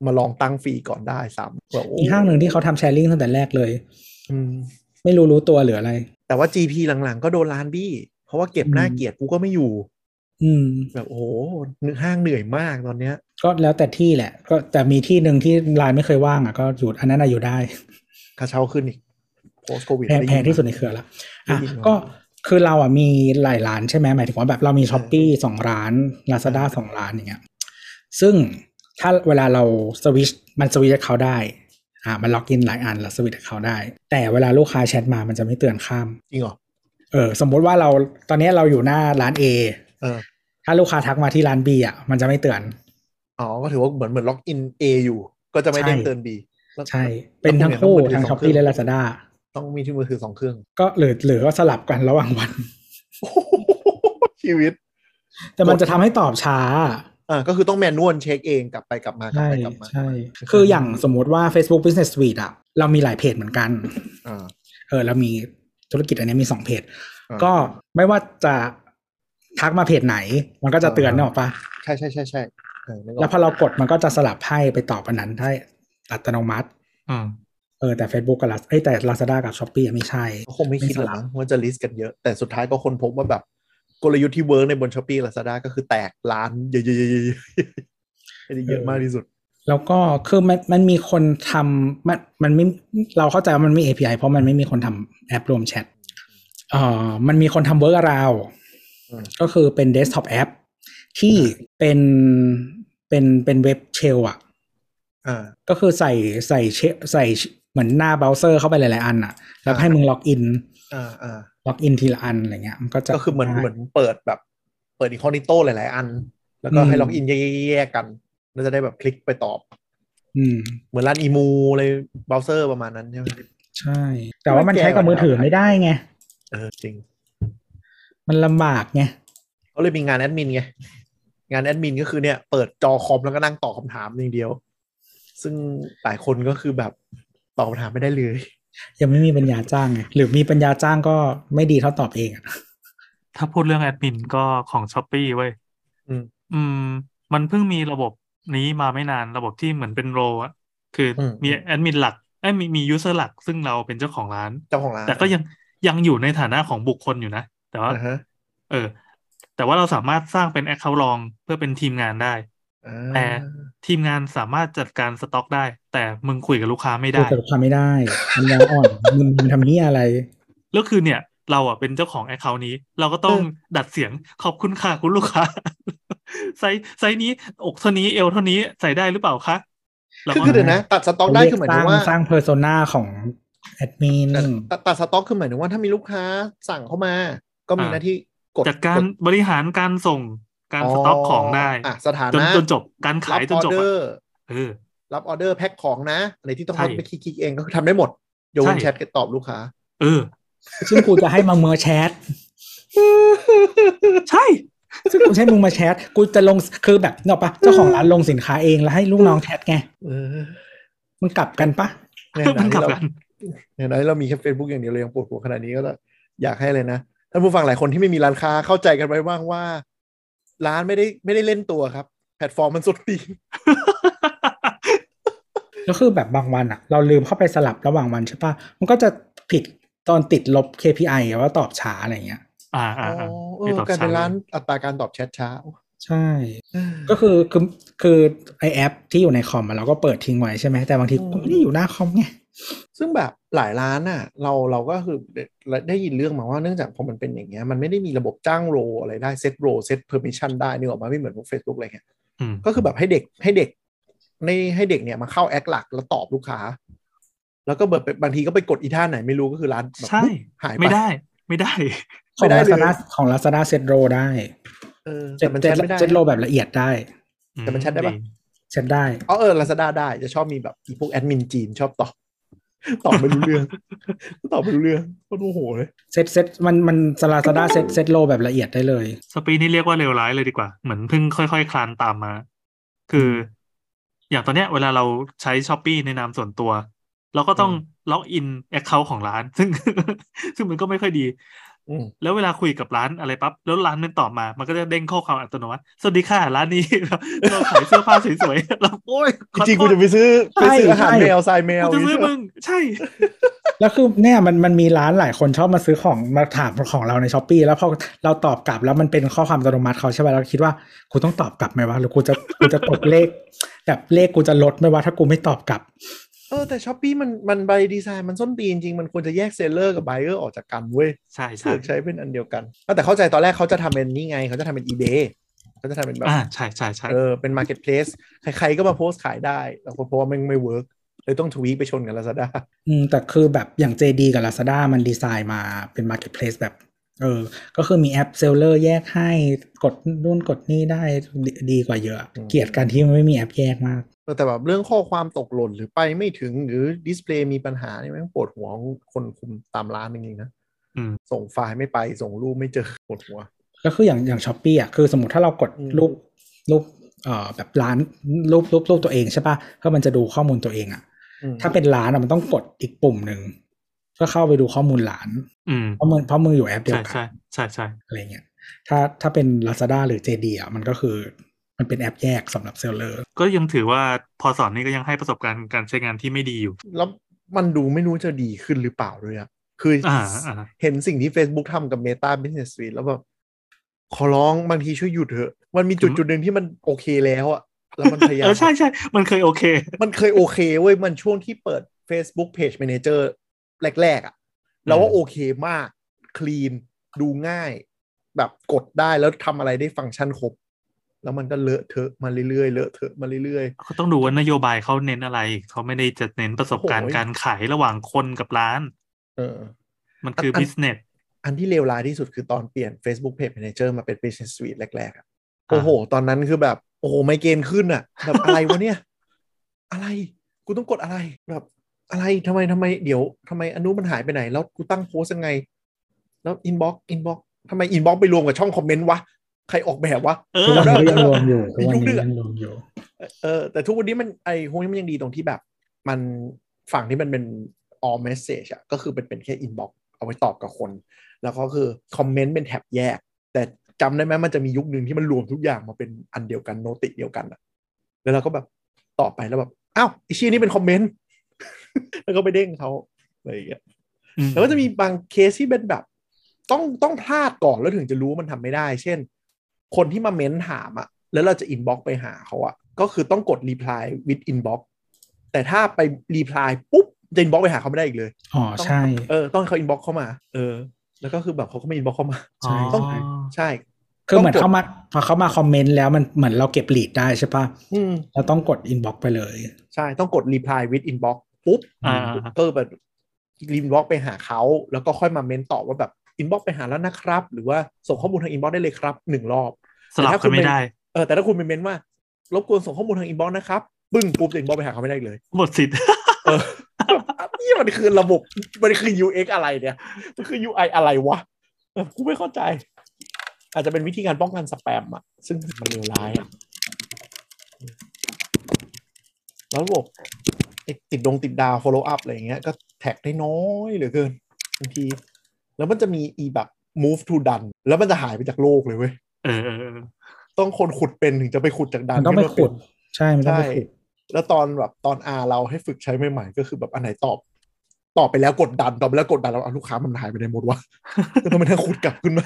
[SPEAKER 3] มาลองตั้งฟรีก่อนได้ซ้ำแบบโอ้
[SPEAKER 2] มีห้างหนึ่งที่เขาทำ sharing ตั้งแต่แรกเลย
[SPEAKER 3] อืม
[SPEAKER 2] ไม่รู้รู้ตัวหรืออะไร
[SPEAKER 3] แต่ว่า GP หลังๆ ก็โดนร้านบี้ เพราะว่าเก็บหน้า
[SPEAKER 2] อืม
[SPEAKER 3] เกียรติกูก็ไม่อยู่
[SPEAKER 2] อืม
[SPEAKER 3] แบบโอ้โหนึกห้างเหนื่อยมากตอนเนี้ย
[SPEAKER 2] ก็แล้วแต่ที่แหละ ก็แต่มีที่หนึ่งที่ร้านไม่เคยว่างอ่ะก็อยู่อันนั้นอะอยู่ได้
[SPEAKER 3] ค่าเช่าขึ้นอีก post covid
[SPEAKER 2] แพงแพงที่สุดในเครือละอ่ะ
[SPEAKER 3] ได้ยินมา
[SPEAKER 2] ก็คือเราอ่ะมีหลายร้านใช่ไหมหมายถึงว่าแบบเรามีช้อปปี้สองร้าน Lazada สองร้านอย่างเงี้ยซึ่งถ้าเวลาเราสวิชมันสวิชเขาได้อ่ามันล็อกอินหลายอันแล้วสวิชเขาได้ แต่เวลาลูกค้าแชทมามันจะไม่เตือนข้าม
[SPEAKER 3] จริงเหรอ
[SPEAKER 2] เออสมมุติว่าเราตอนเนี้ยเราอยู่หน้าร้าน A
[SPEAKER 3] เออ
[SPEAKER 2] ถ้าลูกค้าทักมาที่ร้าน B อ่ะมันจะไม่เตือน
[SPEAKER 3] อ๋อ ก็ถือว่าเหมือนเหมือนล็อกอิน A อยู่ ก็จะไม่
[SPEAKER 2] ใช่
[SPEAKER 3] เด้งเตือน B แล้ว
[SPEAKER 2] ใช่ เป็นทั้งคู่ทั้งช้อปปี้และ Lazada
[SPEAKER 3] ต้องมีที่มือถือสองเค รื่อง
[SPEAKER 2] ก็หรือหรือก็สลับกันระหว่างวัน
[SPEAKER 3] ชีวิต
[SPEAKER 2] แต่มันจะทำให้ตอบช้า
[SPEAKER 3] อ่าก็คือต้องแมนนวลเช็คเองกลับไปกลับมากลับ
[SPEAKER 2] ใช่
[SPEAKER 3] ไปกลับมา
[SPEAKER 2] ใช่คืออย่างสมมติว่า Facebook Business Suite อะเรามีหลายเพจเหมือนกัน
[SPEAKER 3] อ่า
[SPEAKER 2] เออเรามีธุรกิจอันนี้มีสองเพจ
[SPEAKER 3] อ่า
[SPEAKER 2] ก็ไม่ว่าจะทักมาเพจไหน มันก็จะเตือน
[SPEAKER 3] อ่า
[SPEAKER 2] เนกอะปะ
[SPEAKER 3] ใช่ใช่ใช่ใช่เออนึกออก
[SPEAKER 2] แล้วพอเรากดมันก็จะสลับให้ไปตอบอันนั้นได้อัตโนมัติ
[SPEAKER 4] อืม
[SPEAKER 2] เออแต่ Facebook กับลาเอ้ยแต่ Lazada กับ Shopee อะไม่ใช่
[SPEAKER 3] ก็คงไม่คิดหรอกมั้งว่าจะลิสต์กันเยอะ แต่สุดท้ายก็คนพบว่าแบบกลยุทธ์ที่เวิร์กในบนช้อปปี้ลาซาด้าก็คือแตกล้านเยอะๆๆๆอันนี้เยอะมากที่สุด
[SPEAKER 2] แล้วก็คือมันมันมีคนทำมันมันไม่เราเข้าใจว่ามันไม่ API เพราะมันไม่มีคนทำแอปรวมแชทเอ่อมันมีคนทำเวิร์กอราว
[SPEAKER 3] อืม
[SPEAKER 2] ก็คือเป็นเดสก์ท็อปแอปที่เป็นเป็นเป็นเว็บเชลอะ
[SPEAKER 3] อ่า
[SPEAKER 2] ก็คือใส่ใส่เชใส่เหมือนหน้าเบราว์เซอร์เข้าไปหลาย ๆ อันอะแล้ว
[SPEAKER 3] อ่า
[SPEAKER 2] ให้มึงล็อกอิน
[SPEAKER 3] อ่าอ่า
[SPEAKER 2] ล็อกอินทีละอันอะไรเงี้ยมันก็จะ
[SPEAKER 3] ก็คือเหมือนเหมือนเปิดแบบ เปิดอีคอนิโต้หลายๆ อัน แล้วก็ให้
[SPEAKER 2] อืม
[SPEAKER 3] ล็อกอินแยกๆกัน แล้วจะได้แบบคลิกไปตอบ
[SPEAKER 2] อืม
[SPEAKER 3] เหมือนร้านอีมูอะไรเบราว์เซอร์ประมาณนั้นใช่ไหม
[SPEAKER 2] ใช่ แต่ว่ามันใช้กับมือถือไม่ได้ไง
[SPEAKER 3] เออจริง
[SPEAKER 2] มันลำบากไง
[SPEAKER 3] เขาเลยมีงานแอดมินไง งานแอดมินก็คือเนี่ยเปิดจอคอมแล้วก็นั่งตอบคำถามอย่างเดียว ซึ่งหลายคนก็คือแบบตอบคำถามไม่ได้เลย
[SPEAKER 2] ยังไม่มีปัญญาจ้างไงหรือมีปัญญาจ้างก็ไม่ดีเท่าตอบเองอะ
[SPEAKER 4] ถ้าพูดเรื่องแอดมินก็ของ s h อ p e e เว้ย
[SPEAKER 3] อืม
[SPEAKER 4] อืม มันเพิ่งมีระบบนี้มาไม่นานระบบที่เหมือนเป็นโรอะคืออ
[SPEAKER 3] ม
[SPEAKER 4] มีแอดมินหลักเอ้ยมีมียูเซอร์หลัก ซึ่งเราเป็นเจ้าของร้าน
[SPEAKER 3] เจ้าของร้าน
[SPEAKER 4] แต่ก็ยังยังอยู่ในฐานะของบุคคลอยู่นะ แต่ว่า
[SPEAKER 3] อ่าฮะ
[SPEAKER 4] เออ แต่ว่าเราสามารถสร้างเป็นแอคเคาท์รองเพื่อเป็นทีมงานได้
[SPEAKER 3] อ่า
[SPEAKER 4] แต่ ทีมงานสามารถจัดการสต็อกได้ แต่มึงคุยกับลูกค้าไม่
[SPEAKER 2] ดู
[SPEAKER 4] ได้
[SPEAKER 2] แต่ความไม่ได้ปัญญาอ่อน มึงมึงทำนี่อะไร
[SPEAKER 4] แล้วคือเนี่ย เราอ่ะเป็นเจ้าของแอคเคาท์นี้ เราก็ต้องดัดเสียงขอบคุณค่ะคุณลูกค้า ไซส์ไซส์นี้อกเท่านี้เอวเท่านี้ใส่ได้หรือเปล่าคะเรา
[SPEAKER 3] คือ
[SPEAKER 4] ก็
[SPEAKER 3] คือเดี๋ยวนะ ตัดสต็อกได้คือหมายถึงว่า
[SPEAKER 2] สร้างเพอร์โซนาของแอดมิน
[SPEAKER 3] ตัดตัดตัดสต็อกคือหมายถึงว่าถ้ามีลูกค้าสั่งเข้ามา ก็มีหน้าที่กด
[SPEAKER 4] จัดการ
[SPEAKER 3] ด
[SPEAKER 4] บริหารการส่งการสต็อกของได้
[SPEAKER 3] อ่ะสถา
[SPEAKER 4] จน
[SPEAKER 3] นะ
[SPEAKER 4] จนจบการขายจนจบ
[SPEAKER 3] รับออเดอ
[SPEAKER 4] อะ
[SPEAKER 3] ร์
[SPEAKER 4] เออ
[SPEAKER 3] รับออเดอร์แพ็คของนะอะไรที่ต้อง
[SPEAKER 4] ใช่
[SPEAKER 3] ทำไปคลิกๆเองก็คือทำได้หมดยกเว้น
[SPEAKER 4] ใช่
[SPEAKER 3] แชทก็ตอบลูกค้า
[SPEAKER 4] เออ
[SPEAKER 2] ซึ่งกูจะให้มาเมอร์แช ท
[SPEAKER 4] ใช่
[SPEAKER 2] ซึ่งกูจะใช้มึงมาแชทกูจะลงคือแบบเนาะปะเจ้าของร้านลงสินค้าเองแล้วให้ลูกน้องแชทไง
[SPEAKER 3] เอ อ
[SPEAKER 2] มันกลับกันปะ
[SPEAKER 3] ใน
[SPEAKER 4] มั
[SPEAKER 3] ฐาน นะ
[SPEAKER 4] กลั
[SPEAKER 3] ที่
[SPEAKER 4] บ
[SPEAKER 3] เรา
[SPEAKER 4] กัน
[SPEAKER 3] ในฐานะที่เรามีแค่ Facebook อย่างเดียวเลยยังปวดหัวขนาดนี้ก็อยากให้เลยนะท่านผู้ฟังหลายคนที่ไม่มีร้านค้าเข้าใจกันไว้บ้างว่า ร้านไม่ได้ไม่ได้เล่นตัวครับ แพลตฟอร์มมันสุดตีน
[SPEAKER 2] แล้วคือแบบบางวันอะเราลืมเข้าไปสลับระหว่างวันใช่ปะมันก็จะผิดตอนติดลบ KPI อะว่าตอบช้าอะไรเงี้ย
[SPEAKER 4] อ่าอ่า
[SPEAKER 3] อ๋อ
[SPEAKER 4] อ่า
[SPEAKER 3] เอ
[SPEAKER 4] ไม่
[SPEAKER 3] อ
[SPEAKER 4] ตอบ
[SPEAKER 3] กลายเป็น
[SPEAKER 4] ช้า
[SPEAKER 3] ร้านอัตราการตอบแชทช้า
[SPEAKER 2] ใช่ ก็คือคือคือไอแอปที่อยู่ในคอมอะเราก็เปิดทิ้งไว้ใช่ไหมแต่บางทีก็ไม่ได้อยู่หน้าคอมไง
[SPEAKER 3] ซึ่งแบบหลายร้านอ่ะ เราเราก็คือได้ยินเรื่องมาว่าเนื่องจากพอมันเป็นอย่างเงี้ยมันไม่ได้มีระบบจ้างโรอะไรได้เซตโรเซตเพอร์มิชันได้นึกออกมาไม่เหมือนพวกเฟซบุ๊กอะไรเงี้ย
[SPEAKER 4] อืม
[SPEAKER 3] ก็คือแบบให้เด็กให้เด็กในให้เด็กเนี่ยมาเข้าแอคหลักแล้วตอบลูกค้า แล้วก็แบบบางทีก็ไปกดอีท่าไหนไม่รู้ก็คือร้านแบบ
[SPEAKER 4] ใช่
[SPEAKER 3] เฮ้ยหายป
[SPEAKER 4] ไม่ได้ ไม่ได้
[SPEAKER 2] ของ
[SPEAKER 3] ไม่ได้เลย
[SPEAKER 2] Lazada ของ Lazada เซตโรได้
[SPEAKER 3] เออ
[SPEAKER 2] เจ็
[SPEAKER 3] แต่มัน
[SPEAKER 2] เจ็
[SPEAKER 3] แชทไม่ได้
[SPEAKER 2] เซตโรแบบละเอียดได้
[SPEAKER 4] อื
[SPEAKER 3] แต่มันชัดได้ปะ
[SPEAKER 2] เซตได้
[SPEAKER 3] อ๋อเออลาซาด้าได้จะชอบมีแบบอีพวกแอดมินจีนชอบตอบตอบไม่รู้เรื่อง ตอบไม่รู้เรื่องโคตรโมโหเลย
[SPEAKER 2] เซตเซตมันมัน Lazada เซตเซตโรแบบละเอียดได้เลย
[SPEAKER 4] สปีดนี่เรียกว่าเลวร้ายเลยดีกว่า เหมือนเพิ่งค่อยๆ คลานตามมา คือ อย่างตอนเนี้ยเวลาเราใช้ช้อปปีในนามส่วนตัว เราก็ต้อง
[SPEAKER 3] อื
[SPEAKER 4] ล็อกอินแอคเคาท์ของร้าน ซึ่ง ซึ่งมันก็ไม่ค่อยดี
[SPEAKER 3] อืม
[SPEAKER 4] แล้วเวลาคุยกับร้านอะไรปั๊บ แล้วร้านมันตอบมา มันก็จะเด้งข้อความอัตโนมัติ สวัสดีค่ะร้าน นี้ เราขายเสื้อผ้าสวยๆเราโอ้ย
[SPEAKER 3] จริงๆกูจะไปซื้อไปซื้ออาหาร
[SPEAKER 2] ใช่
[SPEAKER 3] แมวทรายแมว
[SPEAKER 4] กูจะซื้อมึง ใช่
[SPEAKER 2] แล้วคือเนี่ยมันมันมีร้านหลายคนชอบมาซื้อของมาถามของเราในช้อปปีแล้วพอเราตอบกลับแล้วมันเป็นข้อความอัตโนมัติเขาใช่ไหมเราคิดว่ากูต้องตอบกลับไหมวะหรือกูจะกูจะตกเลข แบบเลขกูจะลดไหมวะถ้ากูไม่ตอบกลับ
[SPEAKER 3] เออแต่ช้อปปี้มันมันใบดีไซน์มันส้นตีนจริง มันควรจะแยกเซลเลอร์กับไบเออร์ออกจากกันเว้ย
[SPEAKER 4] ใช่ใช่
[SPEAKER 3] เสือกใช้เป็นอันเดียวกันเอาแต่เข้าใจตอนแรกเขาจะทำเป็นนี่ไง เขาจะทำเป็น eBay เขาจะทำเป็นแบบ
[SPEAKER 4] อ่าใช่ใช่ใช่
[SPEAKER 3] เออเป็น marketplace ใครๆก็มาโพสต์ขายได้แต่คนเพราะว่ามันไม่เวิร์กเลยต้องทวีตไปชนกันลาซาด้า
[SPEAKER 2] อืมแต่คือแบบอย่าง JD กับ Lazada มันดีไซน์มาเป็น Marketplace แบบ เออ ก็คือมีแอปเซลเลอร์แยกให้กดนู่นกดนี่ได้ดีดีกว่าเยอะ เกลียดการที่มันไม่มีแอปแยกมาก
[SPEAKER 3] แต่แบบเรื่องข้อความตกหล่นหรือไปไม่ถึงหรือดิสเพลย์มีปัญหานี่แม่งปวดหัวของคนคุมตามร้านจริงๆนะ
[SPEAKER 4] อืม
[SPEAKER 3] ส่งไฟล์ไม่ไปส่งรูปไม่เจอปวดหัว
[SPEAKER 2] ก็คืออย่างอย่างช้อปปี้อ่ะคือสมมติถ้าเรากด
[SPEAKER 3] อืม
[SPEAKER 2] รูปรูป เอ่อแบบร้านรูปรูปรูปตัวเองใช่ปะเพื่อมันจะดูข้อมูลตัวเองอะ
[SPEAKER 3] อืม
[SPEAKER 2] ถ้าเป็นร้านอะมันต้องกดอีกปุ่มหนึ่งเพื่อเข้าไปดูข้อมูลร้าน
[SPEAKER 4] อืม
[SPEAKER 2] เพราะมึงเพราะมึงอยู่แอปเดีย
[SPEAKER 4] ใช่
[SPEAKER 2] วกั
[SPEAKER 4] ใช่
[SPEAKER 2] น
[SPEAKER 4] ใช่ใช่
[SPEAKER 2] อะไรเงี้ยถ้าถ้าเป็น Lazada หรือ JD อ่ะมันก็คือมันเป็นแอปแยกสำหรับเซลเลอร์
[SPEAKER 4] ก็ยังถือว่าพอสอนนี่ก็ยังให้ประสบการณ์การใช้งานที่ไม่ดีอยู่
[SPEAKER 3] แล้วมันดูไม่รู้จะดีขึ้นหรือเปล่าด้วยอะคืออา
[SPEAKER 4] อ่า
[SPEAKER 3] เห็นสิ่งที่ Facebook ทำกับ Meta Business Suite แล้วแบบขอร้องบางทีช่วยหยุดเถอะ มันมีจุดจุดหนึ่งที่มันโอเคแล้วอะแล้วมันพยายาม
[SPEAKER 4] เออใช่ใช่มันเคยโอเค
[SPEAKER 3] มันเคยโอเคเว้ย มันช่วงที่เปิด Facebook Page Manager แรก ๆอะ่ะเราว่าโอเคมาก คลีน ดูง่าย แบบกดได้แล้วทำอะไรได้ฟังก์ชันครบ แล้วมันก็เลอะเทอะมาเรื่อยๆ เลอะเทอะมาเรื่อย
[SPEAKER 4] เขาต้องดูว่านโยบายเขาเน้นอะไรเขาไม่ได้จะเน้นประสบการณ์
[SPEAKER 3] โอ้ย
[SPEAKER 4] การขายระหว่างคนกับร้าน
[SPEAKER 3] ๆ เออ
[SPEAKER 4] มันคืออน บิสเนส
[SPEAKER 3] อันที่เลวร้ายที่สุดคือตอนเปลี่ยน Facebook Page Manager มาเป็น Business Suite แรกๆอะ
[SPEAKER 4] อ่า
[SPEAKER 3] โอ้โห ตอนนั้นคือแบบ โอ้โห ไมเกรนขึ้นอะแบบ อะไรวะเนี่ย อะไร กูต้องกดอะไร แบบ อะไรทำไมทำไม เดี๋ยวทำไมอนนุมันหายไปไหน แล้วกูตั้งโพสต์ยังไง แล้วอินบ็อกอินบ็อกทำไมอินบ็อกไปรวมกับช่องคอมเมนต์วะ ใครออกแบบวะ
[SPEAKER 4] เอ
[SPEAKER 2] ทุก
[SPEAKER 4] อ
[SPEAKER 2] วันนี้ก็ยังรวม อยู่
[SPEAKER 3] มี
[SPEAKER 2] ทุกวัน
[SPEAKER 3] ทุกเรื่
[SPEAKER 2] นี้
[SPEAKER 3] อง
[SPEAKER 2] ยังรวมอยู่
[SPEAKER 3] เออแต่ทุกวันนี้มันไอ้พวกนี้มันยังดีตรงที่แบบ มันฝั่งที่มันเป็น all message อะก็คือเป็นเป็นแค่ inbox เอาไว้ตอบกับคน แล้วก็คือคอมเมนต์เป็นแท็บแยก แต่จำได้ไหมมันจะมียุคหนึ่งที่มันรวมทุกอย่างมาเป็นอันเดียวกันโนติเดียวกันอะแล้วเราก็แบบตอบไปแล้วแบบอ้าวไอชี่นี่เป็นคอมเมนต์ แล้วก็ไปเด้งเขาอะไรอย่างเงี้ย
[SPEAKER 4] อื
[SPEAKER 3] แล้วก็จะมีบางเคสที่เป็นแบบ ต้องต้องพลาดก่อนแล้วถึงจะรู้ว่ามันทำไม่ได้ เช่น คนที่มาเม้นถามอะแล้วเราจะอินบ็อกไปหาเขาอะก็คือต้องกดรีプライ with inbox แต่ถ้าไปรีプライปุ๊บจะอินบ็อกไปหาเขาไม่ได้อีกเลย
[SPEAKER 2] อ๋อ
[SPEAKER 3] ต้อง
[SPEAKER 2] ใช่
[SPEAKER 3] เออต้องให้เขาอินบ็อกเข้ามา เออ แล้วก็คือแบบเขาก็ไม่อินบ็อกเข้ามา
[SPEAKER 2] ใช่
[SPEAKER 3] ต้อง
[SPEAKER 4] อ๋อ
[SPEAKER 3] ใช่
[SPEAKER 2] คือเหมือนเข้ามาพอเข้ามาคอมเมนต์แล้วมันเหมือนเราเก็บลีดได้ใช่ปะ
[SPEAKER 3] อืม
[SPEAKER 2] เราต้องกดอินบ็อกไปเลย
[SPEAKER 3] ใช่ต้องกดรีプライ with inbox ปุ๊บ
[SPEAKER 4] อ่า
[SPEAKER 3] ก็แบบรีบล็อกไปหาเขา แล้วก็ค่อยมาเม้นตอบว่าแบบอินบ็อกไปหาแล้วนะครับ หรือว่าส่งข้อมูลทางอินบ็อกได้เลยครับหนึ่งรอบ
[SPEAKER 4] สลับกันไม่ได้
[SPEAKER 3] เออแต่ถ้าคุณไปเม้นว่า รบกวนส่งข้อมูลทางอินบ็อกนะครับบึ้งปุ๊บอินบ็อกไปหาเขาไม่ได้อีกเลย
[SPEAKER 4] หมดสิทธิ์
[SPEAKER 3] เออแบบนี่มันคือระบบมันคือ UX อะไรเนี่ย มันคือ UI อะไรวะเออกูไม่เข้าใจ อาจจะเป็นวิธีการป้องกันสแปมอะซึ่งมันเลวร้ายอะแล้วระบบไอ้ติดดงติดดาว follow up อะไรอย่างเงี้ย ก็แท็กได้น้อยเหลือเกินบางที แล้วมันจะมีอีแบบ move to done แล้วมันจะหายไปจากโลกเลยเว้ย
[SPEAKER 4] เออเออเออ
[SPEAKER 3] ต้องคนขุดเป็นถึงจะไปขุดจากดั
[SPEAKER 2] มัน
[SPEAKER 3] น
[SPEAKER 2] ต้องไป
[SPEAKER 3] ขึ้นมา
[SPEAKER 2] ขุ
[SPEAKER 3] เป็
[SPEAKER 2] ด
[SPEAKER 3] น
[SPEAKER 2] ใช่มันต้องไป
[SPEAKER 3] ใช่
[SPEAKER 2] ขุด
[SPEAKER 3] แล้วตอนแบบตอนอาเราให้ฝึกใช้ใหม่ๆก็คือแบบอันไหนตอบ ตอบไปแล้วกดดันตอบไปแล้วกดดันแล้วเอาลูกค้ามันหายไปในหมดวะ ก็ต้องมานั่งขุดกลับขึ้นมา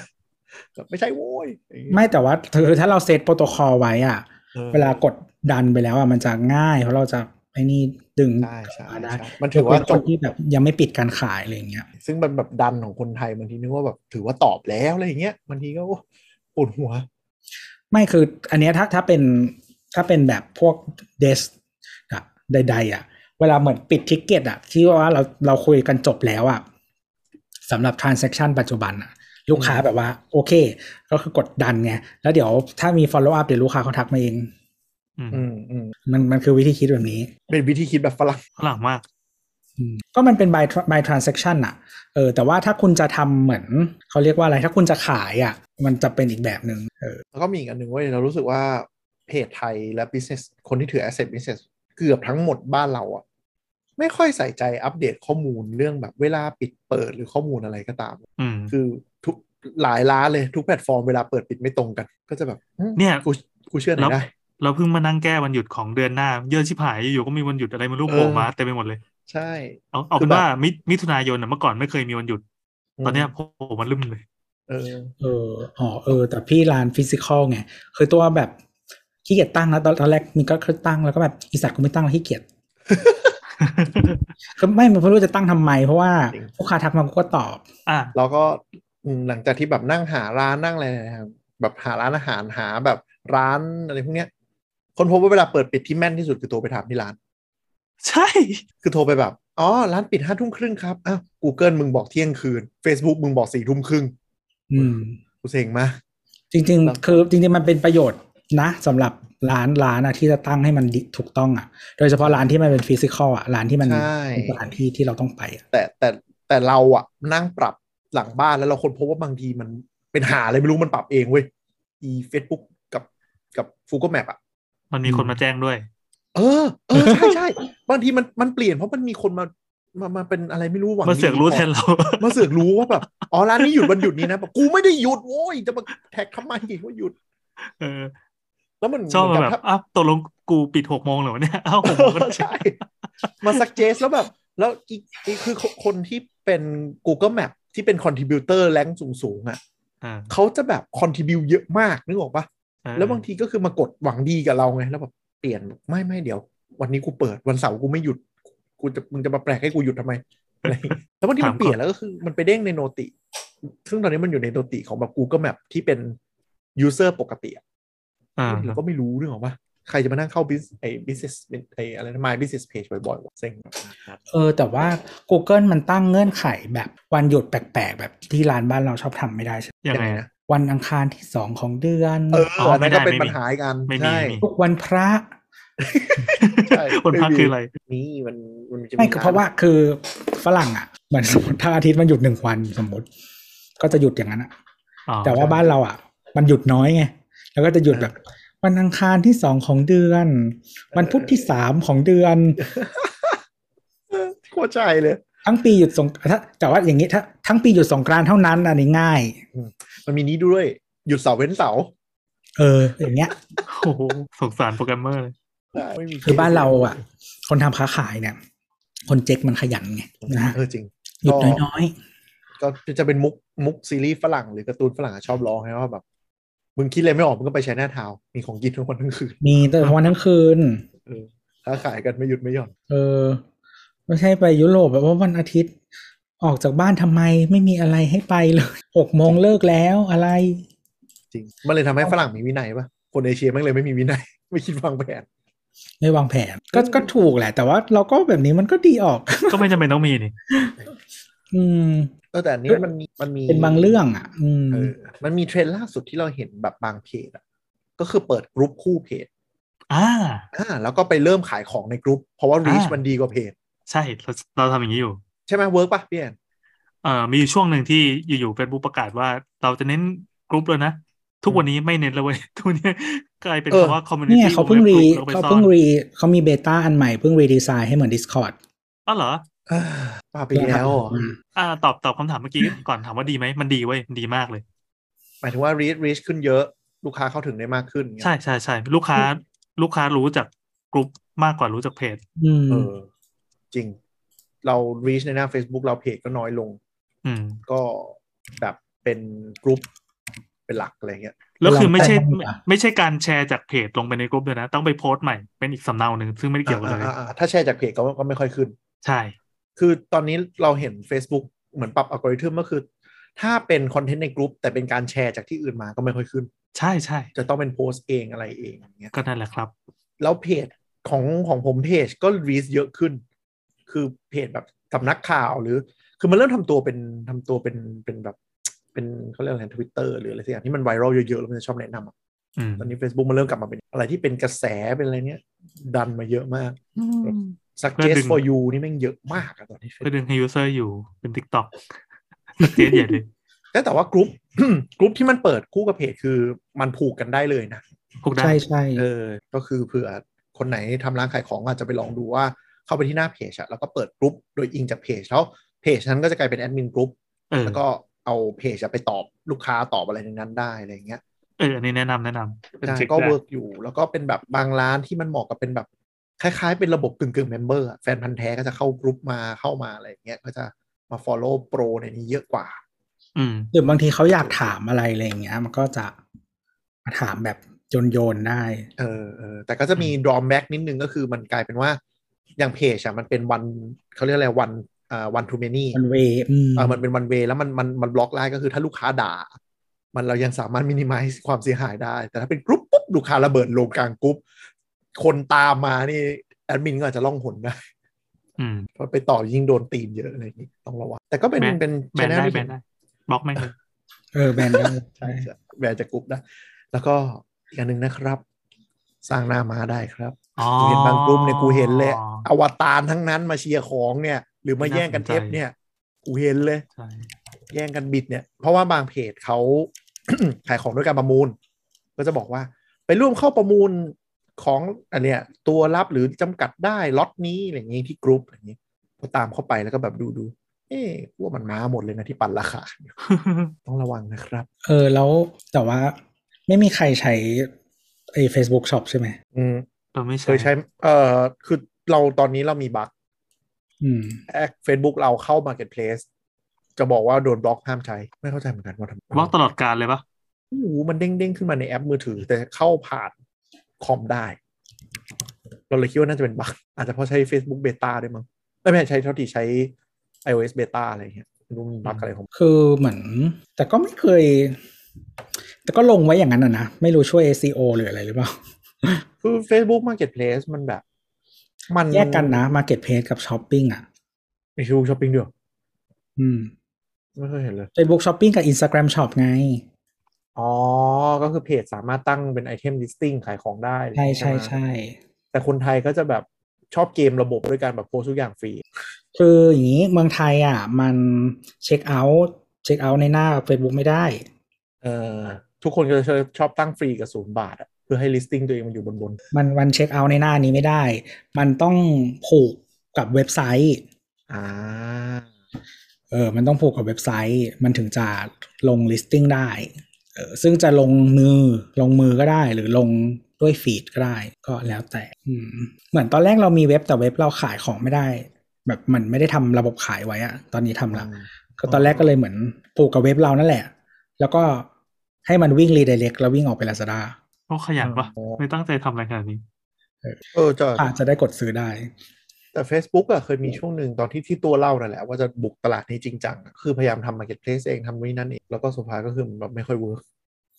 [SPEAKER 3] แบบไม่ใช่โว้ยอย่างเงี้ย
[SPEAKER 2] ไม่แต่ว่าคือถ้าเราเซตโปรโตคอลไว้อ่ะ
[SPEAKER 3] ออ
[SPEAKER 2] เวลากดดันไปแล้วอ่ะมันจะง่ายเพราะเราจะไอ้นี่ดึง
[SPEAKER 3] ใช่ใช่
[SPEAKER 2] มาได้
[SPEAKER 3] ใช่มันถือว่า
[SPEAKER 2] เป็น
[SPEAKER 3] จ
[SPEAKER 2] คน
[SPEAKER 3] บ
[SPEAKER 2] ที่แบบยังไม่ปิดการขายอะไรอย่างเงี้ย
[SPEAKER 3] ซึ่งมันแบบดันของคนไทยบางทีนึกว่าแบบถือว่าตอบแล้วอะไรอย่างเงี้ยบางทีก็โอ้ปวดหัว
[SPEAKER 2] ไม่คือ อันเนี้ยถ้าถ้าเป็นถ้าเป็นแบบพวกเดสอะใดๆอะเวลาเหมือนปิดทิกเก็ตอะที่ว่าเราเราคุยกันจบแล้วอะสำหรับทรานเซ็คชันปัจจุบันอะลูกค้า
[SPEAKER 3] อืม
[SPEAKER 2] แบบว่า โอเค ก็คือกดดันไง แล้วเดี๋ยวถ้ามี follow up เดี๋ยวลูกค้าเขาทักมาเอง
[SPEAKER 4] อืม
[SPEAKER 3] อืมอืม
[SPEAKER 2] มันมันคือวิธีคิดแบบนี้
[SPEAKER 3] เป็นวิธีคิดแบบฝรั่ง
[SPEAKER 4] ฝรั่งมาก
[SPEAKER 2] อืมก็มันเป็น by by transaction อะเออแต่ว่าถ้าคุณจะทำเหมือนเขาเรียกว่าอะไรถ้าคุณจะขายอะมันจะเป็นอีกแบบหนึ่งเออ
[SPEAKER 3] แล้วก็มีอีกอันหนึ่งเว้ยเรารู้สึกว่าเพจไทยและ business คนที่ถือ asset business เกือบทั้งหมดบ้านเราอะไม่ค่อยใส่ใจอัปเดตข้อมูลเรื่องแบบเวลาปิดเปิดหรือข้อมูลอะไรก็ตาม
[SPEAKER 4] อืม
[SPEAKER 3] คือทุกหลายร้านเลยทุกแพลตฟอร์มเวลาเปิดปิดไม่ตรงกัน ก็จะแบบอืม
[SPEAKER 4] เนี่ย
[SPEAKER 3] กูกูเชื่อไหน
[SPEAKER 4] แล้ว
[SPEAKER 3] ได้
[SPEAKER 4] เราเพิ่งมานั่งแก้วันหยุดของเดือนหน้า เยอะชิบหายอยู่ๆก็มีวันหยุดอะไรไมาลูก
[SPEAKER 3] เออ
[SPEAKER 4] โผล่มาเต็มไปหมดเลย
[SPEAKER 3] ใช่
[SPEAKER 4] เอาเอาเป็
[SPEAKER 3] คื
[SPEAKER 4] น
[SPEAKER 3] อแบบ
[SPEAKER 4] ว่ามิมิถุนายนน่ะเมื่อก่อนไม่เคยมีวันหยุด ตอนเนี้ย
[SPEAKER 3] ม
[SPEAKER 4] โผล่มาลืมเลย
[SPEAKER 3] เออ
[SPEAKER 2] เอออ๋อเออ แต่พี่ร้านฟิสิกอลไงคือตัวแบบขี้เกียจตั้งแล้วตอนตอนแรกมีก็คือตั้งแล้วก็แบบอีสัตว์กูไม่ตั้งแล้วขี้เกียจ คือไม่มันไม่รู้จะตั้งทำไม เพราะว่า
[SPEAKER 3] จริง
[SPEAKER 2] ลูกค้าทักมากูก็ตอบ
[SPEAKER 4] อ่ะ
[SPEAKER 3] แล้วก็อืมหลังจากที่แบบนั่งหาร้านนั่งอะไรนะครับแบบหาร้านอาหารหาแบบร้านอะไรพวกเนี้ย คนพบว่าเวลาเปิดปิดที่แม่นที่สุดคือโทรไปถามที่ร้าน
[SPEAKER 4] ใช่
[SPEAKER 3] คือโทรไปแบบ อ๋อ ร้านปิดห้าทุ่มครึ่งครับ อ้าว Google มึงบอกเที่ยงคืน Facebook มึงบอกสี่ทุ่มครึ่ง
[SPEAKER 2] อืม
[SPEAKER 3] กูเซ็งมาก
[SPEAKER 2] จริง
[SPEAKER 3] ครับ
[SPEAKER 2] ๆ คือจริงๆมันเป็นประโยชน์นะสำหรับร้านร้านอะที่จะตั้งให้มันดิถูกต้องอะโดยเฉพาะร้านที่มันเป็นฟิสิกอลอะร้านที่มัน
[SPEAKER 3] ใช่
[SPEAKER 2] เป็นสถานที่ที่เราต้องไปอะ
[SPEAKER 3] แต่แต่แต่เราอะนั่งปรับหลังบ้านแล้วเราคนพบว่าบางทีมันเป็นหาอะไรไม่รู้มันปรับเองเว้ย อี Facebook กับกับ Google Map อะ
[SPEAKER 4] มันมีคนมาแจ้งด้วย
[SPEAKER 3] เออเออ ใช่ใช่บางทีมันมันเปลี่ยนเพราะมันมีคนมามามาเป็นอะไรไม่รู้หวัง
[SPEAKER 4] มาเสือกรู้แทนเรา
[SPEAKER 3] มาเสือกรู้ว่าแบบอ๋อร้านนี้หยุดวันหยุดนี้นะแบบกูไม่ได้หยุดโว้ยจะมาแท็กทำไมว่าหยุด
[SPEAKER 4] เออ
[SPEAKER 3] แล้วมัน
[SPEAKER 4] ชอบมา
[SPEAKER 3] เห
[SPEAKER 4] แบ
[SPEAKER 3] นกั
[SPEAKER 4] บ
[SPEAKER 3] บถ้า
[SPEAKER 4] อ้าวตกลงกูปิดหกโมงเหรอวะเนี่ยอ้าวหกโมงก็ได้
[SPEAKER 3] ใช่ มาสักเจสแล้วแบบ แล้วอีกอีกคือคนที่เป็น Google Map ที่เป็น contributor แรงสูงๆอ่ะ
[SPEAKER 4] อ่า
[SPEAKER 3] เขาจะแบบ contribute เยอะมากนึกออกปะ
[SPEAKER 4] เออ
[SPEAKER 3] แล้วบางทีก็คือมากดหวังดีกับเราไง แล้วแบบเปลี่ยนไม่ไม่เดี๋ยว วันนี้กูเปิดวันเสาร์กูไม่หยุด กูจะมึงจะมาแปลกให้กูหยุดทำไมอะไรอย่างเงี้ยแล้วบางทีมันเปลี่ยนแล้วก็คือมันไปเด้งในโนติ ซึ่งตอนนี้มันอยู่ในโนติของแบบ Google Map ที่เป็น user ปกติอะ
[SPEAKER 4] อ่า
[SPEAKER 3] เราก็ไม่รู้เรื่องหรอกว่าใครจะมานั่งเข้า biz ไอ้ business ไอ้อะไรนะ my business page บ่อยๆวะเซ็ง
[SPEAKER 2] เออแต่ว่า Google มันตั้งเงื่อนไขแบบวันหยุดแปลกๆ แบบที่ร้านบ้านเราชอบทำไม่ได้ใช่ไหม
[SPEAKER 4] ยังไง
[SPEAKER 3] นะ
[SPEAKER 2] วันอังคารที่สองของเดือน
[SPEAKER 3] เอออันนั้นก็เป็น
[SPEAKER 4] ไม่ได้
[SPEAKER 3] ปัญหาอีกอัน
[SPEAKER 4] ไม่มี
[SPEAKER 3] ใช่
[SPEAKER 4] ไม่มี
[SPEAKER 2] ทุกวันพระ
[SPEAKER 3] ใช่
[SPEAKER 4] คนพักคืออะไร
[SPEAKER 3] นี่มันมันจะ
[SPEAKER 2] ไม่คือเพราะว่าคือฝรั่งอ่ะเหมือนสมมติถ้าอาทิตย์มันหยุดหนึ่งวันสมมติ ก็จะหยุดอย่างนั้นอ่ะ
[SPEAKER 4] อ๋อ
[SPEAKER 2] แต่ว่าบ้านเราอ่ะ มันหยุดน้อยไงแล้วก็จะหยุดแบบ วันอังคารที่สองของเดือน วันพุธที่สามของเดือน
[SPEAKER 3] โคตรใจเลย
[SPEAKER 2] ทั้งปีหยุดสงถ้าแต่ว่าอย่างนี้ถ้าทั้งปีหยุดสงกรานต์เท่านั้นอันนี้ง่าย
[SPEAKER 3] มันมีนี้ด้วย หยุดเสาร์เว้นเสาร์
[SPEAKER 2] เออ อย่างเงี้ย
[SPEAKER 4] โอ้โหสงสารโปรแกรมเมอร์เลย
[SPEAKER 3] ไม่มี
[SPEAKER 2] คือบ้านเราอ่ะ คนทำค้าขายเนี่ย คนเจ๊กมันขยันไงนะฮะ
[SPEAKER 3] เออจริง
[SPEAKER 2] หยุดน้อย
[SPEAKER 3] ก็จะเป็นมุกมุกซีรีส์ฝรั่งหรือการ์ตูนฝรั่งอะชอบร้องให้ว่าแบบ มึงคิดอะไรไม่ออกมึงก็ไปใช้หน้าทาวน์มีของกินทั้งวันทั้งคืน
[SPEAKER 2] ๆมีแต่วันทั้งคืน
[SPEAKER 3] ค้าขายกันไม่หยุดไม่หย่อน
[SPEAKER 2] เออ ไม่ใช่ไปยุโรปแบบว่าวันอาทิตย์ ออกจากบ้านทำไมไม่มีอะไรให้ไปเลย หกโมงเลิกแล้วอะไร
[SPEAKER 3] จริง มันเลยทำให้ฝรั่งมีวินัยปะคนเอเชียแม่งเลยไม่มีวินัย ไม่คิดวางแผน
[SPEAKER 2] ไม่วางแผน ก็ก็ถูกแหละ แต่ว่าเราก็แบบนี้มันก็ดีออก
[SPEAKER 4] ก็ไม่จำเป็นต้องมีนี่
[SPEAKER 2] อืม
[SPEAKER 3] เออแต่อันนี้มันมีมันมี
[SPEAKER 2] เป็นบางเรื่องอ่ะ อืม
[SPEAKER 3] เออมันมีเทรนด์ล่าสุดที่เราเห็นแบบบางเพจอะก็คือเปิดกรุ๊ปคู่เพจ
[SPEAKER 4] อ่า
[SPEAKER 3] อ่าแล้วก็ไปเริ่มขายของในกรุ๊ปเพราะว่า reach
[SPEAKER 4] อ่ามั
[SPEAKER 3] มันดีกว่าเพจ
[SPEAKER 4] ใช่เราเราทำอย่างนี้อยู่
[SPEAKER 3] ใช่ไหมเวิร์กปะพี่แอน
[SPEAKER 4] เอ่อมีอยู่ช่วงหนึ่งที่อยู่ๆ Facebook ประกาศว่าเราจะเน้นกรุ๊ปเลยนะ ทุกวันนี้ไม่เน้นแล้วเว้ย ทุกวันนี้กลายเป็นคำว่าคอมมูนิ
[SPEAKER 2] เนี่ย
[SPEAKER 4] ตี้
[SPEAKER 2] เขาเพิ่งรี
[SPEAKER 4] แล้วไป
[SPEAKER 2] เขา
[SPEAKER 4] ซ่อ
[SPEAKER 2] เพิ่
[SPEAKER 4] น
[SPEAKER 2] งรีเขามีเบต้าอันใหม่เพิ่งรีดีไซน์ให้เหมือน Discord
[SPEAKER 4] อ๋อเหรอ
[SPEAKER 3] อ่า ป้าไปแล้วอะ
[SPEAKER 2] อืม
[SPEAKER 4] อ่า ตอบตอบคำถามเมื่อกี้ก่อนถามว่าดีไหม มันดีเว้ย มันดีมากเลย
[SPEAKER 3] หมายถึงว่า reach reach ขึ้นเยอะลูกค้าเข้าถึงได้มากขึ้นเงี้ย
[SPEAKER 4] ใช่ใช่ใช่ลูกค้าลูกค้ารู้จากกรุ๊ปมากกว่ารู้จากเพจ
[SPEAKER 2] อืม
[SPEAKER 3] เออ จริง เรา reach ในหน้า Facebook เราเพจก็น้อยลง
[SPEAKER 4] อืม
[SPEAKER 3] ก็แบบเป็นกรุ๊ปเป็นหลักอะไรเงี้ย
[SPEAKER 4] แล้วคือไม่ใช่
[SPEAKER 2] ลองแต่งบ้างดีกว่า
[SPEAKER 4] ไม่ใช่การแชร์จากเพจลงไปในกรุ๊ปเลยนะ ต้องไปโพสต์ใหม่เป็นอีกสำเนาหนึ่งซึ่งไม่ได้เกี่ยวกันเลย
[SPEAKER 3] อ่าอ่าอ่าถ้าแชร์จากเพจก็ก็ไม่ค่อยขึ้น
[SPEAKER 4] ใช่
[SPEAKER 3] คือตอนนี้เราเห็น Facebook เหมือนปรับอัลกอริทึมก็คือ ถ้าเป็นคอนเทนต์ในกลุ่มแต่เป็นการแชร์จากที่อื่นมาก็ไม่ค่อยขึ้น
[SPEAKER 4] ใช่ใช่
[SPEAKER 3] จะต้องเป็นโพสต์เองอะไรเองอย่างเงี้ย
[SPEAKER 4] ก็นั่นแหละครับ
[SPEAKER 3] แล้วเพจของของผมเพจก็รีสเยอะขึ้น คือเพจแบบสำนักข่าวหรือ คือมันเริ่มทำตัวเป็นทำตัวเป็นเป็นแบบ เป็นเขาเรียกอะไรทวิตเตอร์หรืออะไรสักอย่างที่มันไวรัลเยอะๆแล้วมันจะชอบแนะนำอะ
[SPEAKER 4] อืม
[SPEAKER 3] ตอนนี้ Facebook มันเริ่มกลับมาเป็นอะไรที่เป็นกระแสเป็นอะไรเนี้ยดันมาเยอะมาก
[SPEAKER 4] เพื่อดึ
[SPEAKER 3] suggest
[SPEAKER 4] ง
[SPEAKER 3] for you นี่แม่งเยอะมากอะตอนนี้
[SPEAKER 4] เพื่อดึงให้ยูเซอร์อยู่เป็น TikTok เจ๊ใหญ่เลย
[SPEAKER 3] แต่แต่ว่าก รุ๊ป กรุ๊ปที่มันเปิดคู่กับเพจคือมันผูกกันได้เลยนะ
[SPEAKER 4] พวกได้
[SPEAKER 2] ใช่ใช่
[SPEAKER 3] เออ ก็คือเผื่อคนไหนทำร้านขายของอาจจะไปลองดูว่าเข้าไปที่หน้าเพจอะแล้วก็เปิดกรุ๊ปโดยอิงจากเพจแล้วเพจนั้นก็จะกลายเป็นแอดมินกรุ๊ป
[SPEAKER 4] เออ
[SPEAKER 3] แล้วก็เอาเพจอะไปตอบลูกค้าตอบอะไรในนั้นได้อะไรอย่างเงี้ย
[SPEAKER 4] เอออันนี้แนะนำแนะนำเป็น
[SPEAKER 3] ได้
[SPEAKER 4] ทริค
[SPEAKER 3] ก็
[SPEAKER 4] ได้
[SPEAKER 3] เวิร์กอยู่ แล้วก็เป็นแบบบางร้านที่มันเหมาะกับเป็นแบบคล้ายๆ เป็นระบบกึ่งกึ่งเมมเบอร์แฟนพันธ์แท้ก็จะเข้ากรุ๊ปมาเข้ามาอะไรอย่างเงี้ยก็จะมา follow โปรในนี้เยอะกว่า
[SPEAKER 4] อืม
[SPEAKER 2] หรือบางทีเขาอยากถามอะไรอะไรอย่างเงี้ย มันก็จะมาถามแบบโยนโยนๆได้
[SPEAKER 3] เออเออแต่ก็จะมี drawback นิดนึงก็คือมันกลายเป็นว่าอย่างเพจอะมันเป็นวันเขาเรียกอะไรวันอ่าวันทูเมนี่
[SPEAKER 2] มันเวอืม
[SPEAKER 3] อ่ามันเป็นวันเวแล้วมันมันมันบล็อกไลน์ก็คือถ้าลูกค้าด่า มันเรายังสามารถมินิมั e ความเสียหายได้ แต่ถ้าเป็นกรุ๊ปปุ๊บลูกค้าระเบิดลงกลางกรุ๊ป คนตามมานี่แอดมินก็อาจจะล่องหนได้
[SPEAKER 4] อืม
[SPEAKER 3] เพราะไปต่อยิ่งโดนตีนเยอะอะไรอย่างนี้ต้องระวังแต่ก็เป็น
[SPEAKER 4] แบน
[SPEAKER 3] เป็น
[SPEAKER 4] แบน
[SPEAKER 3] channel
[SPEAKER 4] ได้
[SPEAKER 3] ที่
[SPEAKER 4] แบ
[SPEAKER 3] เห็
[SPEAKER 4] น
[SPEAKER 3] น
[SPEAKER 4] ได้บล็อกไม่งเลย
[SPEAKER 2] เออแบนได้
[SPEAKER 3] ใช่ใช่แบนจากกรุ๊ปนะแล้วก็อีกอันหนึ่งนะครับ สร้างหน้ามาได้ครับ
[SPEAKER 4] อ๋อ
[SPEAKER 3] กูเห็นบางกลุ่มเนี่ยกูเห็นเลย อวตารทั้งนั้นมาเชียร์ของเนี่ย หรือมาแย่งกัน
[SPEAKER 4] น่าส
[SPEAKER 3] เอ
[SPEAKER 4] นใจ
[SPEAKER 3] ฟเนี่ย กูเห็นเลย
[SPEAKER 4] ใช่
[SPEAKER 3] แย่งกันบิดเนี่ย เพราะว่าบางเพ จเขา ขายของด้วยการประมูล ก็จะบอกว่า ไปร่วมเข้าประมูล ของอันเนี้ยตัวรับหรือจำกัดได้ล็อตนี้อะไรอย่างงี้ที่กรุ๊ปอะไรอย่างงี้พอตามเข้าไปแล้วก็แบบดูดูเอ๊ะพวกมันมาหมดเลยนะที่ปั่นราคาต้องระวังนะครับ
[SPEAKER 2] เออแล้วแต่ว่าไม่มีใครใช้ไอ้ Facebook Shop ใช่ไหม
[SPEAKER 3] อืม
[SPEAKER 4] เราไม่
[SPEAKER 3] เคยใช้เอ่อคือเราตอนนี้เรามีบั๊ก
[SPEAKER 2] อืม
[SPEAKER 3] แอคเฟซบุ๊กเราเข้า Marketplace จะบอกว่าโดนบล็อกห้ามใช้ไม่เข้าใจเหมือนกันว่าทำไม
[SPEAKER 4] บล็อกตลอดการเลยปะ
[SPEAKER 3] โอ้โหมันเด้งๆ ขึ้นมาในแอปมือถือ แต่เข้าผ่านคอมได้ เราเลยคิดว่าน่าจะเป็นบั๊กอาจจะเพราะใช้ Facebook Beta ด้วยมั้งไม่ไม่ใช้เท่าที่ใช้ iOS Beta อะไรอย่างเงี้ยไม่รู้มันบั๊กอะไรของ
[SPEAKER 2] คือเหมือน แต่ก็ไม่เคย แต่ก็ลงไว้อย่างนั้นอะนะ ไม่รู้ช่วย SEO หรืออะไรหรือเปล่า
[SPEAKER 3] คือ Facebook Marketplace มันแบบ มัน
[SPEAKER 2] แยกกันนะ Marketplace กับ Shopping อ่ะ
[SPEAKER 3] ไอชูช้อปปิ้งเดียว
[SPEAKER 2] อืม
[SPEAKER 3] ไม่เคยเห็นเลย
[SPEAKER 2] Facebook Shopping กับ Instagram Shop ไง
[SPEAKER 3] อ๋อ ก็คือเพจสามารถตั้งเป็นไอเทม listing ขายของได้อะไรอ
[SPEAKER 2] ใช่
[SPEAKER 3] ย่างเงี้ย
[SPEAKER 2] ใช่
[SPEAKER 3] ไหม
[SPEAKER 2] ใช่
[SPEAKER 3] แต่คนไทยก็จะแบบชอบเกมระบบด้วยการแบบโพสต์ทุกอย่างฟรี
[SPEAKER 2] คืออย่างนี้เมืองไทยอ่ะ มันเช็คเอาท์เช็คเอาท์ในหน้า Facebook ไม่ได้
[SPEAKER 3] เออทุกคนก็จะชอบตั้งฟรีกับศูนย์บาทอะเพื่อให้ listing ตัวเองมันอยู่บนบนๆ
[SPEAKER 2] มันวันเช็คเอาท์ในหน้านี้ไม่ได้ มันต้องผูกกับเว็บไซต์
[SPEAKER 3] อ่า
[SPEAKER 2] เออ มันต้องผูกกับเว็บไซต์ มันถึงจะลง listing ได้ เออ ซึ่งจะลงมือ ลงมือก็ได้ หรือลงด้วยฟีดก็ได้ ก็แล้วแต่อืมเหมือนตอนแรกเรามีเว็บแต่เว็บเราขายของไม่ได้ แบบมันไม่ได้ทำระบบขายไว้อะตอนนี้ทำละ ก็ตอนแรกก็เลยเหมือนผูกกับเว็บเรานั่นแหละ แล้วก็ให้มันวิ่ง redirect แล้ววิ่งออกไป Lazada
[SPEAKER 4] เพราะขยันปะไม่ตั้งใจทำอะไรขนาดนี้
[SPEAKER 3] เออจะ
[SPEAKER 2] อาจจะได้กดซื้อได้
[SPEAKER 3] แต่ Facebook อะเคยมีช่วงหนึ่งตอนที่ที่ตัวเล่านั่นแหละว่าจะบุกตลาดนี้จริงจังอะคือพยายามทำ Marketplace เองทำนู่นนี่นั่นเอง แล้วก็สุดท้ายก็คือมันแบบไม่ค่อยเวิร์ก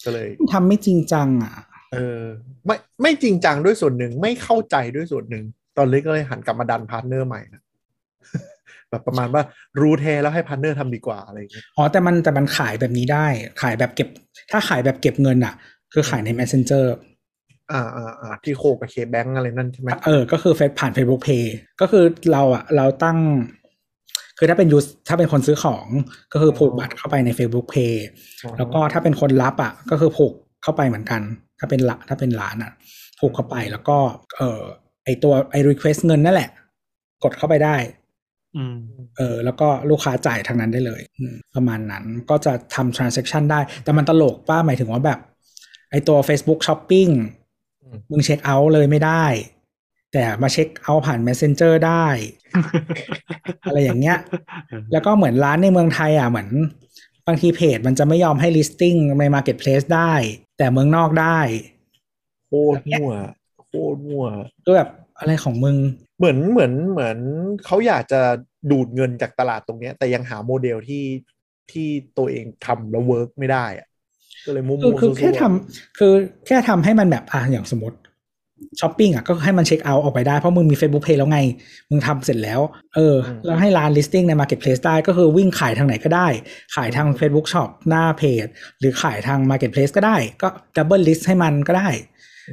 [SPEAKER 3] ก็เลย
[SPEAKER 2] ทำไม่จริงจังอ่ะ
[SPEAKER 3] เออไม่ไม่จริงจังด้วยส่วนหนึ่งไม่เข้าใจด้วยส่วนหนึ่ง ตอนเล็กก็เลยหันกลับมาดันพาร์ทเนอร์ใหม่นะ แบบประมาณว่ารู้แท้แล้วให้พาร์ทเนอร์ทำดีกว่าอะไรอย่างเงี้ย
[SPEAKER 2] อ๋อ แต่มันแต่มันขายแบบนี้ได้ ขายแบบเก็บ ถ้าขายแบบเก็บเงินอ่ะ คือขายใน messenger
[SPEAKER 3] อ่าอ่าอ่าที่โคกับเคแบงอะไรนั่นใช่ไหม
[SPEAKER 2] เออ ก็คือเฟซผ่าน Facebook Pay ก็คือเราอ่ะ เราตั้ง คือถ้าเป็นยูถ้าเป็นคนซื้อของ ก็คือผูกบัตรเข้าไปใน Facebook Pay แล้วก็ถ้าเป็นคนรับอ่ะ ก็คือผูกเข้าไปเหมือนกัน ถ้าเป็นละถ้าเป็นร้านอ่ะ ผูกเข้าไปแล้วก็ เออไอตัวไอ request เงินนั่นแหละ กดเข้าไปได้
[SPEAKER 4] อืม
[SPEAKER 2] เออแล้วก็ลูกค้าจ่ายทางนั้นได้เลยอืมประมาณนั้นก็จะทำ transaction ได้ แต่มันตลกป้าหมายถึงว่าแบบ ไอตัว Facebook Shopping มึงเช็คเอาท์เลยไม่ได้ แต่มาเช็คเอาท์ผ่าน Messenger ได้ อะไรอย่างเงี้ย แล้วก็เหมือนร้านในเมืองไทยอ่ะเหมือน บางทีเพจมันจะไม่ยอมให้ listing ใน marketplace ได้ แต่เมืองนอกได้
[SPEAKER 3] โคตรมั่วโคตรมั่ว
[SPEAKER 2] ก็แบบอะไรของมึง
[SPEAKER 3] เหมือนเหมือนเหมือนเขาอยากจะดูดเงินจากตลาดตรงเนี้ย แต่ยังหาโมเดลที่ที่ตัวเองทำแล้วเวิร์กไม่ได้อะก็เลยมุ่ง
[SPEAKER 2] คือคือแค่ทำคือแค่ทำให้มันแบบอ่ะอย่างสมมติช้อปปิ้งอ่ะก็ให้มันเช็คเอาท์ออกไปได้เพราะมึงมี Facebook Pay แล้วไง มึงทำเสร็จแล้ว เออ แล้วให้ร้าน listing ใน Marketplace ได้ก็คือวิ่งขายทางไหนก็ได้ ขายทาง Facebook Shop หน้าเพจ หรือขายทาง Marketplace ก็ได้ ก็ double list ให้มันก็ได้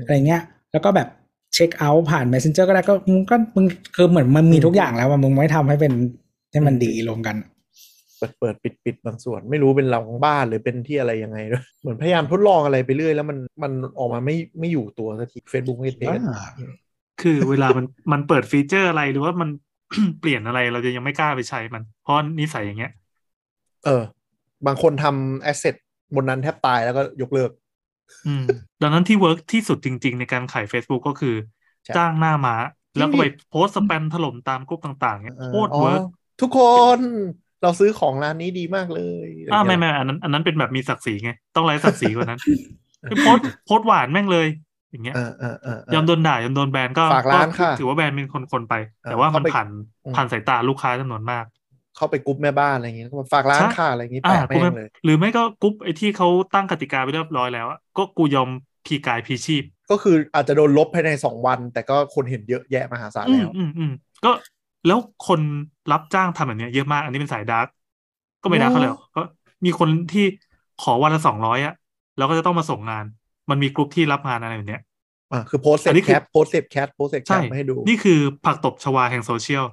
[SPEAKER 2] อะไรเงี้ย แล้วก็แบบเช็คเอาท์ผ่าน Messenger ก็ได้ก็มึงก็มึงคือเหมือนมันมีทุกอย่างแล้วอะมึงไม่ทำให้เป็นให้มันดีรวมกัน
[SPEAKER 3] เปิดเปิดปิดปิดบางส่วน ไม่รู้เป็นเราของบ้านหรือเป็นที่อะไรยังไงด้วย เหมือนพยายามทดลองอะไรไปเรื่อยแล้วมันมันออกมาไม่ไม่อยู่ตัวสักที Facebook ไม่เป็น
[SPEAKER 2] อ่า
[SPEAKER 4] คือเวลามันมันเปิดฟีเจอร์อะไรหรือว่ามัน เปลี่ยนอะไรเราจะยังไม่กล้าไปใช้มัน เพราะนิสัยอย่างเงี้ย
[SPEAKER 3] เออ บางคนทำแอสเซทบนนั้นแทบตายแล้วก็ยกเลิก
[SPEAKER 4] อืม ดังนั้นที่เวิร์กที่สุดจริง ๆ ในการขาย Facebook ก็คือ
[SPEAKER 3] ใช่
[SPEAKER 4] จ้างหน้าม้า
[SPEAKER 3] จริงดิ
[SPEAKER 4] แล้วก็ไปโพสต์สแปมถล่มตามกลุ่มต่างๆเนี่ย
[SPEAKER 3] เออ
[SPEAKER 4] โคตร
[SPEAKER 3] อ๋อ
[SPEAKER 4] เวิร์ก
[SPEAKER 3] ทุกคนเราซื้อของร้านนี้ดีมากเลย
[SPEAKER 4] อ่าไม่
[SPEAKER 3] อะไรเงี้ย
[SPEAKER 4] ไม่อันนั้นอันนั้นเป็นแบบมีศักดิ์ศรีไง ต้องไร้ศักดิ์ศรีก ว่านั้นไปโพสต์โพสต์หวานแม่งเลย อย่างเงี้ย
[SPEAKER 3] เออเออเออเออ
[SPEAKER 4] ยอมโดนด่ายอมโดนแบนก็
[SPEAKER 3] ฝากร้าน
[SPEAKER 4] ก็
[SPEAKER 3] ค่ะ
[SPEAKER 4] ถือว่าแบนเป็นคนคนๆไป
[SPEAKER 3] เออ
[SPEAKER 4] แต่ว่ามัน
[SPEAKER 3] เข้าไป
[SPEAKER 4] ผ่าน
[SPEAKER 3] อืม
[SPEAKER 4] ผ่านสายตาลูกค้าจำนวนมาก
[SPEAKER 3] เข้าไปกรุ๊ปแม่บ้านอะไรอย่างเงี้ยก็บอกฝากร้าน
[SPEAKER 4] ใช่
[SPEAKER 3] ค่ะอะไรอย่างงี้แปะ
[SPEAKER 4] อ่ากู
[SPEAKER 3] แม่ง
[SPEAKER 4] ไม่
[SPEAKER 3] เลย
[SPEAKER 4] หรือไม่ก็กรุ๊ปไอ้ที่เขาตั้งกติกาไปเรียบร้อยแล้วอะก็กูยอมพีกายพีชีพ
[SPEAKER 3] ก็คืออาจจะโดนลบภายในสองวัน แต่ก็คนเห็นเยอะแยะมหาศาล
[SPEAKER 4] อื
[SPEAKER 3] แล้
[SPEAKER 4] ม
[SPEAKER 3] ว
[SPEAKER 4] อืมอืมก็แล้วคนรับจ้างทำแบบเนี้ยเยอะมาก อันนี้เป็นสายดาร์กก็ไม่ดาร์กเท่าไหร่หรอกก็มีคนที่ขอวันละสองร้อยอะแล้วก็จะต้องมาส่งงาน มันมีกรุ๊ปที่รับงานอะไรแบบเนี้ย
[SPEAKER 3] อ่าคือโพสเซ
[SPEAKER 4] อั
[SPEAKER 3] ฟ
[SPEAKER 4] นนี้คื
[SPEAKER 3] แค
[SPEAKER 4] อ
[SPEAKER 3] ปโพสเซฟแคปโพสเซฟแค
[SPEAKER 4] ใช่
[SPEAKER 3] ปมาให้ดู
[SPEAKER 4] นี่คือผักตบชวาแห่งโซเชียล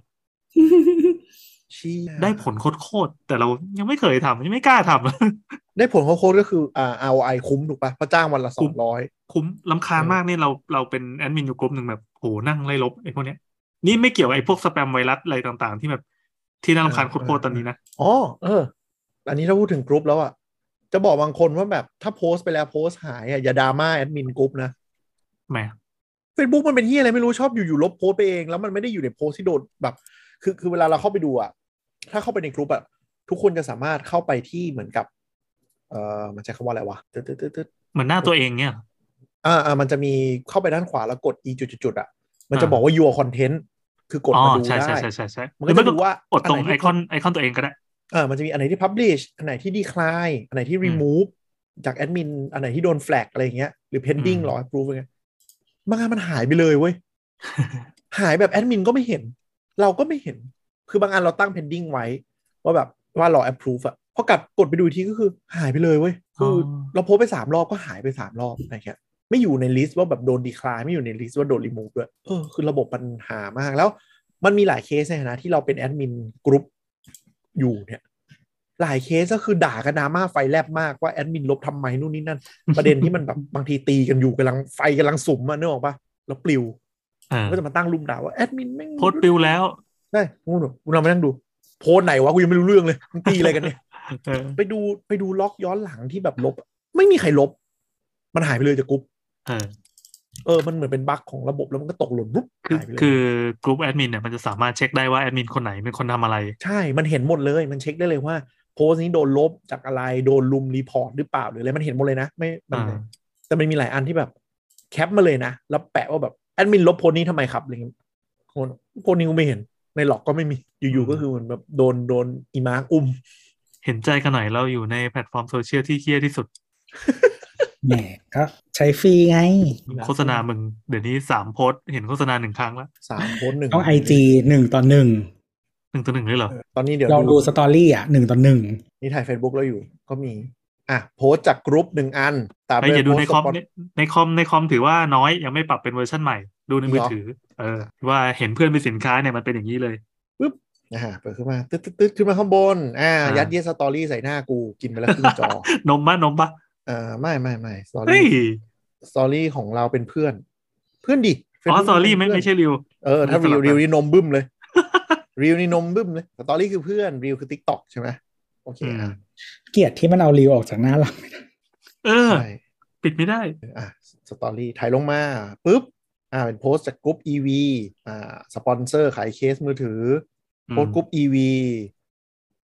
[SPEAKER 3] เชี่ย
[SPEAKER 4] ได้ผลโคตรๆแต่เรายังไม่เคยทำยังไม่กล้าทำ
[SPEAKER 3] ได้ผลเขาโค้ดก็คืออ่า ROI คุ้มถูกปะเพราะจ้างวันละส
[SPEAKER 4] คุ้
[SPEAKER 3] อง
[SPEAKER 4] ม
[SPEAKER 3] ร้อย
[SPEAKER 4] คุ้มลำคาญมากเนี่ยเราเราเป็นแอดมินอยู่กลุ่มหนึ่งแบบโหนั่งไล่ลบไอ้พวกเนี้ยนี่ไม่เกี่ยวไอ้พวกสแปมไวรัสอะไรต่างๆ ที่แบบที่น่ารำคาญ
[SPEAKER 3] เออ
[SPEAKER 4] โค
[SPEAKER 3] เออ
[SPEAKER 4] ตรๆตอนนี้นะ
[SPEAKER 3] อ๋อเออ อันนี้ถ้าพูดถึงกรุ๊ปแล้วอะจะบอกบางคนว่าแบบถ้าโพสต์ไปแล้วโพสต์หายอะอย่าดราม่าแอดมินกรุ๊ปนะ
[SPEAKER 4] แหม
[SPEAKER 3] เฟซบุ๊กมันเป็นที่อะไรไม่รู้ชอบอยู่ๆลบโพสต์ไปเอง แล้วมันไม่ได้อยู่ในโพสต์ที่โดนแบบ คือคือเวลาเราเข้าไปดูอะถ้าเข้าไปในกลุ่มอะทุกคนจะสามารถเข้าไปที่เหมือนกับ เอ่อมันใช้คำว่าอะไรวะตึ๊ดตึ๊ดตึ๊ดตึ๊ด
[SPEAKER 4] เหมือนหน้าตัวเองเนี่ย
[SPEAKER 3] อ่าอ่ามันจะมีเข้าไปด้านขวาแล้วกดอีจุดๆๆอะมันจะบอกว่า your content คือกด
[SPEAKER 4] อ๋อ
[SPEAKER 3] มาดู
[SPEAKER 4] ใช่
[SPEAKER 3] ได้
[SPEAKER 4] ใช่ใช่ใช่ใช่
[SPEAKER 3] มัน
[SPEAKER 4] ห
[SPEAKER 3] ก็จะ
[SPEAKER 4] รือไม่
[SPEAKER 3] ดูว่า
[SPEAKER 4] ก็กดตรง
[SPEAKER 3] อันไหนที่
[SPEAKER 4] ไอคอนไอคอนตัวเองก็ได้
[SPEAKER 3] เออมันจะมีอันไหนที่ publish อันไหนที่ decline อันไหนที่ remove จากแอดมินอันไหนที่โดน flag อะไรอย่างเงี้ยหรือ pending
[SPEAKER 4] อืม
[SPEAKER 3] หรอ approve อะไรเงี้ยบางอันมันหายไปเลยเว้ย หายแบบแอดมินก็ไม่เห็น เราก็ไม่เห็น คือบางอันเราตั้ง pending ไว้ ว่าแบบว่ารอ approve อะพอกลับกดไปดูอีกทีก็คือหายไปเลยเว้ยคืออ
[SPEAKER 4] อ
[SPEAKER 3] เราโพสต์ไปสามรอบก็หายไปสามรอบอะไรเงี้ยไม่อยู่ในลิสต์ว่าแบบโดน decline ไม่อยู่ในลิสต์ว่าโดน remove ด้วยเออคือระบบปัญหามากแล้ว มันมีหลายเคสในฐานะที่เราเป็นแอดมินกรุ๊ปอยู่เนี่ย หลายเคสก็คือด่ากันดราม่าไฟแลบมากว่าแอดมินลบทำไมนู่นนี่นั่น ประเด็นที่มันแบบบางทีตีกันอยู่กำลังไฟกำลังสุมอะนึกออกปะแล้วปลิว
[SPEAKER 4] เออ
[SPEAKER 3] ก็จะมาตั้งรุมด่าว่าแอดมินไม่ง
[SPEAKER 4] โพสต์ปิวแล้ว
[SPEAKER 3] ใช่งูหนูกูเรามานั่งดู โพสต์ไหนวะกูยังไม่รู้เรื่องเลยมึงตีอะไรกันเนี่ย
[SPEAKER 4] เออ
[SPEAKER 3] ไปดูไปดูล็อกย้อนหลังที่แบบลบ ไม่มีใครลบ มันหายไปเลยจากกรุ๊ป
[SPEAKER 4] เออ
[SPEAKER 3] เออมันเหมือนเป็นบั๊กของระบบแล้วมันก็ตกหล่นปุ๊บ
[SPEAKER 4] คือ
[SPEAKER 3] หายไปเลย
[SPEAKER 4] คือกลุ่มแอดมินเนี่ยมันจะสามารถเช็คได้ว่าแอดมินคนไหนเป็นคนทำอะไร
[SPEAKER 3] ใช่ มันเห็นหมดเลย มันเช็คได้เลยว่า โพสต์นี้โดนลบจากอะไรโดนลุมรีพอร์ตหรือเปล่าหรืออะไรมันเห็นหมดเลยนะไม่มัน
[SPEAKER 4] อ่า
[SPEAKER 3] แต่มันมีหลายอันที่แบบ แคปมาเลยนะแล้วแปะว่าแบบแอดมินลบโพสต์นี้ทำไมครับอะไรเงี้ยคนคนนี้กูไม่เห็นในหลอกก็ไม่มีอยู่ๆก็คือเหมือนแบบโดนโดนอีมาร์กอุ้ม
[SPEAKER 4] เห็นใจกันหน่อยเราอยู่ในแพลตฟอร์มโซเชียลที่เคี้ยที่สุด
[SPEAKER 2] แหมก็ใช้ฟรีไง
[SPEAKER 4] โฆษณามึงเดี๋ยวนี้สามโพสต์เห็นโฆษณาหนึ่งครั้งละ
[SPEAKER 3] สามโพสต์หนึ่ง
[SPEAKER 2] ต้องไอจีหนึ่งต่อหนึ่ง
[SPEAKER 4] หนึ่งต่อหนึ่งเลยเหรอ
[SPEAKER 3] เออตอนนี้เดี๋ยว
[SPEAKER 2] ลองดูสตอรี่อ่ะหนึ่งต่อหนึ่ง
[SPEAKER 3] นี่ถ่าย Facebook เราอยู่ก็มี อ่ะ โพสต์จากกรุ๊ปหนึ่งอัน ตาม
[SPEAKER 4] ไม่อย่าดูในคอม
[SPEAKER 3] โพสต์
[SPEAKER 4] ในในคอมในคอมถือว่าน้อยยังไม่ปรับเป็นเวอร์ชันใหม่ ดูในมือ
[SPEAKER 3] เหรอ
[SPEAKER 4] ถือ เออว่าเห็นเพื่อนเป็นสินค้าเนี่ยมันเป็นอย่างนี้เลย
[SPEAKER 3] นะฮะเปิดขึ้นมา ตึ๊ดตึ๊ดตึ๊ดขึ้นมาข้างบน อ่า
[SPEAKER 4] อ่ายั
[SPEAKER 3] ยัดเยียดสตอรี่ใส่หน้ากูกินไปแล้วครึ่งจ อ
[SPEAKER 4] นมปะนมปะ
[SPEAKER 3] เอ่อไม่ไม่ไม่สตอ
[SPEAKER 4] เฮ้
[SPEAKER 3] รี่
[SPEAKER 4] ย
[SPEAKER 3] สตอรี่ของเราเป็นเพื่อน เพื่อนดิ
[SPEAKER 4] อ๋อ
[SPEAKER 3] Facebook
[SPEAKER 4] สอรี่ไม่
[SPEAKER 3] เป็นเพื่น
[SPEAKER 4] ไม่ใช่ริว
[SPEAKER 3] เออ ถ้า
[SPEAKER 4] ไม่
[SPEAKER 3] รี
[SPEAKER 4] สลั
[SPEAKER 3] ว
[SPEAKER 4] บกัน
[SPEAKER 3] รีวนี่นมบึ้มเลย รีวนี่นมบึ้มเลยสตอรี่คือเพื่อนรีวคือ t ิ k t o k ใช่ไหมโอเคอ่ะ
[SPEAKER 2] เกลียดที่มันเอารีวออกจากหน้าหลัง
[SPEAKER 4] เออ
[SPEAKER 3] ใช่
[SPEAKER 4] ปิดไม่ได้
[SPEAKER 3] อ่ะสตอรี่ถ่ายลงมาปุ๊บอ่าเป็นโพสต์จากกรุ๊ป EV อ่าสปอนเซอร์ขายเคสมือถือ โค้ดกรุ๊ป EV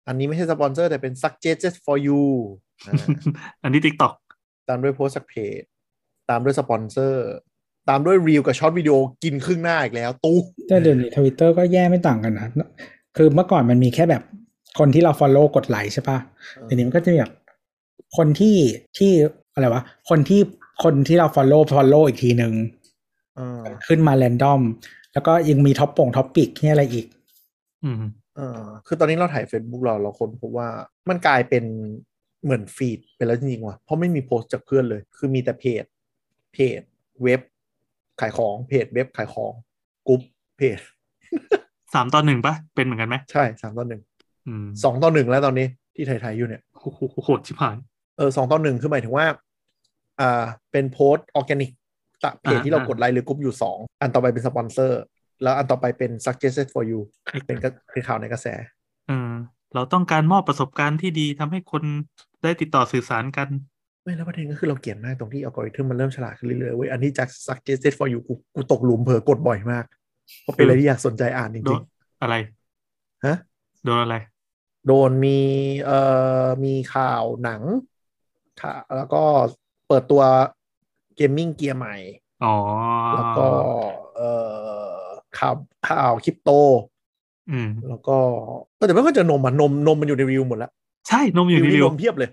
[SPEAKER 3] อันนี้ไม่ใช่สปอนเซอร์ แต่เป็น suggested for you อ่า
[SPEAKER 4] อันนี้ t ิ k t o k
[SPEAKER 3] ตามด้วยโพสต์จากเพจ ตามด้วยสปอนเซอร์ ตามด้วยรีวกับช็อตวิดีโอกินครึ่งหน้าอีกแล้ว ตู้
[SPEAKER 2] แต่เดี๋ยวนี้ทวิตเตอร์ก็แย่ไม่ต่างกันนะ คือเมื่อก่อนมันมีแค่แบบคนที่เรา follow กดไลค์ใช่ปะเดี๋ยวนี้มันก็จะมีแบบคนที่ที่อะไรวะ คนที่คนที่เรา follow follow อีกทีหนึ่ง
[SPEAKER 3] เออ
[SPEAKER 2] ขึ้นมา random แล้วก็ยังมีท็อปปงท็อปปิกที่อะไรอีก
[SPEAKER 4] อืม
[SPEAKER 3] เออคือตอนนี้เราถ่าย Facebook เราเราคนพบว่ามันกลายเป็นเหมือนฟีดไปแล้วจริงๆว่ะ เพราะไม่มีโพสต์จากเพื่อนเลย คือมีแต่เพจ เพจเว็บ ขายของเพจเว็บขายของกรุ๊ปเพจ
[SPEAKER 4] สามตอนหนึ่งปะเป็นเหมือนกันไหม
[SPEAKER 3] ใช่สามต่อหนึ่ง
[SPEAKER 4] อืม
[SPEAKER 3] สองต่อหนึ่งแล้วตอนนี้ที่ถ่ายๆอยู่เนี่ย
[SPEAKER 4] โอ้โหโหดชิบหาย
[SPEAKER 3] เออสองต่อหนึ่งคือหมายถึงว่า อ่า เป็นโพสต์ออร์แกนิกตะเพจ
[SPEAKER 4] อ่า
[SPEAKER 3] ที่เรา
[SPEAKER 4] อ่าก ก
[SPEAKER 3] ดไลค์หรือกรุ๊ปอยู่สองอันต่อไปเป็นสปอนเซอร์ แล้วอันต่อไปเป็น suggested for you เป็นกระเป็นข่าวในกระแส
[SPEAKER 4] เออเราต้องการมอบประสบการณ์ที่ดีทำให้คนได้ติดต่อสื่อสารกัน
[SPEAKER 3] ไม่แล้วประเด็นก็คือเราเกลียดมากตรงที่อัลกอริทึมมันเริ่มฉลาดขึ้นเรื่อยๆเว้ยอันนี้จาก suggested for you กูกูตกหลุมเผลอกดบ่อยมากเพราะเป็นอะไรที่อยากสนใจอ่านจ
[SPEAKER 4] โด
[SPEAKER 3] ริ
[SPEAKER 4] น
[SPEAKER 3] ง
[SPEAKER 4] อะไร
[SPEAKER 3] ฮะ
[SPEAKER 4] โดนอะไร
[SPEAKER 3] ๆ โดนมีเอ่อมีข่าวหนังค่ะแล้วก็เปิดตัวเกมมิ่งเกียร์ใหม่
[SPEAKER 4] อ๋อ
[SPEAKER 3] แล้วก็เอ่อข่าวข่าวคริปโต
[SPEAKER 4] อืม
[SPEAKER 3] แล้วก็เออแต่ไม่ค่อยเจอนมอ่ะนมนมมันอยู่ในรีวิวหมดแล้ว
[SPEAKER 4] ใช่นมอยู่ใน
[SPEAKER 3] รี
[SPEAKER 4] ริ
[SPEAKER 3] น
[SPEAKER 4] ว
[SPEAKER 3] มเพียบเลย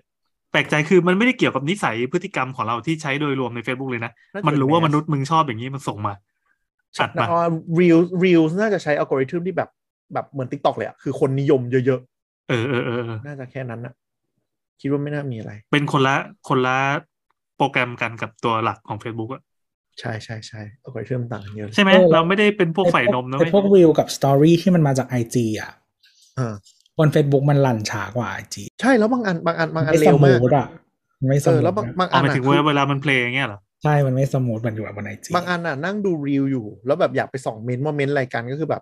[SPEAKER 4] แปลกใจคือมันไม่ได้เกี่ยวกับนิสัยพฤติกรรมของเราที่ใช้โดยรวมใน Facebook เลยนะ
[SPEAKER 3] าจะ
[SPEAKER 4] มันรู้ว่า
[SPEAKER 3] เป็
[SPEAKER 4] ม
[SPEAKER 3] แส
[SPEAKER 4] นุษย์มึงชอบอย่างนี้มันส่งมาอัดมา
[SPEAKER 3] อ๋อรีวรีวน่าจะใช้อัลกอริทึมที่แบบแบบเหมือนทิกตอกเลยอ่ะ คือคนนิยมเยอะ
[SPEAKER 4] เออเออเออเออ
[SPEAKER 3] ๆ น่าจะแค่นั้นอ่ะ คิดว่าไม่น่ามีอะไร
[SPEAKER 4] เป็นคนละคนละโปรแกรมกันกับตัวหลักของ Facebook อะ
[SPEAKER 3] ใช่ใช่ใช่อัลกอริทึมต่างกันเยอะเลย
[SPEAKER 4] ใช่ไหม
[SPEAKER 2] เออ
[SPEAKER 4] เราไม่ได้เป็นพวกฝ่ายนมนะ
[SPEAKER 2] ไอ
[SPEAKER 4] เว้ย
[SPEAKER 2] พวกวิวกับสตอรี่ที่มันมาจากไอจีอ่ะ
[SPEAKER 3] อ่า
[SPEAKER 2] บน Facebook มันลั่นช้ากว่าไอจี
[SPEAKER 3] ใช่แล้วบางอันบางอันบางอัน
[SPEAKER 2] ไม่
[SPEAKER 3] เร็
[SPEAKER 2] ส
[SPEAKER 3] ว
[SPEAKER 2] มู
[SPEAKER 3] มาก
[SPEAKER 2] ทอ่ะมันไม่ส
[SPEAKER 3] เอ
[SPEAKER 2] มู
[SPEAKER 3] อ
[SPEAKER 2] ท
[SPEAKER 3] แล้วบาง
[SPEAKER 2] อะ
[SPEAKER 3] บาง
[SPEAKER 4] เอา
[SPEAKER 3] อัน
[SPEAKER 4] หมาย
[SPEAKER 3] อะ
[SPEAKER 4] ถึง
[SPEAKER 3] คือ
[SPEAKER 4] เวลามันเพลงเงี้ย เหรอ
[SPEAKER 2] ใช่มันไม่สมูทมันอยู่บนไอจี
[SPEAKER 3] บางอันอ่ะนั่งดูรีวิวอยู่ แล้วแบบอยากไปส่องเมนต์ว่าเมนต์อะไรกันก็คือแบบ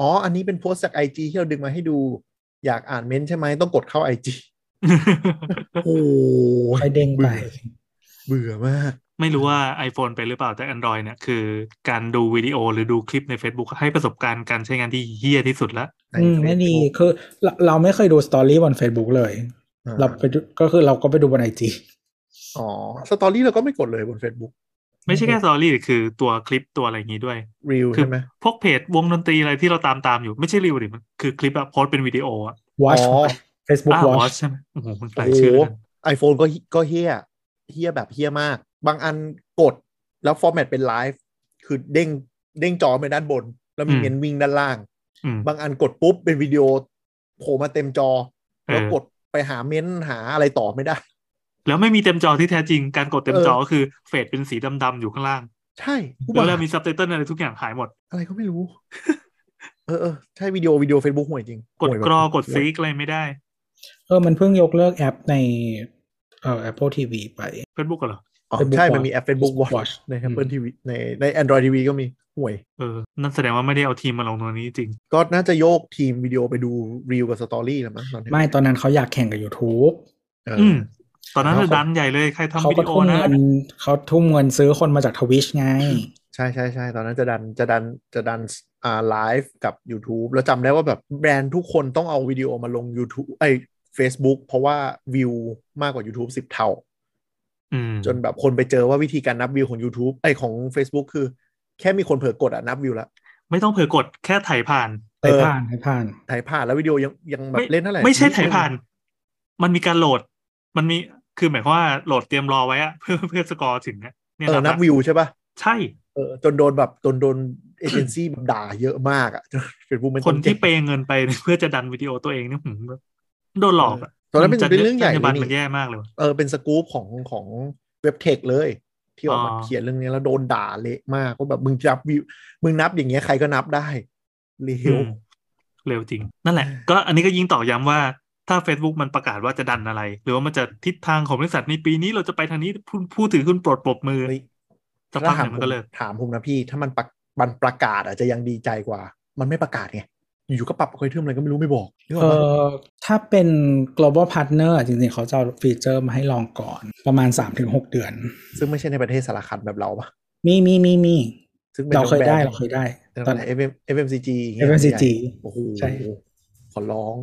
[SPEAKER 3] อ๋อ อันนี้เป็นโพสต์จากไอจที่เราดึงมาให้ดู อยากอ่านเมนต์ใช่ไหมต้องกดเข้าไอจโอ้ย
[SPEAKER 2] ไปเด้งไป
[SPEAKER 3] เบื่อมาก
[SPEAKER 4] ไม่รู้ว่า iPhone เป็นหรือเปล่าแต่ Android เนี่ยคือการดูวิดีโอหรือดูคลิปใน Facebook ให้ประสบการณ์การใช้งานที่เฮี้ยที่สุดละ
[SPEAKER 3] ใน
[SPEAKER 2] อืมไม่ดี
[SPEAKER 3] Facebook
[SPEAKER 2] คือเราเราไม่เคยดูสตอรี่บน Facebook เลย
[SPEAKER 3] อ่า
[SPEAKER 2] เราไปดูก็คือเราก็ไปดูบนไอจี
[SPEAKER 3] อ๋อสตอรี่เราก็ไม่กดเลยบน Facebook
[SPEAKER 4] ไม่ใช่แค่สตอรี่คือตัวคลิปตัวอะไรอย่างงี้ด้วย
[SPEAKER 3] รีว
[SPEAKER 4] คือ
[SPEAKER 3] ใช่ไหม
[SPEAKER 4] พวกเพจวงดนตรีอะไรที่เราตามตามๆอยู่ไม่ใช่รีวิวดิมันคือคลิปอะโพสต์เป็นวิดีโออะ
[SPEAKER 2] วอช
[SPEAKER 3] อ๋อ
[SPEAKER 2] เฟซบุ๊ก
[SPEAKER 4] อ้าว
[SPEAKER 2] ว
[SPEAKER 4] ว
[SPEAKER 2] อ
[SPEAKER 4] อ
[SPEAKER 2] ช
[SPEAKER 4] ชใช่ไหมโอ้โหมันห
[SPEAKER 3] โอ้
[SPEAKER 4] ลาย
[SPEAKER 3] โห
[SPEAKER 4] ชื่อนะ
[SPEAKER 3] ไอโฟนก็ก็เฮี้ยเฮี้ยแบบเฮี้ยมาก บางอันกดแล้วฟอร์แมตเป็นไลฟ์คือเด้งเด้งจอไปด้านบน แล้วมีเมนวิ่งด้านล่าง
[SPEAKER 4] อืม
[SPEAKER 3] บางอันกดปุ๊บเป็นวิดีโอโผล่มาเต็มจอ
[SPEAKER 4] เออ
[SPEAKER 3] แล้วกดไปหาเมนหาอะไรต่อไม่ได้
[SPEAKER 4] แล้วไม่มีเต็มจอที่แท้จริงการกดเต็ม
[SPEAKER 3] เออ
[SPEAKER 4] จอก็คือเฟดเป็นสีดำๆอยู่ข้างล่าง
[SPEAKER 3] ใช่ผู้
[SPEAKER 4] แล้
[SPEAKER 3] บาว
[SPEAKER 4] เรา
[SPEAKER 3] ด
[SPEAKER 4] มีซับไตเติลอะไรทุกอย่างหายหมด
[SPEAKER 3] อะไรก็ไม่รู้ เออเออใช่วิดีโอวิดีโอเฟซบุ๊กห่วยจริง
[SPEAKER 4] กด
[SPEAKER 3] ห่วยแบบ
[SPEAKER 4] กรอกดซีกอะไรไม่ได้
[SPEAKER 2] เออมันเพิ่งยกเลิกแอปในเอ่อ Apple TV ไป
[SPEAKER 4] เฟซบุ๊กเหรอ
[SPEAKER 3] อ๋อ
[SPEAKER 2] Facebook
[SPEAKER 3] ใช่มันมีแอปเฟซบุ๊กวอ
[SPEAKER 2] Watch
[SPEAKER 3] ชใน Apple TV ในใน Android TV ก็มีห่วย
[SPEAKER 4] เออนั่นแสดงว่าไม่ได้เอาทีมมาลงตรงนี้จริง
[SPEAKER 3] ก็น่าจะโยกทีมวิดีโอไปดูรีวกับสตอรี่แล้วมั้งตอนนี้
[SPEAKER 2] ไม่ตอนนั้นเขาอยากแข่งกับ YouTube
[SPEAKER 3] เออ
[SPEAKER 4] อืม ตอนนั้น
[SPEAKER 3] แล้ว
[SPEAKER 4] น่ะ
[SPEAKER 3] เขา
[SPEAKER 4] ดันใหญ่เลยใคร
[SPEAKER 2] เขา
[SPEAKER 4] ทำวิ
[SPEAKER 2] ก็
[SPEAKER 4] ดีโอ
[SPEAKER 2] ทุ่ม
[SPEAKER 4] นะ
[SPEAKER 2] เงินเขาทุ่มเงินซื้อคนมาจากทวิชไง
[SPEAKER 3] ใช่ใช่ใช่ตอนนั้นจะดันจะดันจะดันอ่าไลฟ์กับ YouTube แล้วจำได้ว่าแบบแบรนด์ทุกคนต้องเอาวิดีโอมาลง YouTube ไอ้ Facebook เพราะว่าวิวมากกว่า YouTube 10 เท่า
[SPEAKER 4] อืม
[SPEAKER 3] จนแบบคนไปเจอว่าวิธีการนับวิวของ YouTube ไอ้ยของ Facebook คือ แค่มีคนเผลอกดอ่ะนับวิวละ
[SPEAKER 4] ไม่ต้องเผลอกดแค่ถ่ายผ่าน
[SPEAKER 2] ไปผ่านไปผ่าน
[SPEAKER 3] ถ่ายผ่านแล้ววิดีโอยังยังแบ
[SPEAKER 4] ไม่
[SPEAKER 3] บเล่นเท่าไหร่
[SPEAKER 4] ไม่ใช่ถ่าย
[SPEAKER 3] นิดนึง
[SPEAKER 4] ผ่าน มันมีการโหลด มันมีคือหมายความว่าโหลดเตรียมรอไว้อะเพื่อเพื่อสกอร์ถึงอะเนี่ย
[SPEAKER 3] เออนับ
[SPEAKER 4] ละ
[SPEAKER 3] วิวใช่ป่ะ
[SPEAKER 4] ใช่
[SPEAKER 3] เออจนโดนแบบจนโดนเอเจนซี่แบบด่าเยอะมากอ่ะ จน Facebook ไม่
[SPEAKER 4] ค
[SPEAKER 3] ต้
[SPEAKER 4] น
[SPEAKER 3] องเก็
[SPEAKER 4] ที่
[SPEAKER 3] บ
[SPEAKER 4] เปย์เงินไป เพื่อจะดันวิดีโอตัวเองเนี่ยหืมแบบโดนหลอกอะ
[SPEAKER 3] ตอนนั้นเป็น
[SPEAKER 4] จรรยา
[SPEAKER 3] เป็นเรื่องใหญ่
[SPEAKER 4] จรรยาบรรณ
[SPEAKER 3] เลยนี่
[SPEAKER 4] มันแย่มากเลยว่ะ
[SPEAKER 3] เออเป็นสกู๊ปของของเว็บเทคเลย ที่ออกมา
[SPEAKER 4] อ๋อ
[SPEAKER 3] เขียนเรื่องนี้แล้วโดนด่าเละมากก็แบบมึงนับวิวมึงนับอย่างเงี้ยใครก็นับได้เลว
[SPEAKER 4] อืมเร็วจริง นั่นแหละ ก็อันนี้ก็ยิ่งตอกย้ำว่าถ้า Facebook มันประกาศว่าจะดันอะไร หรือว่ามันจะทิศทางของบริษัทในปีนี้เราจะไปทางนี้ผู้ผู้ถือหุ้นโปรดปรบมือ
[SPEAKER 3] เฮ้ย
[SPEAKER 4] สัก
[SPEAKER 3] ถ้า
[SPEAKER 4] พักห
[SPEAKER 3] ถาม
[SPEAKER 4] นึ่ง
[SPEAKER 3] ผม
[SPEAKER 4] มันก็เลิก
[SPEAKER 3] ถามผมนะพี่ ถ้ามันประมันประกาศอาจจะยังดีใจกว่า มันไม่ประกาศไงอยู่ๆก็ปรับคอยเทิมอะไรก็ไม่รู้ไม่บอกนึกออ
[SPEAKER 2] เอก
[SPEAKER 3] ปะ
[SPEAKER 2] อถ้าเป็น global partner อะจริงๆ เขาจะเอาฟีเจอร์มาให้ลองก่อนประมาณ 3-6 เดือน
[SPEAKER 3] ซึ่งไม่ใช่ในประเทศสารคันแบบเราปะ
[SPEAKER 2] มีมีมีมี
[SPEAKER 3] ซึ่งป็น
[SPEAKER 2] เราเคยได้
[SPEAKER 3] แบ
[SPEAKER 2] เราเคยได้
[SPEAKER 3] น
[SPEAKER 2] ตอ
[SPEAKER 3] ตอน น FM FMCG อย่างเงี้ย
[SPEAKER 2] FMCG
[SPEAKER 3] โอ้โห
[SPEAKER 2] ใช่
[SPEAKER 3] ขอร้อง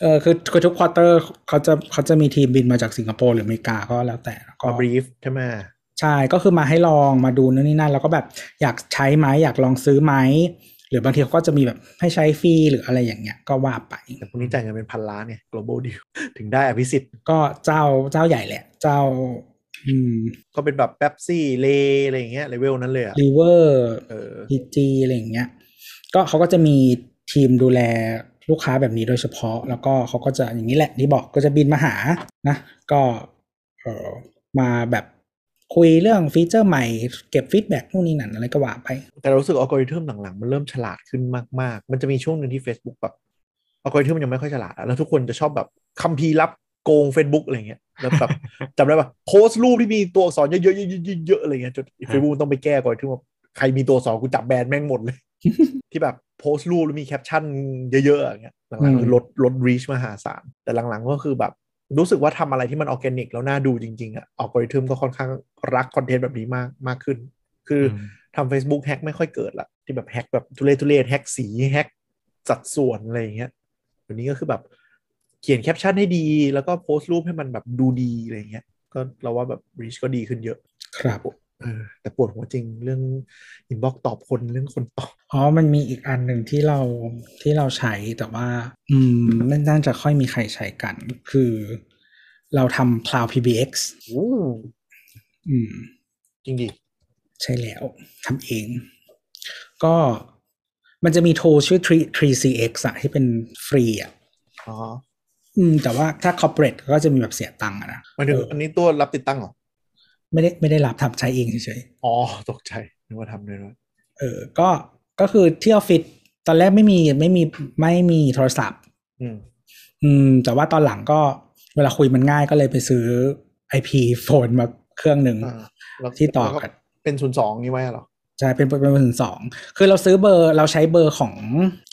[SPEAKER 2] เออคือคือทุกควอเตอร์เขาจะเขาจะมีทีมบินมาจากสิงคโปร์หรืออเมริกาก็แล้วแต่แล้วก็
[SPEAKER 3] มาบรีฟใช่ไหม
[SPEAKER 2] ใช่ ก็คือมาให้ลองมาดูนู่นนี่นั่น แล้วก็แบบอยากใช้ไหมอยากลองซื้อไหม หรือบางทีเขาก็จะมีแบบให้ใช้ฟรีหรืออะไรอย่างเงี้ยก็ว่าไป
[SPEAKER 3] แต่พวกนี้จ่ายเงินเป็นพันล้านไง global deal ถึงได้อภิสิทธิ์
[SPEAKER 2] ก็เจ้าเจ้าใหญ่แหละ เจ้าอืม
[SPEAKER 3] ก็เป็นแบบแป๊บซี่เลอะไรอย่างเงี้ยเลเวลนั้นเลยอะ
[SPEAKER 2] รีเวอร์
[SPEAKER 3] เออ
[SPEAKER 2] พีจีอะไรอย่างเงี้ยก็เขาก็จะมีทีมดูแลลูกค้าแบบนี้โดยเฉพาะ แล้วก็เขาก็จะอย่างนี้แหละที่บอกก็จะบินมาหานะ ก็เออมาแบบคุยเรื่องฟีเจอร์ใหม่เก็บฟีดแบ็กนู่นนี่นั่นอะไรก็ว่าไป
[SPEAKER 3] แต่เรารู้สึกอัลกอริทึมหลังๆ มันเริ่มฉลาดขึ้นมากๆ มันจะมีช่วงหนึ่งที่ Facebook แบบอัลกอริทึมยังไม่ค่อยฉลาดอะแล้วทุกคนจะชอบแบบคัมภีร์ลับโกง Facebook อะไรเงี้ยแล้วแบบ จำได้ปะโพสต์รูปที่มีตัวอักษรเยอะๆๆๆๆอะไรเงี้ยจนเฟซบุ๊กต้องไปแก้ก่อนที่ว่าใครมีตัวอักษรกูจับแบนแม่งหมดเลย ที่แบบโพสต์รูปแล้วมีแคปชั่นเยอะๆอย่างเงี้ยหลังๆคือลดลดรีชมหาศาลแต่หลังๆก็คือแบบ รู้สึกว่าทำอะไรที่มันออร์แกนิกแล้วน่าดูจริงๆอ่ะอัลกอริทึมก็ค่อนข้างรักคอนเทนต์แบบนี้มากมากขึ้น คืออ
[SPEAKER 4] ม
[SPEAKER 3] ทำ Facebook แฮ็กไม่ค่อยเกิดละที่แบบแฮ็กแบบทุเรศทุเรศแฮ็กสีแฮ็กสัดส่วนอะไรอย่างเงี้ยเดี๋ยวนี้ก็คือแบบเขียนแคปชั่นให้ดี แล้วก็โพสต์รูปให้มันแบบดูดีอะไรอย่างเงี้ยก็เราว่าแบบรีชก็ดีขึ้นเยอะ
[SPEAKER 2] ครับ
[SPEAKER 3] เออแต่ปวดหัวจริงเรื่องอินบ็อกตอบคนเรื่องคนตอบ
[SPEAKER 2] อ๋อ มันมีอีกอันหนึ่งที่เราที่เราใช้แต่ว่า อืมไม่น่าจะค่อยมีใครใช้กัน คือ เราทำ Cloud PBX
[SPEAKER 3] อู้
[SPEAKER 2] อืม
[SPEAKER 3] จริงดิ
[SPEAKER 2] ใช่แล้วทำเอง ก็มันจะมีโทรชื่อ 3- 3CX อะที่เป็นฟรีอะ
[SPEAKER 3] อ๋อ
[SPEAKER 2] อืม แต่ว่าถ้า corporate ก็จะมีแบบเสียตังค์อะนะ
[SPEAKER 3] หมายถึงอันนี้ตัวรับติดตั้งเหรอ
[SPEAKER 2] ไม่ได้ไม่ได้รับทำใช้เองเฉย
[SPEAKER 3] อ๋อ ตกใจนึกว่าทำด้วยนะ
[SPEAKER 2] ๆเออ ก็ก็คือที่ออฟฟิศ ตอนแรกไม่มีไม่มีไม่มีโทรศัพท์
[SPEAKER 3] อืม
[SPEAKER 2] อืม แต่ว่าตอนหลังก็เวลาคุยมันง่ายก็เลยไปซื้อ IP โฟนมาเครื่องหนึ่ง
[SPEAKER 3] อ่าแล้ว
[SPEAKER 2] ที่ต่อ
[SPEAKER 3] แล้ว
[SPEAKER 2] กัน
[SPEAKER 3] เป็นศูนย์สองนี่ไว้เหรอ
[SPEAKER 2] ใช่เป็นเป็นเป็นสองคือเราซื้อเบอร์เราใช้เบอร์ของ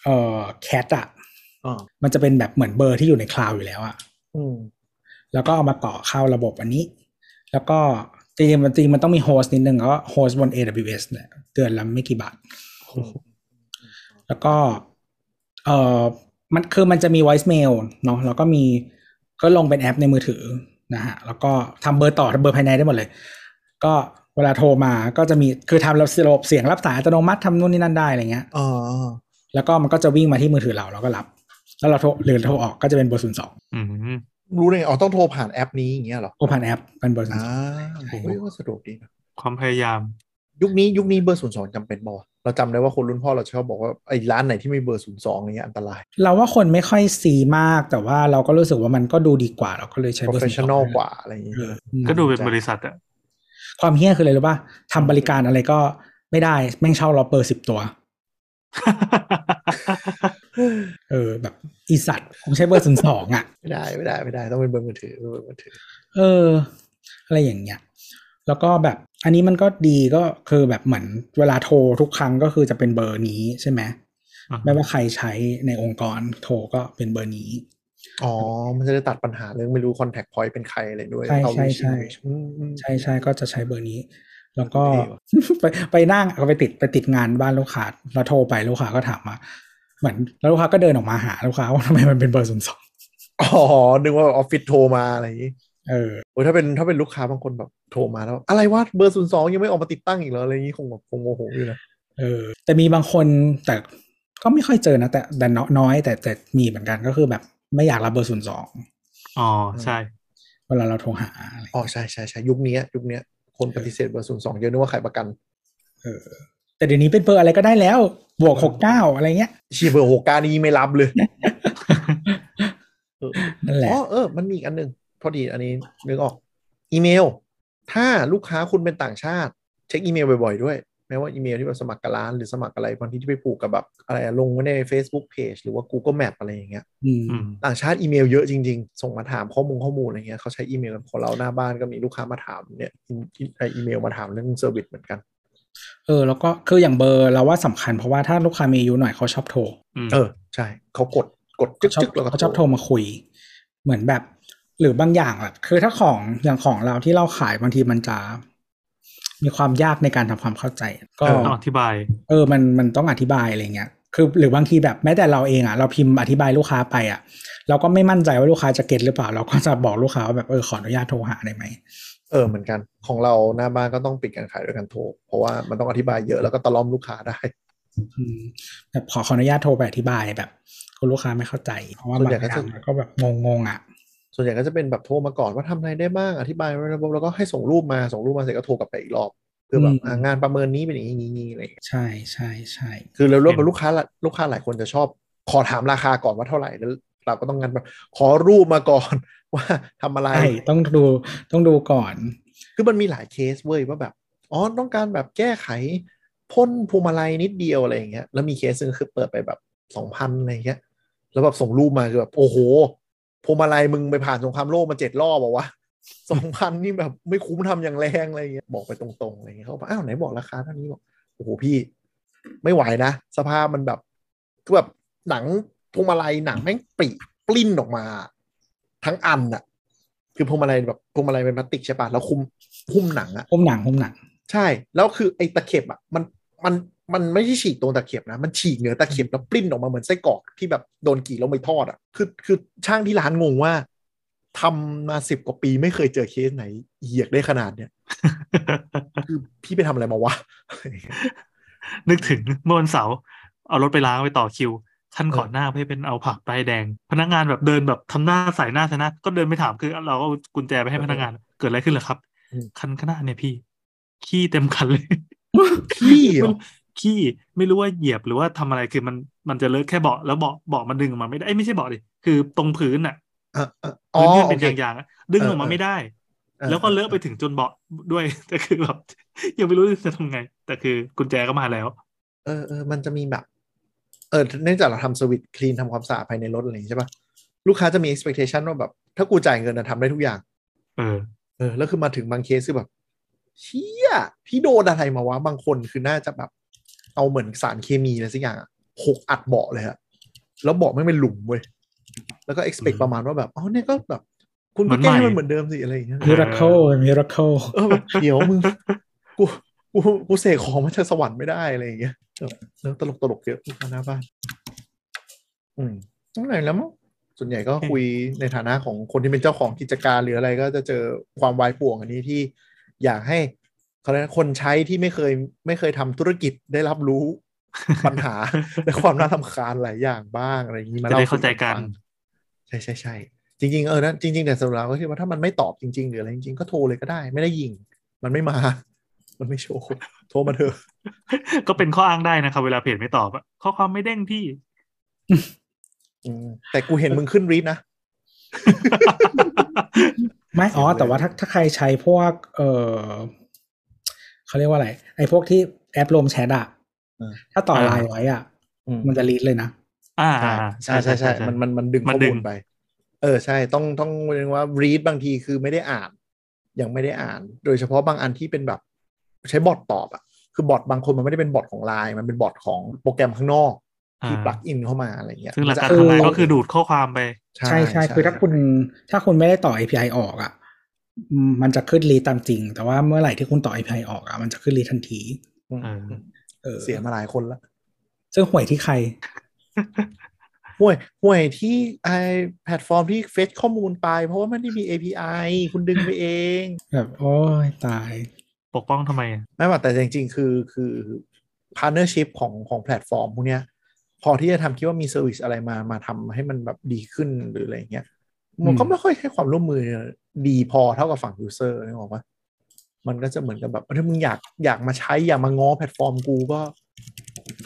[SPEAKER 2] เอ่อแคทอะ
[SPEAKER 3] อ่า
[SPEAKER 2] มันจะเป็นแบบเหมือนเบอร์ที่อยู่ในคลาวด์อยู่แล้วอะ
[SPEAKER 3] อืม
[SPEAKER 2] แล้วก็เอามาต่อเข้าระบบอันนี้ แล้วก็จริงๆมันจริงๆมันต้องมีโฮสต์นิดนึงก็โฮสต์บน AWS เนี่ยเดือนละไม่กี่บาท แล้วก็เออมันคือมันจะมี voice mail เนาะแล้วก็มีก็ลงเป็นแอปในมือถือนะฮะแล้วก็ทำเบอร์ต่อทำเบอร์ภายในได้หมดเลย ก็เวลาโทรมาก็จะมีคือทำระบบเสียงรับสายอัตโนมัติทำนู่นนี่นั่นได้อะไรเงี้ย
[SPEAKER 3] อ่า
[SPEAKER 2] แล้วก็มันก็จะวิ่งมาที่มือถือเราแล้วก็รับ แล้วเราโทรหรือโทรออกก็จะเป็นเบอร์ศูนย์สอง
[SPEAKER 4] อืม
[SPEAKER 3] รู้ได้ไงอ๋อต้องโทรผ่านแอปนี้อย่างเงี้ยเหรอ
[SPEAKER 2] โอพันแอปเป็นเบอร์ศูน
[SPEAKER 3] อ่า
[SPEAKER 2] ย์สอง ใช่
[SPEAKER 3] เฮ้ยว่าสะดวกดีนะ
[SPEAKER 4] ความพยายาม
[SPEAKER 3] ยุคนี้ยุคนี้เบอร์ศูนย์สองจำเป็นบ่าวะเราจำได้ว่าคนรุ่นพ่อเราชอบบอกว่าไอ้ร้านไหนที่มีเบอร์ศูนย์สองเนี้ยอันตราย
[SPEAKER 2] เราว่าคนไม่ค่อยซีมาก แต่ว่าเราก็รู้สึกว่ามันก็ดูดีกว่า เราก็เลยใช้เบอร์ศูนย์สอง
[SPEAKER 3] professional กว่าอะไรอย่างเงี้ย
[SPEAKER 2] เอออืม
[SPEAKER 4] ก็ดูเป็นบริษัท อะ
[SPEAKER 2] ความเฮี้ยคืออะไรรู้ป่ะทำบริการอะไรก็ไม่ได้ แม่งเช่าล็อปเปอร์สิบตัว เออ แบบอีสัตว์คงใช้เบอร์ศูนย์สองอ่ะ
[SPEAKER 3] ไม่ได้ไม่ได้ไม่ได้ต้องเป็นเบอร์มือถือเบอร์มือถือ
[SPEAKER 2] เออ อะไรอย่างเงี้ย แล้วก็แบบ อันนี้มันก็ดีก็คือแบบเหมือนเวลาโทรทุกครั้งก็คือจะเป็นเบอร์นี้ใช่ไหม ไม่ว่าใครใช้ในองค์กรโทรก็เป็นเบอร์นี้
[SPEAKER 3] อ๋อ มันจะได้ตัดปัญหาเรื่องไม่รู้ contact point เป็นใครอะไรด้วย
[SPEAKER 2] ใช่
[SPEAKER 3] เอา
[SPEAKER 2] ใช่
[SPEAKER 3] วิ
[SPEAKER 2] ใช่
[SPEAKER 3] อืมอืม
[SPEAKER 2] ใช่ใช่ก็จะใช้เบอร์นี้ แล้วก็
[SPEAKER 3] เท่ว่ะ
[SPEAKER 2] ไปไปนั่งเอาไปติดไปติดงานบ้านลูกค้าเราโทรไปลูกค้าก็ถามมาเหมือนแล้วลูกค้าก็เดินออกมาหาลูกค้า ว่าทำไมมันเป็นเบอร์ศูนย์สอง
[SPEAKER 3] อ๋อ นึกว่าออฟฟิศโทรมาอะไรอย่างงี้
[SPEAKER 2] เออ
[SPEAKER 3] โอ้ยถ้าเป็นถ้าเป็นลูกค้าบางคนแบบโทรมาแล้ว อะไรว่าเบอร์ศูนย์สองยังไม่ออกมาติดตั้งอีกเหรออะไรอย่างงี้คงแบบคงโมโหอยู่นะ
[SPEAKER 2] เออแต่มีบางคนแต่ก็ไม่ค่อยเจอนะ แต่แต่น้อยแต่แต่มีเหมือนกันก็คือแบบไม่อยากรับเบอร์ศูนย์สอง
[SPEAKER 4] อ๋อ ใช่
[SPEAKER 2] เวลาเราโทรหาอะไร
[SPEAKER 3] อ๋อใช่ใช่ใช่ยุคนี้ยุคนี้คนปฏิเสธเบอร์ศูนย์สองเยอะนึกว่าขายประกัน
[SPEAKER 2] เออ แต่เดี๋ยวนี้เป็นเบอร์อะไรก็ได้แล้ว บวกหกเก้าอะไรเงี้ย
[SPEAKER 3] เชียเบอร์หกกานี่ไม่รับเลย
[SPEAKER 2] นั่นแหละ
[SPEAKER 3] อ๋อเออ มันมีอีกอันหนึ่งพอดีอันนี้นึกออก อีเมล ถ้าลูกค้าคุณเป็นต่างชาติ เช็คอีเมลบ่อยๆด้วยแม้ว่าอีเมลที่แบบสมัครกับร้านหรือสมัครอะไรบางทีที่ไปผูกกับแบบอะไรอะลงไว้ใน Facebook Page หรือว่า Google Map อะไรอย่างเงี้ย
[SPEAKER 2] อืม
[SPEAKER 4] อืม
[SPEAKER 3] ต่างชาติอีเมลเยอะจริงๆ ส่งมาถามข้อมูลข้อมูลอะไรเงี้ยเขาใช้อีเมลกันของเราหน้าบ้านก็มีลูกค้ามาถามเนี่ยอีไอ้อีเมลมาถามเรื่องเซอร์วิสเหมือนกัน
[SPEAKER 2] เออ แล้วก็คืออย่างเบอร์เราว่าสำคัญเพราะว่าถ้าลูกค้ามีอายุหน่อยเขาชอบโทร
[SPEAKER 4] อืม
[SPEAKER 3] เออใช่เขากดกด
[SPEAKER 2] เขาชอบ
[SPEAKER 3] จึ๊กๆแล้วก็
[SPEAKER 2] เขาชอบโทรมาคุย เหมือนแบบ หรือบางอย่างแบบคือถ้าของอย่างของเราที่เราขายบางทีมันจะ มีความยากในการทำความเข้าใจ ก็
[SPEAKER 4] ต้องอธิบาย
[SPEAKER 2] เออ มัน มันต้องอธิบายอะไรเงี้ย คือ หรือบางทีแบบแม้แต่เราเองอะ่ะ เราพิมพ์อธิบายลูกค้าไปอะ่ะ เราก็ไม่มั่นใจว่าลูกค้าจะเก็ตหรือเปล่า เราก็จะบอกลูกค้าว่าแบบ เออ ขออนุญาตโทรหาได้ไหม
[SPEAKER 3] เออเหมือนกันของเราหน้าบ้านก็ต้องปิดการขายด้วยการโทรเพราะว่ามันต้องอธิบายเยอะแล้วก็ตะล่อมลูกค้าได้
[SPEAKER 2] อืมแบบขอขออนุญาตโทรไปอธิบายแบบคุณลูกค้าไม่เข้าใจ เพราะว่า
[SPEAKER 3] ส่ว
[SPEAKER 2] บานง
[SPEAKER 3] ใหญ่
[SPEAKER 2] อ
[SPEAKER 3] ก็
[SPEAKER 2] ย่า
[SPEAKER 3] จะ
[SPEAKER 2] งมันก็แบบงงๆอะ่ะ
[SPEAKER 3] ส่วนใหญ่ก็จะเป็นแบบโทรมาก่อนว่าทำอะไรได้บ้างอธิบายไว้ระบบแล้วก็ให้ส่งรูปมาส่งรูปมาเสร็จก็โทรกลับไปอีกรอบเพื่อแบบ
[SPEAKER 2] อืม
[SPEAKER 3] อ่ะงานประเมินนี้เป็นอย่างนี้อย่างนี้อะไรอย่างเงี้ย
[SPEAKER 2] ใช่ใช่ใช่
[SPEAKER 3] คือเราเริ่ม
[SPEAKER 4] เห็น
[SPEAKER 3] ลูกค้าละลูกค้าหลายคนจะชอบ ขอถามราคาก่อนว่าเท่าไหร่แล้วเราก็ต้องงานแบบขอรูปมาก่อน ว่าทำอะไร
[SPEAKER 2] ใช่ ต้องดู ต้องดูก่อน
[SPEAKER 3] คือมันมีหลายเคสเว้ยว่าแบบอ๋อต้องการแบบแก้ไขพ่นพวงมาลัยนิดเดียวอะไรอย่างเงี้ยแล้วมีเคสหนึงคือเปิดไปแบบสองพันอะไรอย่างเงี้ยแล้วแบบส่งรูปมาคือแบบโอ้โหพวงมาลัยมึงไปผ่านสงครามโลกมาเจ็ดรอบอะวะ สองพันนี่แบบไม่คุ้มทำอย่างแรงอะไรอย่างเงี้ยบอกไปตรงๆอะไรอย่างเงี้ยเขาบอกอ้าวไหนบอกราคาเท่านี้บอกโอ้โหพี่ ไม่ไหวนะ สภาพมันแบบก็แบบหนังพวงมาลัยหนังแม่งปริปลิ้นออกมา ทั้งอันอะคือพวงมาลัยแบบพวงมาลัยเป็นพลาสติกใช่ปะแล้วคุมหุ้มหนังอะ
[SPEAKER 2] พุ่มหนังพุ่มหนัง
[SPEAKER 3] ใช่ แล้วคือไอ้ตะเข็บอะมันมันมันไม่ใช่ฉีกตรงตะเข็บนะ มันฉีกเหนือตะเข็บแล้วปลิ้นออกมาเหมือนไส้กรอกที่แบบโดนกรี่แล้วไม่ทอดอะคือคือช่างที่ร้านงงว่าทำมาสิบกว่าปีไม่เคยเจอเคสไหนเหยียกได้ขนาดเนี้ย คือพี่ไปทำอะไรมาวะ
[SPEAKER 4] นึกถึง เมื่อวันเสาร์เอารถไปล้างไปต่อคิวขั้น
[SPEAKER 3] เออ
[SPEAKER 4] ก่อนหน้าเพื่อเป็นเอาผักป้ายแดง พนักงานแบบเดินแบบทำหน้าใส่หน้าใส่หน้าก็เดินไม่ถามคือเราก็เอากุญแจไปให้พนักงาน เกิดอะไรขึ้นเหรอครับ
[SPEAKER 3] อืม
[SPEAKER 4] คันข้างหน้าเนี่ยพี่ ขี้เต็มคันเลย
[SPEAKER 3] พี่เหรอ
[SPEAKER 4] ขี้ไม่รู้ว่าเหยียบหรือว่าทำอะไรคือมันมันจะเลอะแค่เบาะแล้วเบาะเบาะมันดึงออกมาไม่ได้เอ้ยไม่ใช่เบาะดิคือตรงพื้นน่ะ
[SPEAKER 3] อ่ะอ่ะอ๋อ
[SPEAKER 4] พื้นที่มัน
[SPEAKER 3] โอ
[SPEAKER 4] เป็น
[SPEAKER 3] เค
[SPEAKER 4] ยางๆอะดึง
[SPEAKER 3] เออ
[SPEAKER 4] ออกมา
[SPEAKER 3] เออ
[SPEAKER 4] ไม่ได้ แล้วก็เลอะไปถึงจนเบาะด้วย แต่คือแบบ ยังไม่รู้จะทำไง แต่คือกุญแจก็มาแล้ว
[SPEAKER 3] เออเออมันจะมีแบบ เออเนื่องจากเราทำสวิตคลีนทำความสะอาดภายในรถอะไรอย่างนี้ใช่ปะลูกค้าจะมี expectation ว่าแบบถ้ากูจ่ายเงินนะทำได้ทุกอย่าง
[SPEAKER 4] เออ
[SPEAKER 3] เออแล้วคือมาถึงบางเคสคือแบบเชี่ยพี่โดนอะไรมาวะบางคนคือน่าจะแบบ เอาเหมือนสารเคมีอะไรสักอย่างอะหกอัดเบาะเลยฮะแล้วเบาะไม่เป็นหลุมเว้ยแล้วก็ expect
[SPEAKER 4] อืม
[SPEAKER 3] ประมาณว่าแบบอ๋อเนี่ยก็แบบ คุณ
[SPEAKER 4] เหมื
[SPEAKER 3] ก็
[SPEAKER 4] อน
[SPEAKER 3] แก้ให้
[SPEAKER 4] ใหม่
[SPEAKER 3] มันเหมือนเดิมสิอะไรอย่างเงี้ย
[SPEAKER 2] มิราเคิลมิราเคิล
[SPEAKER 3] เออแบบเดี๋ยวมึงกูกูกูเสกของมาจากสวรรค์ไม่ได้อะไรอย่างเงี้ยเออเรื่องตลกตลกเยอะลูกค้าหน้าบ้าน อืมตั้งไหนแล้วมั้งส่วนใหญ่ก็
[SPEAKER 4] โอเค
[SPEAKER 3] คุยในฐานะของคนที่เป็นเจ้าของกิจการหรืออะไรก็จะเจอความวายป่วงอันนี้ที่อยากให้เขาเรียกนะคนใช้ที่ไม่เคยไม่เคยทำธุรกิจได้รับรู้ ปัญหา และความน่าทำคาญหลายอย่างบ้างอะไรอย่างนี้มา
[SPEAKER 4] จะได้
[SPEAKER 3] ล่สู่
[SPEAKER 4] เข้าใจกัน
[SPEAKER 3] ฟังใช่ใช่ใช่จริง ๆ เออนะจริง ๆ แต่สำหรับเราก็คิดว่าถ้ามันไม่ตอบจริง ๆ หรืออะไรจริงๆก็โทรเลยก็ได้ ไม่ได้ยิง มันไม่มา มันไม่โชว์โทรมาเถอะ
[SPEAKER 4] ก็เป็นข้ออ้างได้นะครับ เวลาเพจไม่ตอบอะข้อความไม่เด้งพี่
[SPEAKER 3] อืมแต่กูเห็นมึงขึ้นรีดนะ
[SPEAKER 2] ไม่อ๋อ
[SPEAKER 3] เสียเลย
[SPEAKER 2] แต่ว่าถ้าถ้าใครใช้พวก เออเขาเรียกว่าอะไร ไอ้พวกที่แอปรวมแชทอะถ้าต่อ
[SPEAKER 4] เออ
[SPEAKER 2] ไลน์ไว้อะ
[SPEAKER 3] อืม
[SPEAKER 2] มันจะรีดเลยนะ
[SPEAKER 4] อ่า
[SPEAKER 3] ใช่ใช่ใช่มันมันมันดึง
[SPEAKER 4] มั
[SPEAKER 3] ข้
[SPEAKER 4] น
[SPEAKER 3] อ
[SPEAKER 4] ดึ
[SPEAKER 3] มู
[SPEAKER 4] ง
[SPEAKER 3] ลไป เออใช่ต้องต้องเรียกว่า read บางทีคือไม่ได้อ่าน ยังไม่ได้อ่าน โดยเฉพาะบางอันที่เป็นแบบ ใช้บอทตอบอ่ะ คือบอทบางคนมันไม่ได้เป็นบอทของไลน์มันเป็นบอทของโปรแกรมข้างนอกที่
[SPEAKER 4] อ่า
[SPEAKER 3] ปลักอินเข้ามาอะไรเงี้ย
[SPEAKER 4] ซึ่งหลักการ
[SPEAKER 2] เออ
[SPEAKER 4] ทำงานก็คือดูดข้อความไป
[SPEAKER 2] ใช่ใช่คือถ้าคุณถ้าคุณไม่ได้ต่อ API ออกอะอืมมันจะขึ้นรีตามจริง แต่ว่าเมื่อไหร่ที่คุณต่อ API ออกอะมันจะขึ้นรีทันที
[SPEAKER 3] อืม
[SPEAKER 4] เออ
[SPEAKER 2] เออ
[SPEAKER 3] เสียมาหลายคนละ
[SPEAKER 2] ซึ่งหวยที่ใคร
[SPEAKER 3] ห่วยห่วยที่ไอแพลตฟอร์มที่เฟซข้อมูลไป เพราะว่ามันไม่ได้มี API คุณดึงไปเอง
[SPEAKER 2] แบบโอ้ยตาย
[SPEAKER 4] ปกป้องทำไมอะ
[SPEAKER 3] ไม่ว่าแต่จริงๆ คือคือพาร์เนอร์ชิพของของแพลตฟอร์มพวกเนี้ย พอที่จะทำคิดว่ามีเซอร์วิสอะไรมามาทำให้มันแบบดีขึ้นหรืออะไรเงี้ย มันก็
[SPEAKER 2] อืม
[SPEAKER 3] ไม่ค่อยให้ความร่วมมือดีพอเท่ากับฝั่งยูเซอร์นึกออกปะมันก็จะเหมือนกับแบบถ้ามึงอยากอยากมาใช้อยากมาง้อแพลตฟอร์มกูก็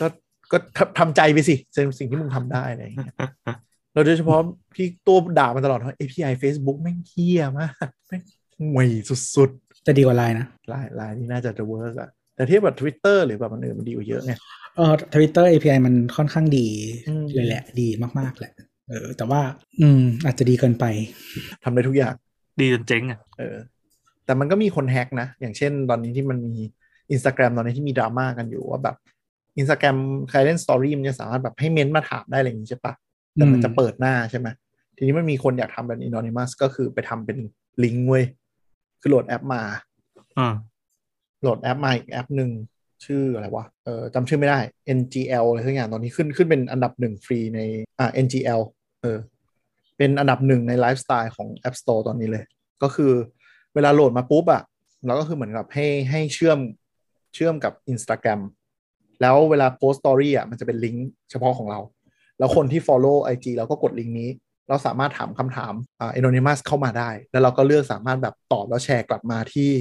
[SPEAKER 3] ก็ก็ทำทำใจไปสิเป็นสิ่งที่มึงทำได้อะไรอย่างเงี้ยแล้วโดยเฉพาะที่ตัวด่ามาตลอดว่า API Facebook แม่งเฮี้ยมากแม่งห่วยสุดๆ
[SPEAKER 2] จะดีกว่าไลน์นะ
[SPEAKER 3] ลายลายนี่น่าจะจะเวิร์กอะแต่เทียบกับ Twitter หรือแบบมันอื่นมันดีกว่าเยอะไง
[SPEAKER 2] เออทวิตเตอร์ API มันค่อนข้างดี
[SPEAKER 3] อืม
[SPEAKER 2] เลยแหละ ดีมากๆแหละ เออ แต่ว่า อืม อาจจะดีเกินไป
[SPEAKER 3] ทำได้ทุกอย่าง
[SPEAKER 4] ดีจนเจ๊งอ่ะ
[SPEAKER 3] เออ แต่มันก็มีคนแฮกนะ อย่างเช่นตอนนี้ที่มันมี Instagram ตอนนี้ที่มีดราม่ากันอยู่ว่าแบบ Instagram ใครเล่นสตอรี่มันจะสามารถแบบให้เม้นต์มาถามได้อะไรอย่างนี้ใช่ปะแต่มันจะเปิดหน้าใช่ไหมทีนี้มันมีคนอยากทำเป็น anonymous ก็คือไปทำเป็นลิงก์เว้ยคือโหลดแอปมา
[SPEAKER 4] อ่า
[SPEAKER 3] โหลดแอปมาอีกแอปหนึ่งชื่ออะไรวะเออจำชื่อไม่ได้ NGL อะไรสักอย่างตอนนี้ขึ้นขึ้นเป็นอันดับหนึ่งฟรีในอ่า NGL เออเป็นอันดับหนึ่งในไลฟ์สไตล์ของ App Store ตอนนี้เลย ก็คือเวลาโหลดมาปุ๊บอะเราก็คือเหมือนกับให้ให้เชื่อมเชื่อมกับ Instagram แล้วเวลาโพสต์สตอรี่อะมันจะเป็นลิงก์เฉพาะของเรา แล้วคนที่ follow IG เราก็กดลิงก์นี้ เราสามารถถามคำถามอ่า anonymous เข้ามาได้ แล้วเราก็เลือกสามารถแบบตอบแล้วแชร์กลับมาที่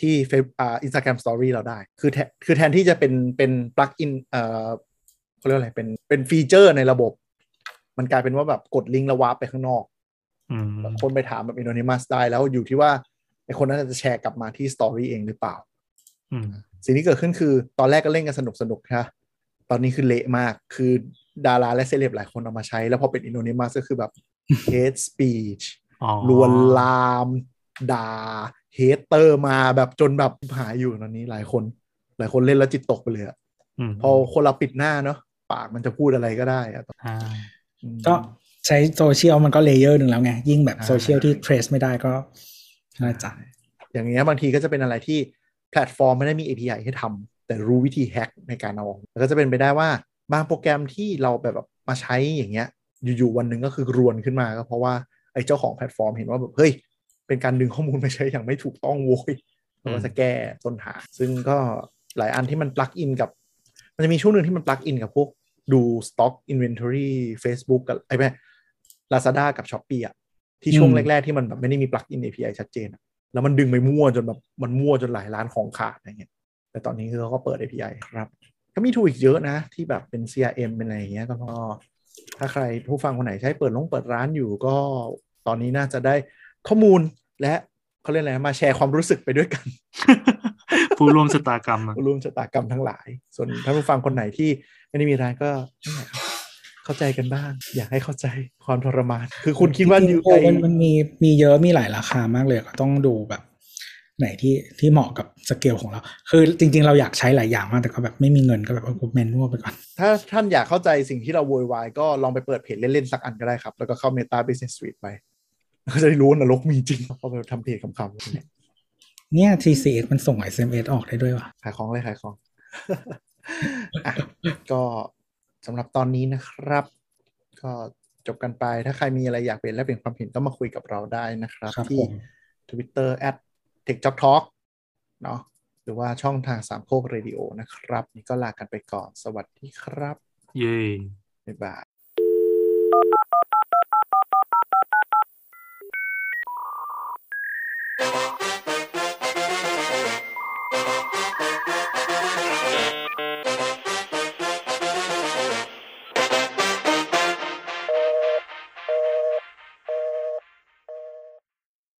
[SPEAKER 3] ที่เฟซอ่าอินสตาแกรมสตอรี่เราได้ คือแทนคือแทนที่จะเป็นเป็นปลั๊กอินเอ่อเขาเรียกว่าอะไรเป็นเป็นฟีเจอร์ในระบบ มันกลายเป็นว่าแบบกดลิงก์แล้ววาร์ปไปข้างนอก
[SPEAKER 4] อืม
[SPEAKER 3] คนไปถามแบบ anonymous ได้แล้วอยู่ที่ว่าไอคนนั้นจะแชร์กลับมาที่สตอรี่เองหรือเปล่า
[SPEAKER 4] อืม
[SPEAKER 3] สิ่งที่เกิดขึ้นคือตอนแรกก็เล่นกันสนุกสนุกๆนะตอนนี้คือเละมาก คือดาราและเซเลบหลายคนเอามาใช้ แล้วพอเป็นอินโนนิมัสก็คือแบบ hate speech
[SPEAKER 4] อ๋อ
[SPEAKER 3] ลวนลาม ด่า เฮตเตอร์มาแบบจนแบบหายอยู่ตอนนี้หลายคน หลายคนเล่นแล้วจิตตกไปเลยอะ
[SPEAKER 4] อืม
[SPEAKER 3] พอคนเราปิดหน้าเนาะปากมันจะพูดอะไรก็ได้อะ
[SPEAKER 4] อ่า
[SPEAKER 3] อืม
[SPEAKER 2] ก็ใช้โซเชียลมันก็เลเยอร์หนึ่งแล้วไง ยิ่งแบบ
[SPEAKER 3] อ่า
[SPEAKER 2] โซเชียลที่เทร e ไม่ได้ก็น่าจะ
[SPEAKER 3] อย่างเงี้ยบางทีก็จะเป็นอะไรที่แพลตฟอร์มไม่ได้มี API ให้ทำแต่รู้วิธีแฮ็กในการเอาออกแล้วก็จะเป็นไปได้ว่าบางโปรแกรมที่เราแบบแบบมาใช้อย่างเงี้ย อยู่ๆวันหนึ่งก็คือรวนขึ้นมาก็เพราะว่าไอ้เจ้าของแพลตฟอร์มเห็นว่าแบบเฮ้ย เป็นการดึงข้อมูลมาใช้อย่างไม่ถูกต้องโว้ย แล้วก็จะแก้ต้นหา ซึ่งก็หลายอันที่มันปลักอินกับ มันจะมีช่วงหนึ่งที่มันปลักอินกับพวกดูสต็อกอินเวนทอรี่ Facebook กับไอ้แม่ลาซาด้ากับช้อปปี้อะที่ช่วงแรกๆที่มันแบบไม่ได้มีปลักอิน API ชัดเจนอะ แล้วมันดึงไปมั่วจนแบบมันมั่วจนหลายร้านของขาดอะไรเงี้ย แต่ตอนนี้คือเขาก็เปิด API ครับ ก็มีทูอีกเยอะนะ ที่แบบเป็น CRM เป็นอะไรอย่างเงี้ยก็ถ้าใครผู้ฟังคนไหนใช้เปิดลงเปิดร้านอยู่ก็ตอนนี้น่าจะได้ข้อมูลและเขาเรียกอะไรนะมาแชร์ความรู้สึกไปด้วยกัน
[SPEAKER 4] ผู้ร่วมชะตากรรมอะ
[SPEAKER 3] ร่วมชะตากรรมทั้งหลาย ส่วนท่านผู้ฟังคนไหนที่ไม่ได้มีรายก็นั่นแหละครับเข้าใจกันบ้าง อยากให้เข้าใจความทรมาน คือคุณคิดว่า
[SPEAKER 2] จริ
[SPEAKER 3] ยู
[SPEAKER 2] งๆ
[SPEAKER 3] ไอ
[SPEAKER 2] โอ้มันมันมีมีเยอะมีหลายราคามากเลยก็ต้องดูแบบ ไหนที่ที่เหมาะกับสเกลของเรา คือจริง ๆ เราอยากใช้หลายอย่างมากแต่ก็แบบไม่มีเงินก็แบบเอาแมนนวลไปก่อน
[SPEAKER 3] ถ้าท่านอยากเข้าใจสิ่งที่เราโวยวายก็ลองไปเปิดเพจเล่น ๆ สักอันก็ได้ครับ แล้วก็เข้า Meta Business Suite ไป ก็จะได้รู้ว่านรกมีจริงเพอไปทำเพจคำๆเนี่ย
[SPEAKER 2] เนี่ย TCS มันส่ง SMS ออกได้ด้วยว่ะ
[SPEAKER 3] ขายของเลยขายของ อ่ะก็สำหรับตอนนี้นะครับ ก็จบกันไปถ้าใครมีอะไรอยากเปลี่ยนและเปลี่ยนความเห็นก็มาคุยกับเราได้นะครับ
[SPEAKER 2] ครับผ
[SPEAKER 3] ที่
[SPEAKER 2] ม
[SPEAKER 3] Twitter at techjobtalk เนาะหรือว่าช่องทางสามโคกเรดิโอนะครับ นี่ก็ลากันไปก่อน สวัสดีครับ
[SPEAKER 4] เย้
[SPEAKER 3] บ๊ายบาย